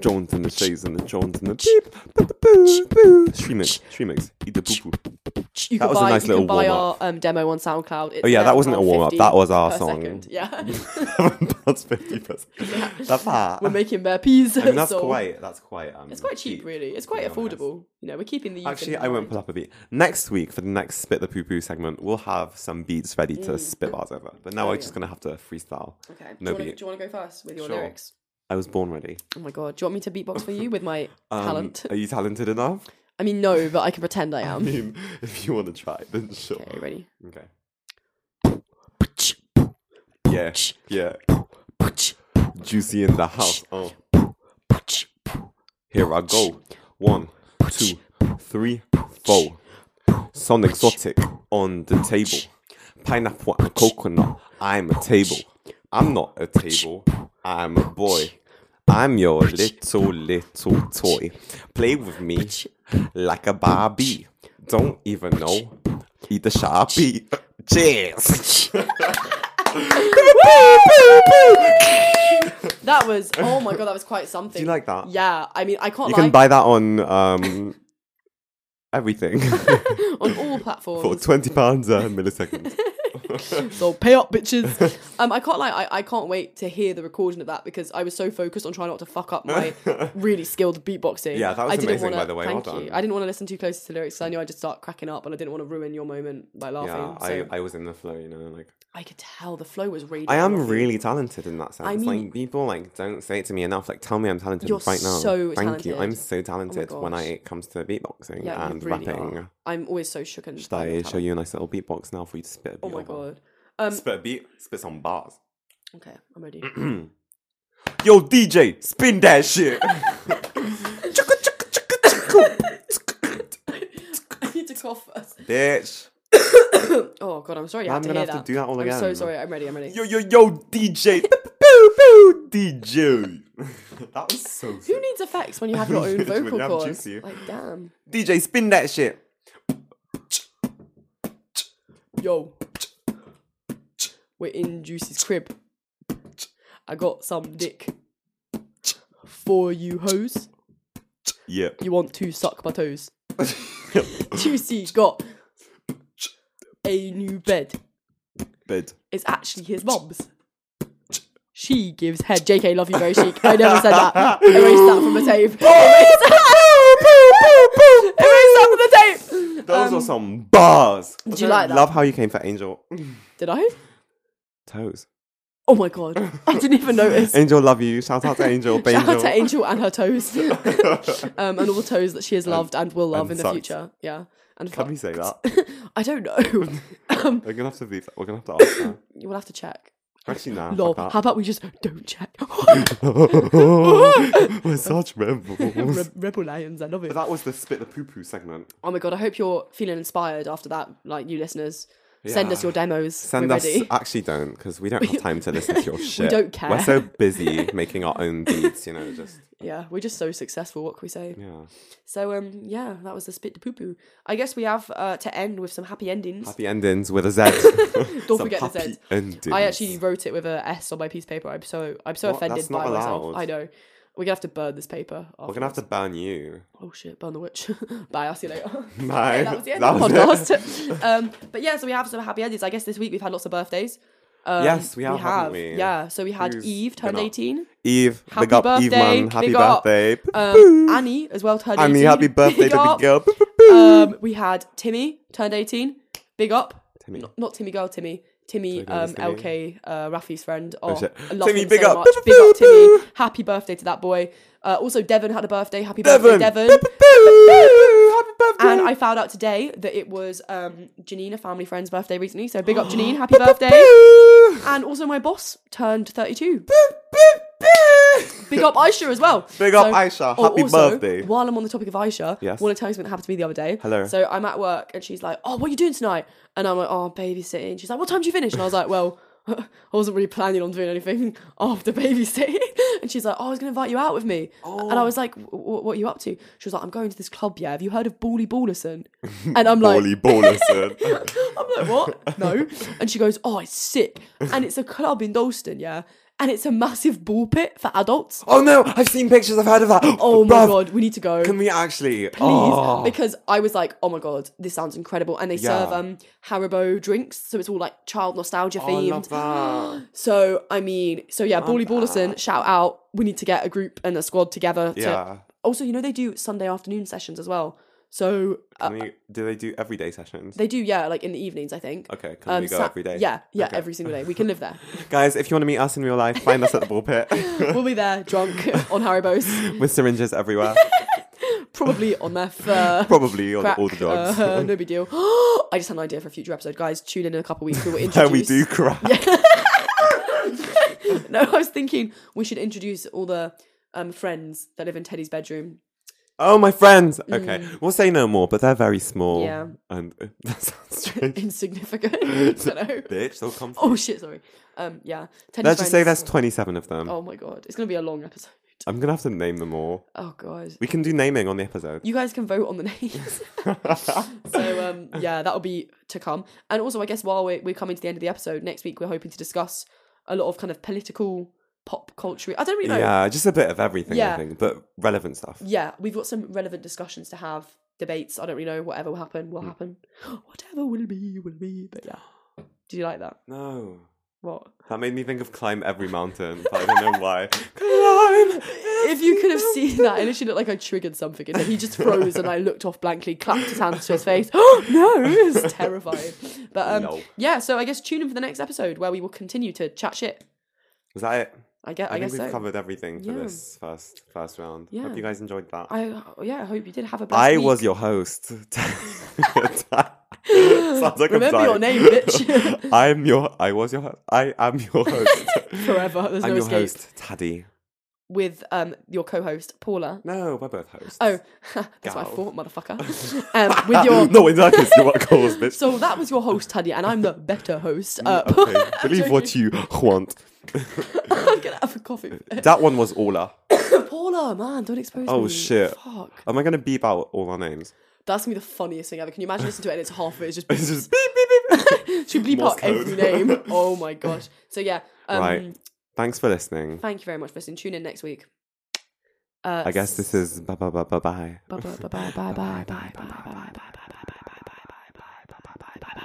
[SPEAKER 1] Jones and the shades and the Jones and the cheep. Boo, boo, boo. Streamix, Streamix, eat the boo boo.
[SPEAKER 2] You
[SPEAKER 1] That
[SPEAKER 2] can
[SPEAKER 1] was a
[SPEAKER 2] buy,
[SPEAKER 1] nice
[SPEAKER 2] you
[SPEAKER 1] little
[SPEAKER 2] can buy our
[SPEAKER 1] warm-up.
[SPEAKER 2] um, demo on SoundCloud. It's
[SPEAKER 1] Oh yeah,
[SPEAKER 2] there,
[SPEAKER 1] that wasn't a
[SPEAKER 2] pound
[SPEAKER 1] warm up.
[SPEAKER 2] 50
[SPEAKER 1] That was our
[SPEAKER 2] per
[SPEAKER 1] song.
[SPEAKER 2] second.
[SPEAKER 1] (laughs)
[SPEAKER 2] Yeah,
[SPEAKER 1] that's fifty percent. That's that.
[SPEAKER 2] we're making their peas.
[SPEAKER 1] I mean, that's
[SPEAKER 2] so
[SPEAKER 1] quite. That's quite. Um,
[SPEAKER 2] It's quite cheap, really. It's
[SPEAKER 1] be
[SPEAKER 2] quite
[SPEAKER 1] honest.
[SPEAKER 2] affordable. You know, we're keeping the. youth in
[SPEAKER 1] Actually, I won't
[SPEAKER 2] mind.
[SPEAKER 1] pull up a beat. Next week for the next spit the poo poo segment, we'll have some beats ready to spit bars over. But now
[SPEAKER 2] Mm. Oh,
[SPEAKER 1] I'm
[SPEAKER 2] yeah.
[SPEAKER 1] just gonna have to freestyle.
[SPEAKER 2] Okay.
[SPEAKER 1] No
[SPEAKER 2] do, you wanna,
[SPEAKER 1] beat.
[SPEAKER 2] do you want to go first with your
[SPEAKER 1] Sure.
[SPEAKER 2] lyrics?
[SPEAKER 1] I was born ready.
[SPEAKER 2] Oh my god! Do you want me to beatbox
[SPEAKER 1] (laughs)
[SPEAKER 2] for you with my
[SPEAKER 1] Um,
[SPEAKER 2] talent?
[SPEAKER 1] Are you talented
[SPEAKER 2] (laughs)
[SPEAKER 1] enough?
[SPEAKER 2] I mean, no, but I can pretend I
[SPEAKER 1] I (laughs)
[SPEAKER 2] am.
[SPEAKER 1] mean, if you want to try, then sure.
[SPEAKER 2] Okay, ready?
[SPEAKER 1] Okay. Yeah, yeah. Juicy in the house. Oh. Here I go. One, two, three, four. Son exotic on the table. Pineapple and coconut. I'm a table. I'm not a table. I'm a boy. I'm your little, little toy. Play with me like a Barbie. Don't even know. Eat the Sharpie. Cheers.
[SPEAKER 2] That was oh my god, that was quite something.
[SPEAKER 1] (laughs) Do you like that?
[SPEAKER 2] Yeah, I mean, I can't
[SPEAKER 1] You
[SPEAKER 2] lie.
[SPEAKER 1] can buy that on um, everything (laughs)
[SPEAKER 2] on all
[SPEAKER 1] for
[SPEAKER 2] platforms.
[SPEAKER 1] twenty pounds a millisecond.
[SPEAKER 2] so pay
[SPEAKER 1] (laughs)
[SPEAKER 2] up, bitches. um, I can't lie. I, I can't wait to hear the recording of that because I was so focused on trying not to fuck
[SPEAKER 1] (laughs)
[SPEAKER 2] up my really skilled beatboxing.
[SPEAKER 1] Yeah, that was
[SPEAKER 2] I didn't
[SPEAKER 1] amazing,
[SPEAKER 2] wanna,
[SPEAKER 1] by the way. Well
[SPEAKER 2] Thank you.
[SPEAKER 1] done.
[SPEAKER 2] I didn't want to listen too close to the lyrics because I knew I'd just start cracking up and I didn't want to ruin your moment by laughing.
[SPEAKER 1] Yeah,
[SPEAKER 2] so
[SPEAKER 1] I, I was in the flow, you know, like
[SPEAKER 2] I could tell the flow was reading.
[SPEAKER 1] I
[SPEAKER 2] off
[SPEAKER 1] am
[SPEAKER 2] you.
[SPEAKER 1] really talented in that sense.
[SPEAKER 2] I mean-
[SPEAKER 1] like people like don't say it to me enough. Like tell me I'm talented
[SPEAKER 2] You're
[SPEAKER 1] right now.
[SPEAKER 2] so
[SPEAKER 1] Thank you. I'm
[SPEAKER 2] talented. Oh
[SPEAKER 1] so talented when
[SPEAKER 2] gosh.
[SPEAKER 1] I comes to beatboxing
[SPEAKER 2] yeah, you
[SPEAKER 1] and
[SPEAKER 2] really
[SPEAKER 1] rapping.
[SPEAKER 2] are. I'm always so shook and.
[SPEAKER 1] Should I show you a nice little beatbox now for you to spit a beat?
[SPEAKER 2] Oh my
[SPEAKER 1] over?
[SPEAKER 2] god. Um,
[SPEAKER 1] Spit a beat, spit some bars.
[SPEAKER 2] okay,
[SPEAKER 1] (coughs)
[SPEAKER 2] I'm ready. (coughs)
[SPEAKER 1] Yo, DJ, spin that
[SPEAKER 2] (laughs)
[SPEAKER 1] shit.
[SPEAKER 2] I need to cough first.
[SPEAKER 1] Bitch.
[SPEAKER 2] Oh god, I'm sorry. You
[SPEAKER 1] I'm
[SPEAKER 2] had to
[SPEAKER 1] gonna have
[SPEAKER 2] hear
[SPEAKER 1] to
[SPEAKER 2] that.
[SPEAKER 1] do that all
[SPEAKER 2] I'm so
[SPEAKER 1] again.
[SPEAKER 2] sorry. I'm ready. I'm ready.
[SPEAKER 1] Yo yo yo DJ boo (laughs) boo DJ. that was so
[SPEAKER 2] Who needs effects when
[SPEAKER 1] (laughs)
[SPEAKER 2] you have your own
[SPEAKER 1] When you
[SPEAKER 2] vocal
[SPEAKER 1] have
[SPEAKER 2] cords?
[SPEAKER 1] juicy.
[SPEAKER 2] Like damn.
[SPEAKER 1] DJ spin that shit.
[SPEAKER 2] Yo, we're in Juicy's crib. I got some dick for you, hoes.
[SPEAKER 1] Yeah.
[SPEAKER 2] You want to suck my toes? Juicy got a new bed.
[SPEAKER 1] Bed.
[SPEAKER 2] It's actually his mom's. She gives head. JK, love you very chic. I never said that. Erase that from the tape. Erase that, Erase that from the tape.
[SPEAKER 1] Those are some bars.
[SPEAKER 2] do Um, you like that?
[SPEAKER 1] Love how you came for Angel
[SPEAKER 2] Did I?
[SPEAKER 1] toes.
[SPEAKER 2] Oh my god. I didn't even notice.
[SPEAKER 1] Angel love you. Shout out to Angel.
[SPEAKER 2] (laughs) Shout out to
[SPEAKER 1] Angel.
[SPEAKER 2] Angel and
[SPEAKER 1] (laughs)
[SPEAKER 2] her toes, um, and all toes that she has loved and, will love
[SPEAKER 1] and
[SPEAKER 2] in the
[SPEAKER 1] sucked.
[SPEAKER 2] future. Yeah, and
[SPEAKER 1] Can we
[SPEAKER 2] fucked.
[SPEAKER 1] say that?
[SPEAKER 2] (laughs) I don't know.
[SPEAKER 1] (laughs)
[SPEAKER 2] um,
[SPEAKER 1] We're gonna have to leave that. We're gonna have to ask her.
[SPEAKER 2] we'll have to check.
[SPEAKER 1] Actually, nah.
[SPEAKER 2] Lol.
[SPEAKER 1] fuck that.
[SPEAKER 2] How about we just
[SPEAKER 1] (laughs)
[SPEAKER 2] don't check?
[SPEAKER 1] We're
[SPEAKER 2] (laughs)
[SPEAKER 1] such rebels.
[SPEAKER 2] Re- Rebel lions, I love it.
[SPEAKER 1] that was the spit the poo poo segment.
[SPEAKER 2] Oh my god, I hope you're feeling inspired after that, like you listeners. Send us
[SPEAKER 1] Yeah.
[SPEAKER 2] your demos.
[SPEAKER 1] Send
[SPEAKER 2] We're
[SPEAKER 1] us.
[SPEAKER 2] ready.
[SPEAKER 1] (laughs) Actually, don't because we don't have time to listen to
[SPEAKER 2] (laughs)
[SPEAKER 1] your shit.
[SPEAKER 2] don't care.
[SPEAKER 1] We're so
[SPEAKER 2] (laughs)
[SPEAKER 1] busy making our own beats. You know, just
[SPEAKER 2] (laughs) yeah, we're just so successful. What can we say?
[SPEAKER 1] yeah.
[SPEAKER 2] So um, yeah, that was the spit to poo poo. I guess we have uh, to end with some happy endings.
[SPEAKER 1] Happy endings with a Z.
[SPEAKER 2] (laughs) Don't
[SPEAKER 1] Some
[SPEAKER 2] forget the
[SPEAKER 1] happy
[SPEAKER 2] Z.
[SPEAKER 1] Endings.
[SPEAKER 2] I actually wrote it with a S on my piece of paper. I'm so I'm so
[SPEAKER 1] What?
[SPEAKER 2] offended
[SPEAKER 1] That's not
[SPEAKER 2] by myself.
[SPEAKER 1] allowed.
[SPEAKER 2] I know. We're gonna have to burn this paper.
[SPEAKER 1] We're gonna have to ban
[SPEAKER 2] (laughs)
[SPEAKER 1] you.
[SPEAKER 2] Oh shit! Burn the witch. (laughs) Bye. I'll see
[SPEAKER 1] (laughs)
[SPEAKER 2] you later.
[SPEAKER 1] Bye.
[SPEAKER 2] that was the end
[SPEAKER 1] That
[SPEAKER 2] of
[SPEAKER 1] was
[SPEAKER 2] the
[SPEAKER 1] it. (laughs)
[SPEAKER 2] podcast. (laughs) um, but yeah, so we have some happy endings. I guess this week we've had lots of birthdays. Um,
[SPEAKER 1] Yes, we have, haven't we?
[SPEAKER 2] Yeah. So we had
[SPEAKER 1] Who's
[SPEAKER 2] Eve turned
[SPEAKER 1] been up?
[SPEAKER 2] 18.
[SPEAKER 1] Eve,
[SPEAKER 2] Happy
[SPEAKER 1] big up, Eve
[SPEAKER 2] birthday,
[SPEAKER 1] man. Happy
[SPEAKER 2] big up.
[SPEAKER 1] birthday. (laughs)
[SPEAKER 2] Um, Annie as well turned 18. (laughs)
[SPEAKER 1] Annie, happy birthday
[SPEAKER 2] Big
[SPEAKER 1] to
[SPEAKER 2] up.
[SPEAKER 1] big girl.
[SPEAKER 2] Um, we had Timmy turned 18. Big up.
[SPEAKER 1] Timmy.
[SPEAKER 2] Not, not Timmy girl, Timmy. Timmy,
[SPEAKER 1] girl is
[SPEAKER 2] um,
[SPEAKER 1] Timmy.
[SPEAKER 2] LK, uh, Rafi's friend. Oh,
[SPEAKER 1] shit.
[SPEAKER 2] I love
[SPEAKER 1] Timmy,
[SPEAKER 2] him
[SPEAKER 1] big
[SPEAKER 2] so
[SPEAKER 1] up.
[SPEAKER 2] much. Big up, Timmy. Happy birthday to that boy. Uh, also, Devon had a birthday. Happy
[SPEAKER 1] Devon.
[SPEAKER 2] birthday, Devon.
[SPEAKER 1] Happy birthday.
[SPEAKER 2] And I found out today that it was um, Janine, a family friend's birthday recently.
[SPEAKER 1] (gasps)
[SPEAKER 2] So big up, Janine. Happy birthday. And also, my boss turned 32. Big up Aisha as well.
[SPEAKER 1] (laughs) Big up Aisha.
[SPEAKER 2] oh,
[SPEAKER 1] Happy
[SPEAKER 2] also,
[SPEAKER 1] birthday.
[SPEAKER 2] While I'm on the topic of Aisha,
[SPEAKER 1] Yes.
[SPEAKER 2] want to tell you something that happened to me the other day.
[SPEAKER 1] Hello.
[SPEAKER 2] So I'm at work and she's like, "Oh, what are you doing tonight?" And I'm like, "Oh, babysitting." She's like, "What time do you finish?" And I was like, "Well." (laughs) I wasn't really planning on doing anything (laughs) after babysitting. (laughs) And she's like, Oh, I was going to invite you out with me.
[SPEAKER 1] Oh.
[SPEAKER 2] And I was like, "Wh- wh- What are you up to? She was like, I'm going to this club, yeah. Have you heard of Bawley
[SPEAKER 1] (laughs)
[SPEAKER 2] Ballerson? And I'm like,
[SPEAKER 1] Ollie
[SPEAKER 2] (laughs)
[SPEAKER 1] Ballerson.
[SPEAKER 2] I'm like,
[SPEAKER 1] (laughs)
[SPEAKER 2] what? No. And she goes, oh, it's sick. And it's a club in Dalston, yeah. And it's a massive ball pit for adults.
[SPEAKER 1] oh no, I've seen pictures. I've heard of that.
[SPEAKER 2] (gasps) Oh my
[SPEAKER 1] Bruv,
[SPEAKER 2] god, we need to go.
[SPEAKER 1] Can we actually?
[SPEAKER 2] Please,
[SPEAKER 1] Oh,
[SPEAKER 2] because I was like, oh my god, this sounds incredible, and they
[SPEAKER 1] Yeah. Oh,
[SPEAKER 2] serve um Haribo drinks, so it's all like child nostalgia
[SPEAKER 1] I
[SPEAKER 2] themed.
[SPEAKER 1] love
[SPEAKER 2] (gasps)
[SPEAKER 1] that.
[SPEAKER 2] So I mean, so yeah, Bawley Balderson, shout out. We need to get a group and a squad together. To...
[SPEAKER 1] Yeah.
[SPEAKER 2] Also, you know they do Sunday afternoon sessions as well. So uh,
[SPEAKER 1] Can we, do they do everyday sessions?
[SPEAKER 2] they do, yeah, like in the evenings, I think. Um,
[SPEAKER 1] okay, can we go
[SPEAKER 2] Sa-
[SPEAKER 1] every day?
[SPEAKER 2] Yeah, yeah,
[SPEAKER 1] Okay.
[SPEAKER 2] every single
[SPEAKER 1] (laughs)
[SPEAKER 2] day. We can live there.
[SPEAKER 1] Guys, if you want to meet us in real life, find us at the ball
[SPEAKER 2] (laughs)
[SPEAKER 1] pit
[SPEAKER 2] We'll be there,
[SPEAKER 1] (laughs)
[SPEAKER 2] drunk on Haribo's,
[SPEAKER 1] with syringes
[SPEAKER 2] (laughs)
[SPEAKER 1] everywhere.
[SPEAKER 2] probably on meth. Uh,
[SPEAKER 1] Probably all, the-
[SPEAKER 2] crack,
[SPEAKER 1] all the drugs.
[SPEAKER 2] uh, no big deal. (gasps) I just had an idea for a future episode, guys. Tune in in a couple
[SPEAKER 1] (laughs)
[SPEAKER 2] weeks. We will introduce.
[SPEAKER 1] and we do crack.
[SPEAKER 2] (laughs) No, I was thinking we should introduce all the um, friends that live in Teddy's bedroom. (laughs)
[SPEAKER 1] Oh, my friends. Okay, we'll say no more, but they're very small.
[SPEAKER 2] Mm. Yeah.
[SPEAKER 1] And uh, (laughs) that sounds
[SPEAKER 2] (laughs)
[SPEAKER 1] strange.
[SPEAKER 2] Insignificant. I don't know.
[SPEAKER 1] Bitch, they'll come.
[SPEAKER 2] Oh shit! Sorry. Um. Yeah. Teddy's
[SPEAKER 1] Let's just say
[SPEAKER 2] friends-
[SPEAKER 1] there's 27 of them.
[SPEAKER 2] Oh my god, it's gonna be a long episode.
[SPEAKER 1] I'm gonna have to name them all.
[SPEAKER 2] Oh god.
[SPEAKER 1] We can do naming on the episode.
[SPEAKER 2] You guys can vote on the
[SPEAKER 1] (laughs)
[SPEAKER 2] names. (laughs) so um, yeah, that'll be to come. And also, I guess while we're, we're coming to the end of the episode next week, we're hoping to discuss a lot of kind of political pop culture. I don't really know.
[SPEAKER 1] Yeah, just a bit of everything, I
[SPEAKER 2] Yeah.
[SPEAKER 1] think, but relevant stuff.
[SPEAKER 2] Yeah, we've got some relevant discussions to have, debates. I don't really know. Whatever will happen,
[SPEAKER 1] Hmm.
[SPEAKER 2] will happen. (gasps) Whatever will be, will be. But yeah, do you like that?
[SPEAKER 1] No.
[SPEAKER 2] What?
[SPEAKER 1] That made me think of climb every mountain, but I don't know
[SPEAKER 2] (laughs)
[SPEAKER 1] why.
[SPEAKER 2] If you could have seen that, it literally looked like I triggered something. And then he just froze, and
[SPEAKER 1] (laughs)
[SPEAKER 2] I looked off blankly, clapped his hands to his face. (gasps) Oh no,
[SPEAKER 1] (laughs)
[SPEAKER 2] it was terrifying. But um,
[SPEAKER 1] No.
[SPEAKER 2] yeah, so I guess tune in for the next episode where we will continue to chat shit.
[SPEAKER 1] Was that it?
[SPEAKER 2] I get,
[SPEAKER 1] I,
[SPEAKER 2] I,
[SPEAKER 1] think
[SPEAKER 2] guess
[SPEAKER 1] we've
[SPEAKER 2] so.
[SPEAKER 1] covered everything for
[SPEAKER 2] Yeah.
[SPEAKER 1] this first first round.
[SPEAKER 2] Yeah.
[SPEAKER 1] Hope you guys enjoyed that. I,
[SPEAKER 2] I yeah, I hope you did have a best week.
[SPEAKER 1] was your host. (laughs) Sounds like
[SPEAKER 2] Remember
[SPEAKER 1] I'm
[SPEAKER 2] your
[SPEAKER 1] dying. (laughs)
[SPEAKER 2] name, bitch. (laughs)
[SPEAKER 1] I'm your. I was your. ho- I am your host.
[SPEAKER 2] (laughs) Forever. There's
[SPEAKER 1] I'm
[SPEAKER 2] no
[SPEAKER 1] your
[SPEAKER 2] escape.
[SPEAKER 1] host, Taddy.
[SPEAKER 2] with um your co-host Paula.
[SPEAKER 1] No, we're both hosts.
[SPEAKER 2] Oh, that's what I
[SPEAKER 1] Gal.
[SPEAKER 2] thought, motherfucker. Um, with
[SPEAKER 1] (laughs)
[SPEAKER 2] your
[SPEAKER 1] no, in that case, you're what calls bitch.
[SPEAKER 2] (laughs) so that was your host Tanya, and I'm the better host. Uh,
[SPEAKER 1] okay, believe
[SPEAKER 2] (laughs)
[SPEAKER 1] what you want.
[SPEAKER 2] I'm gonna have a coffee.
[SPEAKER 1] That one was Ola.
[SPEAKER 2] Paula, man, don't expose me.
[SPEAKER 1] Oh, shit.
[SPEAKER 2] Fuck.
[SPEAKER 1] Am I gonna beep out all our names?
[SPEAKER 2] That's gonna be the funniest thing ever. Can you imagine listening to it and it's half of it is just
[SPEAKER 1] It's just beep beep beep.
[SPEAKER 2] she bleep
[SPEAKER 1] Morse
[SPEAKER 2] out every
[SPEAKER 1] code.
[SPEAKER 2] name. Oh my gosh. So yeah. Um,
[SPEAKER 1] right. Thanks for listening.
[SPEAKER 2] Thank you very much for listening. Tune in next week. Uh,
[SPEAKER 1] I guess this is bye bye bye bye bye.
[SPEAKER 2] Bye bye bye bye bye bye bye bye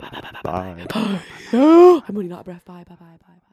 [SPEAKER 2] bye bye.
[SPEAKER 1] Bye.
[SPEAKER 2] I'm running out of breath. Bye bye bye bye.